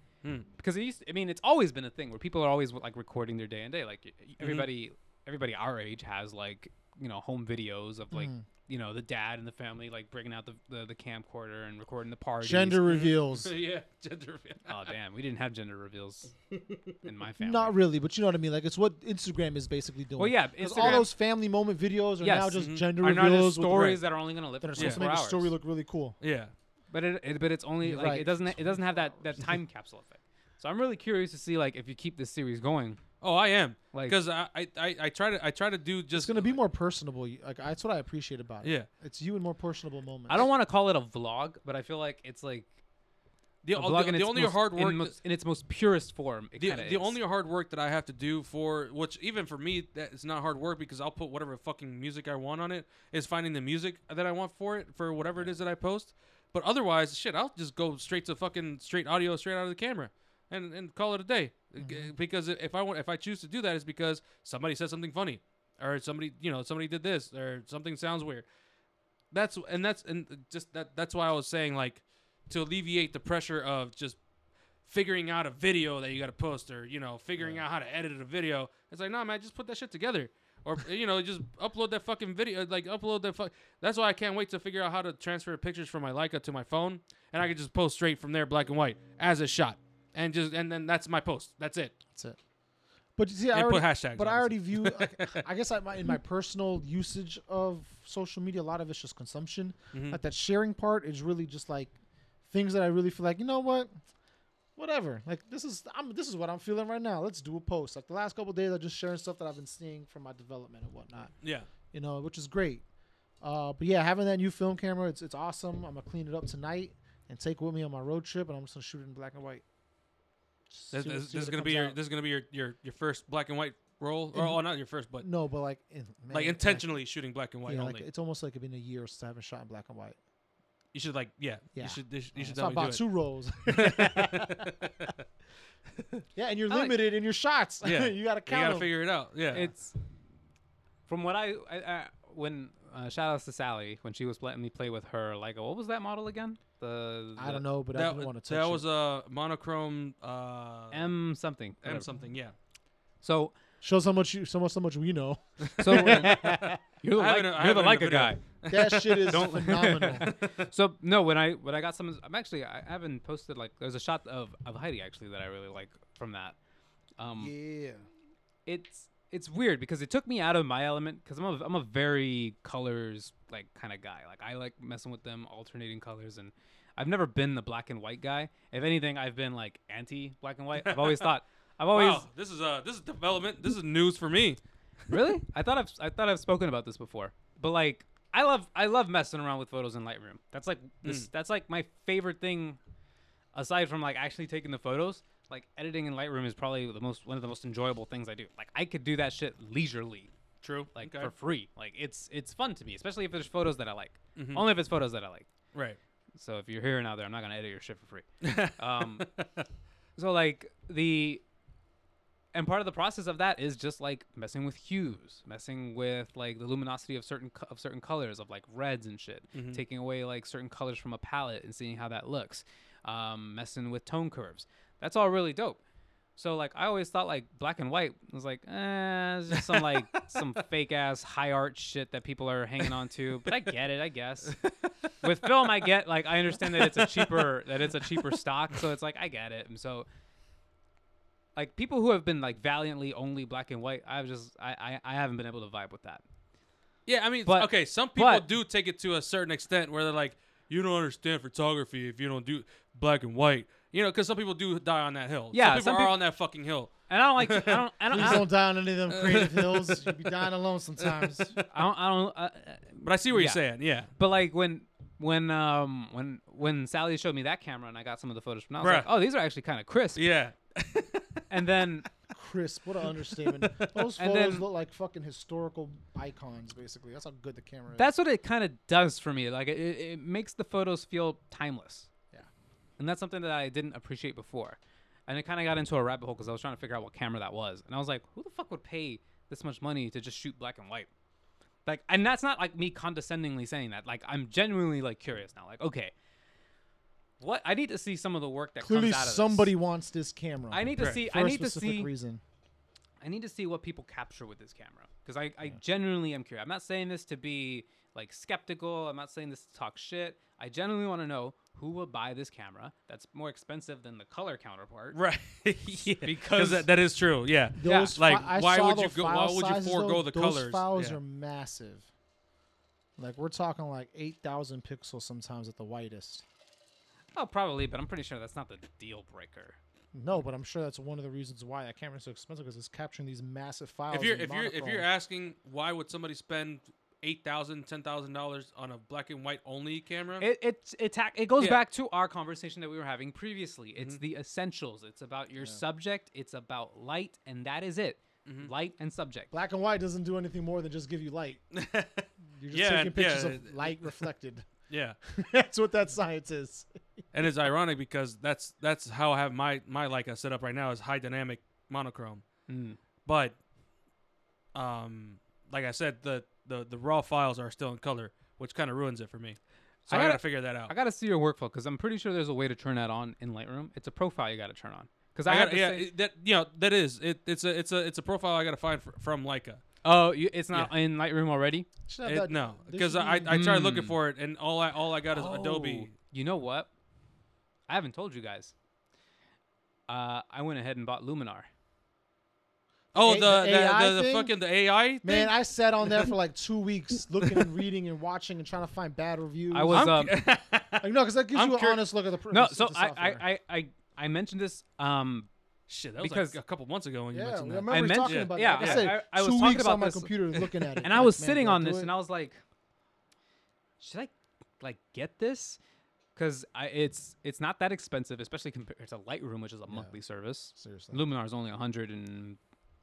C: Because it used, I mean, it's always been a thing where people are always like recording their day and day. Like y- y- everybody, everybody our age has like you know home videos of like
A: Mm.
C: you know the dad and the family like bringing out the the, the camcorder and recording the party.
A: Gender
B: [LAUGHS]
A: reveals.
B: yeah, gender.
C: Oh damn, we didn't have gender reveals in my
A: [LAUGHS]
C: family.
A: Not really, but you know what I mean. Like it's what Instagram is basically doing.
C: Well, yeah,
A: because all
C: Instagram-
A: those family moment videos are
C: Yes.
A: now just
B: Mm-hmm.
C: Mhm.
A: gender
C: are not
A: reveals
C: just
A: with-
C: stories that are only going to live
A: that are
C: for
A: supposed to
C: 24
A: make the
C: hours.
A: story look really cool.
B: Yeah,
C: But it, it but it's only
A: You're
C: like
A: right.
C: it doesn't it doesn't have that that time capsule effect. So I'm really curious to see like if you keep this series going.
B: oh, I am
C: Like-
B: because I, I I try to I try to do just
A: It's gonna be more personable. You- Like that's what I appreciate about it.
B: Yeah.
A: it's you in more personable moments.
C: I don't want to call it a vlog, but I feel like it's like
B: the,
C: a
B: Oh, the-
C: vlog in
B: the
C: its
B: only
C: most,
B: hard work
C: in,
B: that-
C: most, in its most purest form. It
B: the,
C: kinda
B: the
C: is.
B: only hard work that I have to do for which even for me that it's not hard work because I'll put whatever fucking music I want on it is finding the music that I want for it for whatever it is that I post. But otherwise, shit, I'll just go straight to fucking straight audio straight out of the camera and and call it a day
C: Mm-hmm.
B: G- because i- if I want if I choose to do that is because somebody said something funny or somebody you know somebody did this or something sounds weird. That's and that's and just that that's why I was saying like to alleviate the pressure of just figuring out a video that you got to post or you know figuring out how to edit a video. It's like, nah, man, just put that shit together. Or [LAUGHS] you know, just upload that fucking video. Like upload that fuck. That's why I can't wait to figure out how to transfer pictures from my Leica to my phone, and I can just post straight from there, black and white, as a shot, and just and then that's my post. That's it.
A: That's it. But you see, I
B: And put
A: already,
B: hashtags,
A: But I already view. like,
C: [LAUGHS]
A: I guess I, my, in my personal usage of social media, a lot of it's just consumption.
C: Mm.
B: Mm-hmm.
A: Like that sharing part is really just like things that I really feel like. You know what? Whatever. Like this is I'm this is what I'm feeling right now. Let's do a post. Like the last couple days, I'm just sharing stuff that I've been seeing from my development and whatnot.
B: Yeah.
A: You know, which is great. Uh, but yeah, having that new film camera, it's it's awesome. I'm gonna clean it up tonight and take it with me on my road trip, and I'm just gonna shoot it in black and white. See
B: This,
A: what-
B: this,
A: see what
B: is
A: it
B: gonna
A: comes
B: be your
A: out.
B: this is gonna be your your, your first black and white roll. Or, oh, not your first, but
A: No, but like in, man,
B: like intentionally shooting black and white
A: yeah, like,
B: only.
A: it's almost like it's been a year since I haven't shot in black and white.
B: you should like yeah.
A: Yeah.
B: You should you should, you
A: Uh,
B: should
A: so I bought
B: definitely
A: two
B: [LAUGHS]
A: rolls. [LAUGHS] yeah, and you're
C: I like-
A: limited in your shots.
B: do it.
A: [LAUGHS]
B: Yeah.
A: you gotta count.
B: You
A: 'em.
B: gotta figure it out. Yeah.
C: it's from what I, I, I when uh, shout outs to Sally when she was letting me play with her like what was that model again? The,
A: I don't know, but I
B: that,
A: didn't want to touch.
B: that
A: it.
B: was a monochrome uh, M,
C: M something whatever.
B: something. Yeah,
C: So
A: shows how much you so much so much we
B: [LAUGHS]
A: know.
C: so [LAUGHS] you're
B: I
C: the like,
B: haven't- I
C: you're the
B: haven't in the
C: Leica guy.
A: That shit is phenomenal.
B: [LAUGHS]
C: So no, when I when I got some, I'm actually I haven't posted like there's a shot of of Heidi actually that I really like from that. Um,
A: yeah,
C: it's it's weird because it took me out of my element because I'm a I'm a very colors like kind of guy. Like I like messing with them, alternating colors, and I've never been the black and white guy. If anything, I've been like anti black and white. I've always thought I've always
B: Wow, this is uh, this is development. This is news for me.
C: Really? [LAUGHS] I thought I've I thought I've spoken about this before. But like I love I love messing around with photos in Lightroom. That's like
B: Mm.
C: this that's like my favorite thing aside from like actually taking the photos. Like editing in Lightroom is probably the most one of the most enjoyable things I do. Like I could do that shit leisurely,
B: True.
C: like
B: Okay.
C: for free. Like it's it's fun to me, especially if there's photos that I like.
B: Mm-hmm.
C: Only if it's photos that I like.
B: right.
C: So if you're here and out there, I'm not gonna edit your shit for free. um, so like the and part of the process of that is just like messing with hues, messing with like the luminosity of certain co- of certain colors of like reds and shit, taking away like certain colors from a palette and seeing how that looks, um, messing with tone curves. That's all really dope. So like I always thought like black and white was like eh, it's just some like some fake ass high art shit that people are hanging on to, but I get it, I guess. With film, I get like I understand that it's a cheaper that it's a cheaper stock, so it's like I get it, and so like people who have been like valiantly only black and white, I've just I I, I haven't been able to vibe with that.
B: Yeah, I mean,
C: But-
B: okay, some people
C: but-
B: do take it to a certain extent where they're like, you don't understand photography if you don't do black and white. You know, because some people do die on that hill.
C: Yeah,
B: some people
C: some
B: are
C: peop-
B: on that fucking hill.
C: And I don't like to, I don't I don't
A: Please
C: I don't
A: don't die on any of
B: Uh,
A: them creative
B: [LAUGHS]
A: hills. You be dying alone sometimes.
C: I don't, I don't uh, uh,
B: But I see what
C: Yeah.
B: you're saying. Yeah,
C: But like when when um when when Sally showed me that camera and I got some of the photos from, that, I was
B: Bruh.
C: like, oh, these are actually kind of crisp.
B: yeah. [LAUGHS]
C: And then
A: Crisp. What an [LAUGHS] understatement. Those
C: And
A: photos
C: then-
A: look like fucking historical icons, basically. That's how good the camera is.
C: that's what it kind of does for me. Like it, it it makes the photos feel timeless.
A: Yeah.
C: And that's something that I didn't appreciate before. And it kind of got into a rabbit hole because I was trying to figure out what camera that was, and I was like, who the fuck would pay this much money to just shoot black and white? Like, and that's not like me condescendingly saying that. Like, I'm genuinely like curious now. Like, okay, what I need to see some of the work that
A: Clearly,
C: comes out of this.
A: somebody wants this camera.
C: I need to
B: Correct.
C: see.
A: for
C: I
A: a
C: need to
A: specific
C: see.
A: reason.
C: I need to see what people capture with this camera because I, I genuinely am curious. I'm not saying this to be like skeptical. I'm not saying this to talk shit. I genuinely want to know who will buy this camera that's more expensive than the color counterpart.
B: Right. [LAUGHS] yeah.
C: Because-
B: that, that is true. Yeah.
C: Yeah,
A: Those
B: like,
A: I
B: why
A: saw
B: would you
A: the
B: go- why
A: file
B: would you
A: sizes,
B: forego
A: though.
B: the
A: those
B: colors?
A: files
B: Yeah.
A: are massive. Like we're talking like eight thousand pixels sometimes at the widest.
C: Oh, probably, but I'm pretty sure that's not the deal breaker.
A: No, but I'm sure that's one of the reasons why that camera's so expensive because it's capturing these massive files.
B: If you're
A: in
B: if you're if
A: monochrome.
B: you're asking why would somebody spend eight thousand, ten thousand dollars on a black and white only camera?
C: It it it, tac it goes
B: Yeah.
C: back to our conversation that we were having previously. It's the essentials. It's about your subject. It's about light, and that is it. Light and subject.
A: black and white doesn't do anything more than just give you light. You're just
B: Yeah,
A: taking
B: yeah,
A: pictures
B: it-
A: of light reflected.
B: [LAUGHS] yeah.
A: that's what that science is.
B: And it's ironic because that's that's how I have my my Leica set up right now is high dynamic monochrome.
C: Mm.
B: But um like I said the the, the raw files are still in color, which kind of ruins it for me. So
C: I
B: I,
C: gotta-
B: got to figure that out.
C: I gotta see your workflow because I'm pretty sure there's a way to turn that on in Lightroom. It's a profile you gotta turn on. Because I,
B: I
C: had
B: gotta-
C: the
B: yeah,
C: same-
B: it- that you know, that is it, it's a it's a it's a profile I got to find fr- from Leica.
C: oh, you, it's not in Lightroom already.
A: Should have
B: It-
A: that-
B: no,
A: they
B: because
A: should
B: I,
A: be-
B: I tried looking
C: Mm.
B: for it, and all I all I got is Adobe.
C: Oh, You know what? I haven't told you guys. Uh, I went ahead and bought Luminar.
B: Oh,
A: A-
B: the
A: the
B: the,
A: AI
B: the, the,
A: thing?
B: fucking the AI thing?
A: Man, I sat on there for like two weeks looking and reading and watching and trying to find bad reviews.
C: I was
B: [LAUGHS]
C: um,
A: like, no, because that gives
B: I'm
A: you an
B: cur-
A: honest look at the pr-
C: no.
A: at the
C: So I,
A: software.
C: I, I, I, I mentioned this. Um,
B: shit. That was
C: because-
B: like a couple months ago when you
A: yeah,
B: mentioned
A: we
B: that.
A: remember
C: I
A: we talking
C: mentioned-
A: about
C: yeah,
A: that. Like
B: yeah.
A: I, said,
C: I- I was
A: two
C: talking
A: weeks
C: about
A: on my
C: this.
A: computer looking at it,
C: and I was
A: like, man,
C: sitting
A: do I
C: on
A: do
C: this,
A: it?
C: and I was like, should I like get this? Because I it's it's not that expensive, especially compared to Lightroom, which is a monthly service.
A: seriously,
C: Luminar is only 100 and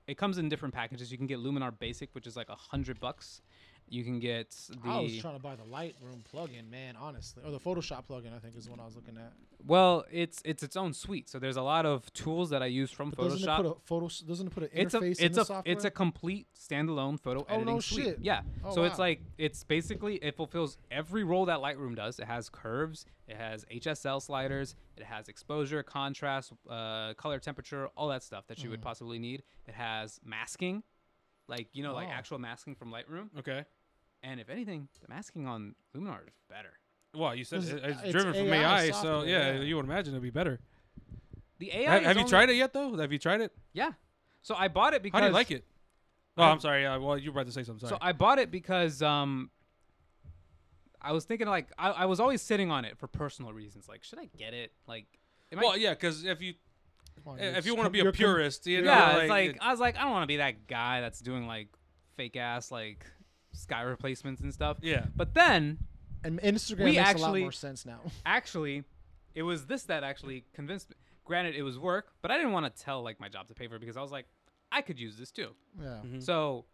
C: it comes in different packages. You can get Luminar Basic, which is like 100 bucks. You can get the
A: I was trying to buy the Lightroom plugin, man. Honestly, or the Photoshop plugin, I think is what I was looking at.
C: Well, it's it's its own suite. So there's a lot of tools that I use from
A: Doesn't it put
C: Photoshop.
A: a photo? Doesn't it put an
C: It's a
A: interface in
C: it's
A: the
C: a
A: software?
C: it's a complete standalone photo
A: Oh, no
C: editing suite.
A: shit.
C: Yeah.
A: Oh,
C: so it's
A: wow.
C: like it's basically it fulfills every role that Lightroom does. It has curves, it has HSL sliders, it has exposure, contrast, uh, color, temperature, all that stuff that you
A: Mm.
C: would possibly need. It has masking, like you know, like
A: Wow.
C: actual masking from Lightroom.
B: Okay.
C: And if anything, the masking on Luminar is better.
B: Well, you said
A: This is-
B: it- it's,
A: it's
B: driven from
A: AI
B: AI, so
A: software,
B: yeah,
A: yeah.
B: you would imagine it'd be better.
C: The AI.
B: Have,
C: is
B: have you
C: only-
B: tried it yet, though? Have you tried it?
C: Yeah. So I bought it because.
B: How do you like it? Oh,
C: I-
B: I'm sorry. Uh, well, you were about to say something.
C: So
B: Sorry.
C: I bought it because um, I was thinking like I, I was always sitting on it for personal reasons. Like, should I get it? Like, am I-
B: well, yeah, because if you
A: Come on,
B: if
A: dudes.
B: you want to
A: Come-
B: be a
A: you're con-
B: purist, you know,
C: yeah, it's like
B: it-
C: I was like I don't want to be that guy that's doing like fake ass like sky replacements and stuff.
B: Yeah.
C: But then
A: And Instagram
C: We
A: makes a lot
C: actually-
A: more sense now. [LAUGHS]
C: actually, it was this that actually convinced me. Granted, it was work, but I didn't want to tell like my job to pay for it because I was like, I could use this too.
B: Mm-hmm.
A: Yeah.
C: So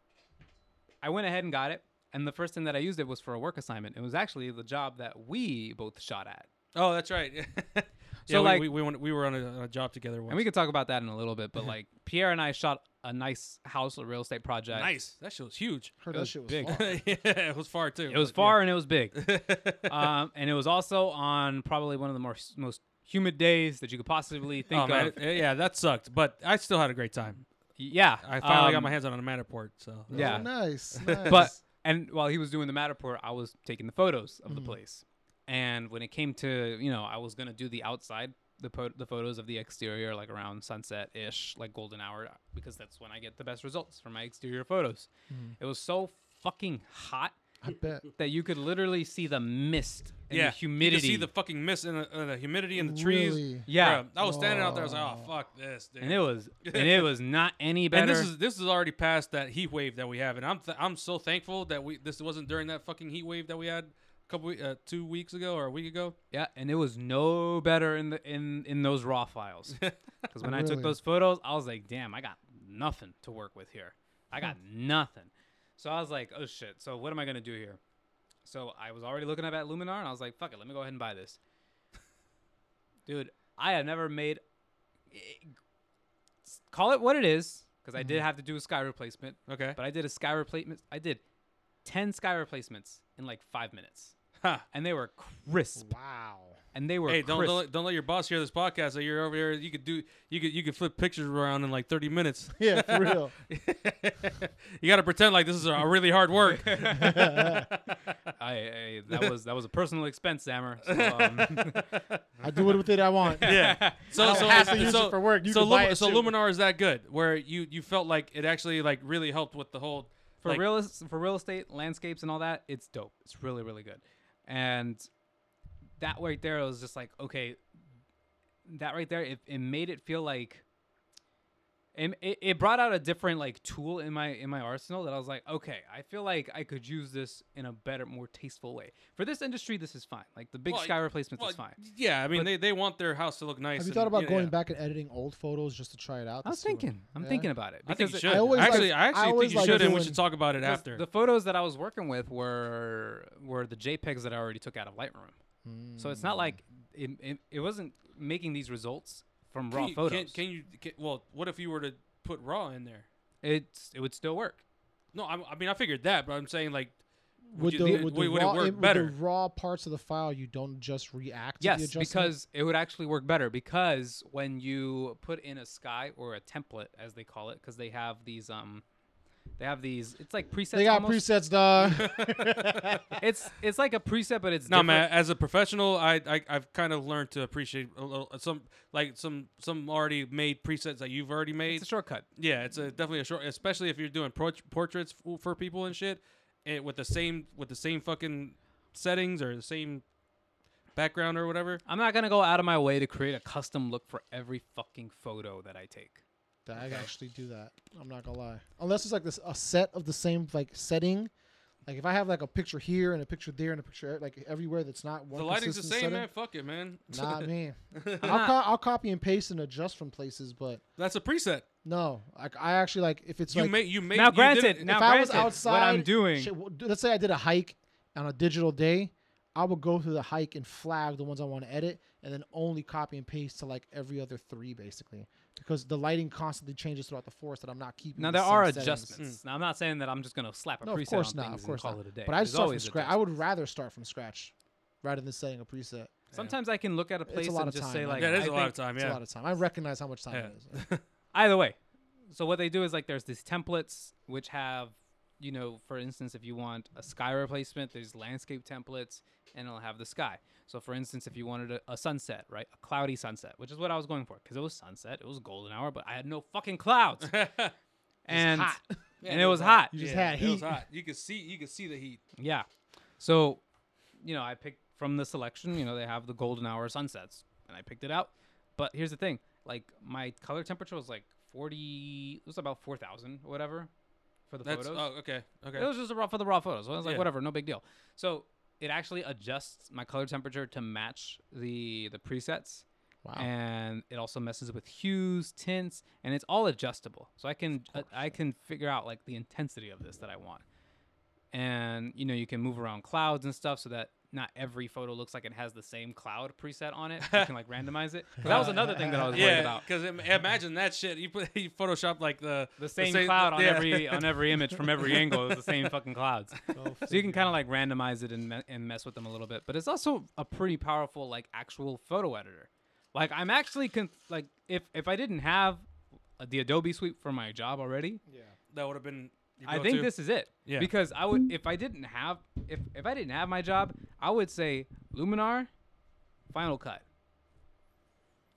C: I went ahead and got it. And the first thing that I used it was for a work assignment. It was actually the job that we both shot at.
B: Oh, that's right. [LAUGHS] yeah,
C: So,
B: we,
C: like-
B: we we, went, we were on a, on a job together once.
C: And we could talk about that in a
B: [LAUGHS]
C: little bit, but like Pierre and I shot a nice house, a real estate project.
B: nice. That shit was huge.
A: Heard
C: It
A: that
C: was
A: shit was
C: big.
A: fun.
B: [LAUGHS] yeah, it was far too.
C: It was far and it was big.
B: [LAUGHS]
C: [LAUGHS] um, and it was also on probably one of the more, most humid days that you
B: [LAUGHS]
C: could possibly think
B: oh,
C: of.
B: man. it- Yeah, that sucked, but I still had a great time.
C: Yeah.
B: I finally got
C: um,
B: my hands on a Matterport. So that was
C: [LAUGHS] Yeah.
A: Oh, [LAUGHS] nice.
C: But
A: nice.
C: and while he was doing the Matterport, I was taking the photos of the
B: Mm-hmm.
C: place. And when it came to you know, I was gonna do the outside, the po- the photos of the exterior, like around sunset ish, like golden hour, because that's when I get the best results for my exterior photos.
B: Mm.
C: It was so fucking hot
A: I
C: [LAUGHS]
A: bet.
C: that you could literally see the mist and
B: yeah,
C: the humidity.
B: You could see the fucking mist and the, and the humidity in the trees.
A: Really?
C: Yeah.
B: Bruh, I was standing out there. I was like, oh fuck this, dude.
C: and
B: [LAUGHS]
C: it was and it was not any better.
B: And this is this is already past that heat wave that we have, and I'm th- I'm so thankful that we this wasn't during that fucking heat wave that we had a couple we- uh, two weeks ago or a week ago.
C: Yeah, and it was no better in the in in those raw
B: [LAUGHS]
C: files. Because when I took
A: Really?
C: those photos, I was like, "Damn, I got nothing to work with here.
B: [LAUGHS]
C: I got nothing." So I was like, "Oh shit! So what am I gonna do here?" So I was already looking up at Luminar, and I was like, "Fuck it, let me go ahead and
B: [LAUGHS]
C: buy this." Dude, I have never made. eh, Call it what it is, because I
B: Mm-hmm.
C: did have to do a sky replacement,
B: Okay,
C: but I did a sky replacement. I did ten sky replacements in like five minutes,
B: ha.
C: and they were crisp
A: Wow.
C: and they were
B: Hey, don't,
C: crisp.
B: don't let- don't let your boss hear this podcast. That you're over here. You could do you could you could flip pictures around in like 30 minutes.
A: [LAUGHS] Yeah, for real.
B: you got to pretend like this is a really hard work.
A: [LAUGHS]
C: [LAUGHS] I, I- that was that was a personal expense, Sammer. So, um,
A: I do it with it I
C: [LAUGHS]
A: want. [LAUGHS]
B: yeah. So
A: don't
B: so
A: have to
B: so,
A: use it for work. You
B: so,
A: can buy
B: Lum-
A: it
B: so
A: too.
B: Luminar is that good where you you felt like it actually like really helped with the whole
C: for
B: like,
C: real for real estate landscapes and all that, it's dope. It's really really good, and that right there was just like okay, that right there it, it made it feel like. It, it, it brought out a different like tool in my in my arsenal that I was like, okay, I feel like I could use this in a better, more tasteful way. For this industry, this is fine. Like the big
B: Well,
C: sky replacements
B: well,
C: is fine.
B: Yeah, I mean
C: But-
B: they, they want their house to look nice.
A: Have you
B: and,
A: thought about
B: know,
A: going
B: yeah.
A: back and editing old photos just to try it out? to
C: I was
A: see what-
C: thinking, I'm
A: Yeah.
C: thinking about it.
B: I think you
C: it-
B: should.
A: I always
B: actually,
A: like-
B: I
A: I
B: actually
A: always
B: think you
A: like
B: should, and we
A: doing-
B: should talk about it after.
C: The photos that I was working with were were the JPEGs that I already took out of Lightroom.
A: Hmm.
C: So it's not like it, it, it wasn't making these results from raw
B: can you,
C: photos.
B: Can, can you? Can, well, what if you were to put raw in there?
C: it's it would still work.
B: No, I, I mean I figured that, but I'm saying like,
A: Would,
B: you-
A: the,
B: would-
A: would, the
B: would- would it
A: raw,
B: work
A: im- would
B: better?
A: the raw parts of the file you don't just react to the
C: Yes,
A: adjustment?
C: because it would actually work better because when you put in a sky or a template as they call it because they have these um they have these it's like presets
A: they got
C: almost.
A: presets, dog.
C: [LAUGHS] it's it's like a preset but it's
B: no
C: different.
B: man, as a professional, I, I I've kind of learned to appreciate a little, some like some some already made presets that you've already made.
C: it's a shortcut.
B: yeah, it's a, definitely a short, especially if you're doing pro- portraits f- for people and shit, and with the same with the same fucking settings or the same background or whatever.
C: I'm not gonna go out of my way to create a custom look for every fucking photo that I take.
A: I actually do that. I'm not gonna lie. Unless it's like this a set of the same like setting. Like if I have like a picture here and a picture there and a picture like everywhere that's not one.
B: The lighting's the
A: consistent
B: same,
A: setting,
B: man. Fuck it, man. [LAUGHS]
A: Not me. I'll,
C: not-
A: co- I'll copy and paste and adjust from places, but
B: That's a preset.
A: no, like I actually like if it's
B: You
A: like
B: made you made
C: Now,
B: you did
C: granted,
B: it-
C: now-
A: if I was
C: granted,
A: outside,
C: what I'm doing-
A: shit, w- let's say I did a hike on a digital day, I would go through the hike and flag the ones I want to edit, and then only copy and paste to like every other three basically, because the lighting constantly changes throughout the forest that I'm not keeping.
C: Now
A: the
C: there
A: same
C: are
A: settings. Mm.
C: adjustments. Now I'm not saying that I'm just gonna slap a
A: No,
C: preset
A: of course
C: on
A: not.
C: things
A: Of course
C: and call
A: not.
C: it a day.
A: But I
C: There's
A: start from
C: always
A: scratch. I would
C: adjustments.
A: rather start from scratch rather than setting a preset.
C: Sometimes I can look at a place
A: lot
C: and
A: of
C: just
A: time,
C: say
A: I
B: [LAUGHS]
C: like,
B: yeah,
C: I
B: there's a lot
C: think-
B: of time.
A: It's
B: Yeah,
A: a lot of time. I recognize how much time it is.
C: Either way, so what they do is like there's these templates which have, you know, for instance, if you want a sky replacement, there's landscape templates and it'll have the sky. So for instance, if you wanted a, a sunset, right, a cloudy sunset, which is what I was going for because it was sunset, it was golden hour, but I had no fucking clouds
B: [LAUGHS]
C: [LAUGHS] and
A: hot.
C: and it was hot.
A: You just
B: Yeah,
A: had
B: It was
A: heat.
B: hot. You could see you could see the heat.
C: Yeah. So, you know, I picked from the selection, you know, they have the golden hour sunsets and I picked it out. But here's the thing. Like my color temperature was like 40, it was about 4000 or whatever. for the
B: That's
C: photos.
B: oh okay okay.
C: It was just a raw for the raw photos. I was like,
B: Yeah.
C: whatever, no big deal. So it actually adjusts my color temperature to match the the presets,
A: Wow.
C: and it also messes with hues, tints, and it's all adjustable. So I can uh, I can figure out like the intensity of this that I want, and you know you can move around clouds and stuff so that. Not every photo looks like it has the same cloud preset on it. You can like randomize it. 'Cause That was another thing that I was worried
B: yeah,
C: about.
B: because imagine that shit. You put [LAUGHS] you Photoshop like the
C: the same, cloud on
B: yeah. [LAUGHS]
C: every on every image from [LAUGHS] every angle is the same fucking [LAUGHS] clouds. so you
A: figure.
C: can kind of like randomize it and me- and mess with them a little bit. But it's also a pretty powerful like actual photo editor. Like I'm actually con- like if if I didn't have the Adobe suite for my job already,
A: yeah.
B: that would have been. your
C: I think
B: go-to.
C: this is it.
B: Yeah.
C: Because I would if I didn't have if if I didn't have my job, I would say Luminar, Final Cut.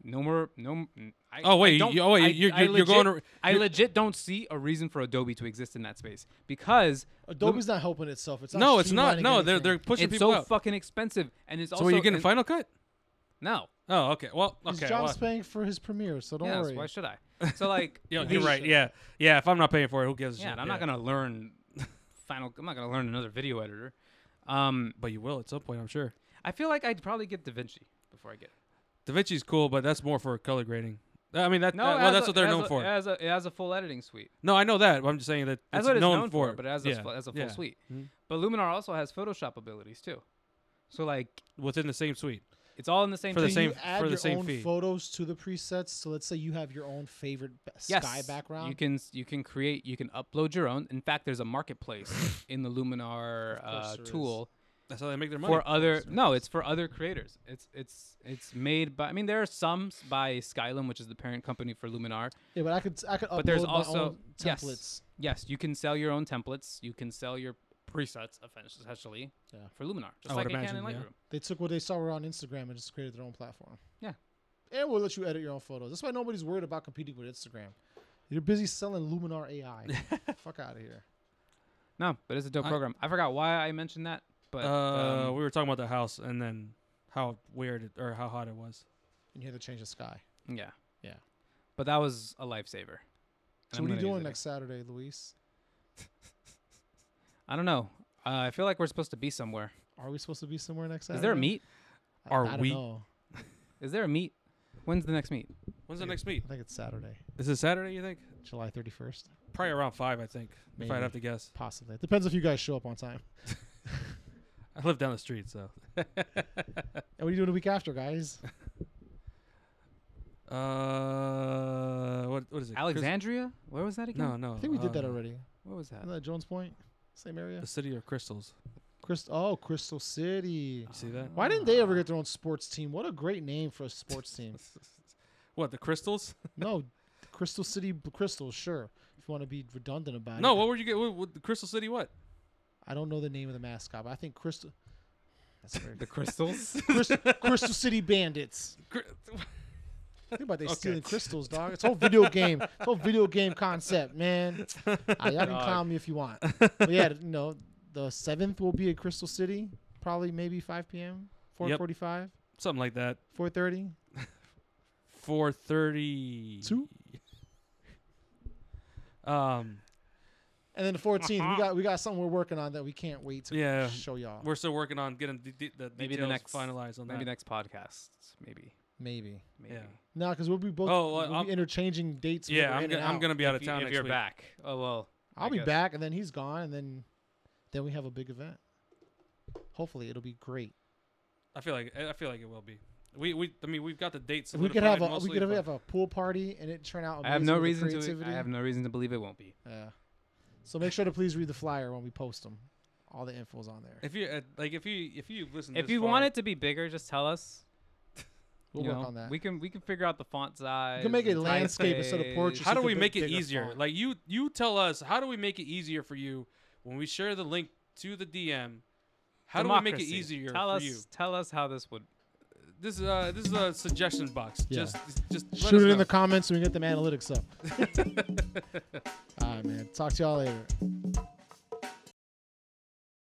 C: No more, no. m- I-
B: Oh, wait,
C: I don't-
B: you- oh, wait,
C: I-
B: you're-
C: I
B: you're- you're going
C: legit-
B: to-
C: I
B: you're-
C: legit don't see a reason for Adobe to exist in that space because
A: Adobe's not helping itself. It's not
B: No, it's not.
A: streamlining
B: No, they're
A: anything.
B: they're pushing
C: it's
B: people
C: so
B: out.
C: fucking expensive, and it's
B: so
C: also
B: are you getting
C: and-
B: Final Cut?
C: No,
B: Oh, okay. Well,
A: His
B: okay.
A: job's
B: well,
A: paying for his premiere, so don't
C: yes,
A: worry.
C: why should I? So like,
B: yo,
C: we-
B: you're right. [LAUGHS] Yeah, yeah. If I'm not paying for it, who gives a
C: yeah,
B: shit?
C: and I'm not gonna learn [LAUGHS] Final. I'm not gonna learn another video editor. Um,
B: But you will at some point, I'm sure.
C: I feel like I'd probably get DaVinci before I get
B: DaVinci's cool, but that's more for color grading. Uh, I mean, that,
C: No,
B: that-
C: it
B: well,
C: has
B: that's
C: a-
B: what they're
C: it has
B: known
C: a-
B: for.
C: It has, a, it has a full editing suite.
B: no, I know that. But I'm just saying that
C: That's
B: it's
C: what it's
B: known, for.
C: but it has, a,
B: yeah.
C: full- it has a full
B: yeah.
C: suite.
B: Mhm.
C: But Luminar also has Photoshop abilities too. So like,
B: within the same suite.
C: it's all in the same.
B: For the
C: thing.
A: Can
B: same-
A: you add
B: for the
A: your
B: same
A: own
B: fee.
A: photos to the presets. So let's say you have your own favorite b-
C: Yes.
A: sky background.
C: You can s- you can create you can upload your own. In fact, there's
B: [LAUGHS]
C: a marketplace in the Luminar
A: course
C: uh,
A: there is.
C: tool
B: That's how they make their money.
C: for other no it's for other creators it's it's it's made by i mean there are some s- by skylum which is the parent company for luminar
A: yeah, but I could I could upload
C: but there's
A: my
C: also
A: own
C: yes,
A: templates.
C: yes you can sell your own templates you can sell your presets effen- essentially
A: Yeah.
C: for luminar just
B: I would
C: like you can in
B: imagine, yeah.
C: lightroom
A: They took what they saw were on Instagram and just created their own platform.
C: Yeah.
A: And we'll let you edit your own photos. That's why nobody's worried about competing with Instagram. You're busy selling Luminar AI.
C: [LAUGHS]
A: Fuck out of here.
C: no but it's a dope
B: I-
C: program i forgot why i mentioned that but
B: uh,
C: um,
B: we were talking about the house and then how weird it, or how hot it was.
A: And you had to change the sky.
C: um, yeah
A: Yeah.
C: but that was a lifesaver And
A: So what
C: I'm
A: are you
C: gonna use
A: doing
C: it.
A: next Saturday, Luis?
C: i don't know uh, i feel like we're supposed to be somewhere
A: Are we supposed to be somewhere next Saturday?
C: is there a meet
A: I-
B: Are
A: I don't
B: we?
A: know.
C: is there a meet when's the next meet
B: When's the
A: Yeah.
B: next meet?
A: I think it's Saturday,
B: Is it Saturday? You think?
A: July 31st,
B: Probably around five, I think. If I'd
A: Maybe.
B: have to guess.
A: possibly. It depends if you guys show up on time.
B: I live down the street, so.
A: And what are you doing the week after, guys?
B: Uh, what what is it? Chris-
C: alexandria where was that again
B: No, no.
A: I think we did that
B: uh,
A: already.
C: What was that?
A: Isn't that Jones Point? Same area?
B: The city of crystals.
A: Crystal, oh, Crystal City.
B: You see that?
A: Why didn't
C: Ah.
A: they ever get their own sports team? What a great name for a sports team.
B: What the crystals?
A: No, Crystal City B- Crystals, sure. If you want to be redundant about
B: No,
A: it.
B: what were you get? What, what, the Crystal City? What?
A: I don't know the name of the mascot, but I think Crystal. That's weird.
C: The crystals.
A: Crystal, Crystal City Bandits.
B: Cri-
A: Think about they
B: Okay.
A: stealing crystals, dog. It's whole video game. It's whole video game concept, man. Ah, y'all can
C: Dog.
A: clown me if you want. But yeah, you know, the seventh will be at Crystal City, probably maybe 5 p.m., 4:45,
B: Something like that.
A: 4:30.
B: Four thirty.
A: Two?
B: Um.
A: And then the 14th, we got we got something we're working on that we can't wait to
B: Uh-huh. Yeah.
A: show y'all.
B: We're still working on getting the, de- the
C: Maybe the
B: details
C: next-
B: finalized on
C: Uh, maybe
B: that.
C: next podcast. Maybe.
A: Maybe.
C: Maybe.
B: Yeah.
A: No, because we'll be both
B: Oh, well,
A: we'll
B: I'm-
A: be interchanging dates. when
B: yeah,
A: we're
B: I'm
A: in
B: gonna,
A: and
B: I'm
A: out.
B: gonna be out
C: If
B: of
C: you-
B: town
C: if
B: next
C: you're
B: week.
C: back. Oh well.
A: I'll
C: I
A: be
C: guess.
A: back, and then he's gone, and then then we have a big event. Hopefully, it'll be great.
B: I feel like I feel like it will be. We we I mean we've got the dates.
A: If we could have a
B: mostly,
A: we could
B: but-
A: have a pool party, and it turn out.
C: I have
A: amazing with
C: no
A: the
C: reason to.
A: creativity.
C: I have no reason to believe it won't be.
A: Yeah. So make sure to please read the flyer when we post them. All the info's on there.
B: If you uh, like, if you if you listen,
C: If you want it to be bigger, just tell us.
A: We'll
C: you
A: work
C: know.
A: on that.
C: We can we can figure out the font size.
A: can make it
C: the
A: landscape instead of
C: typeface.
A: portrait.
B: how
A: you
B: do
A: could
B: we
A: put
B: make it
A: bigger
B: easier?
A: font.
B: Like you you tell us, how do we make it easier for you when we share the link to the DM? How do we make
C: Democracy.
B: it easier
C: Tell
B: for
C: us.
B: you?
C: Tell us how this would.
B: This is uh this is a suggestion box.
A: Yeah.
B: Just just let
A: Shoot
B: us
A: it in
B: know.
A: [LAUGHS] the comments, and we can get them analytics up. All right, man. Talk to y'all later.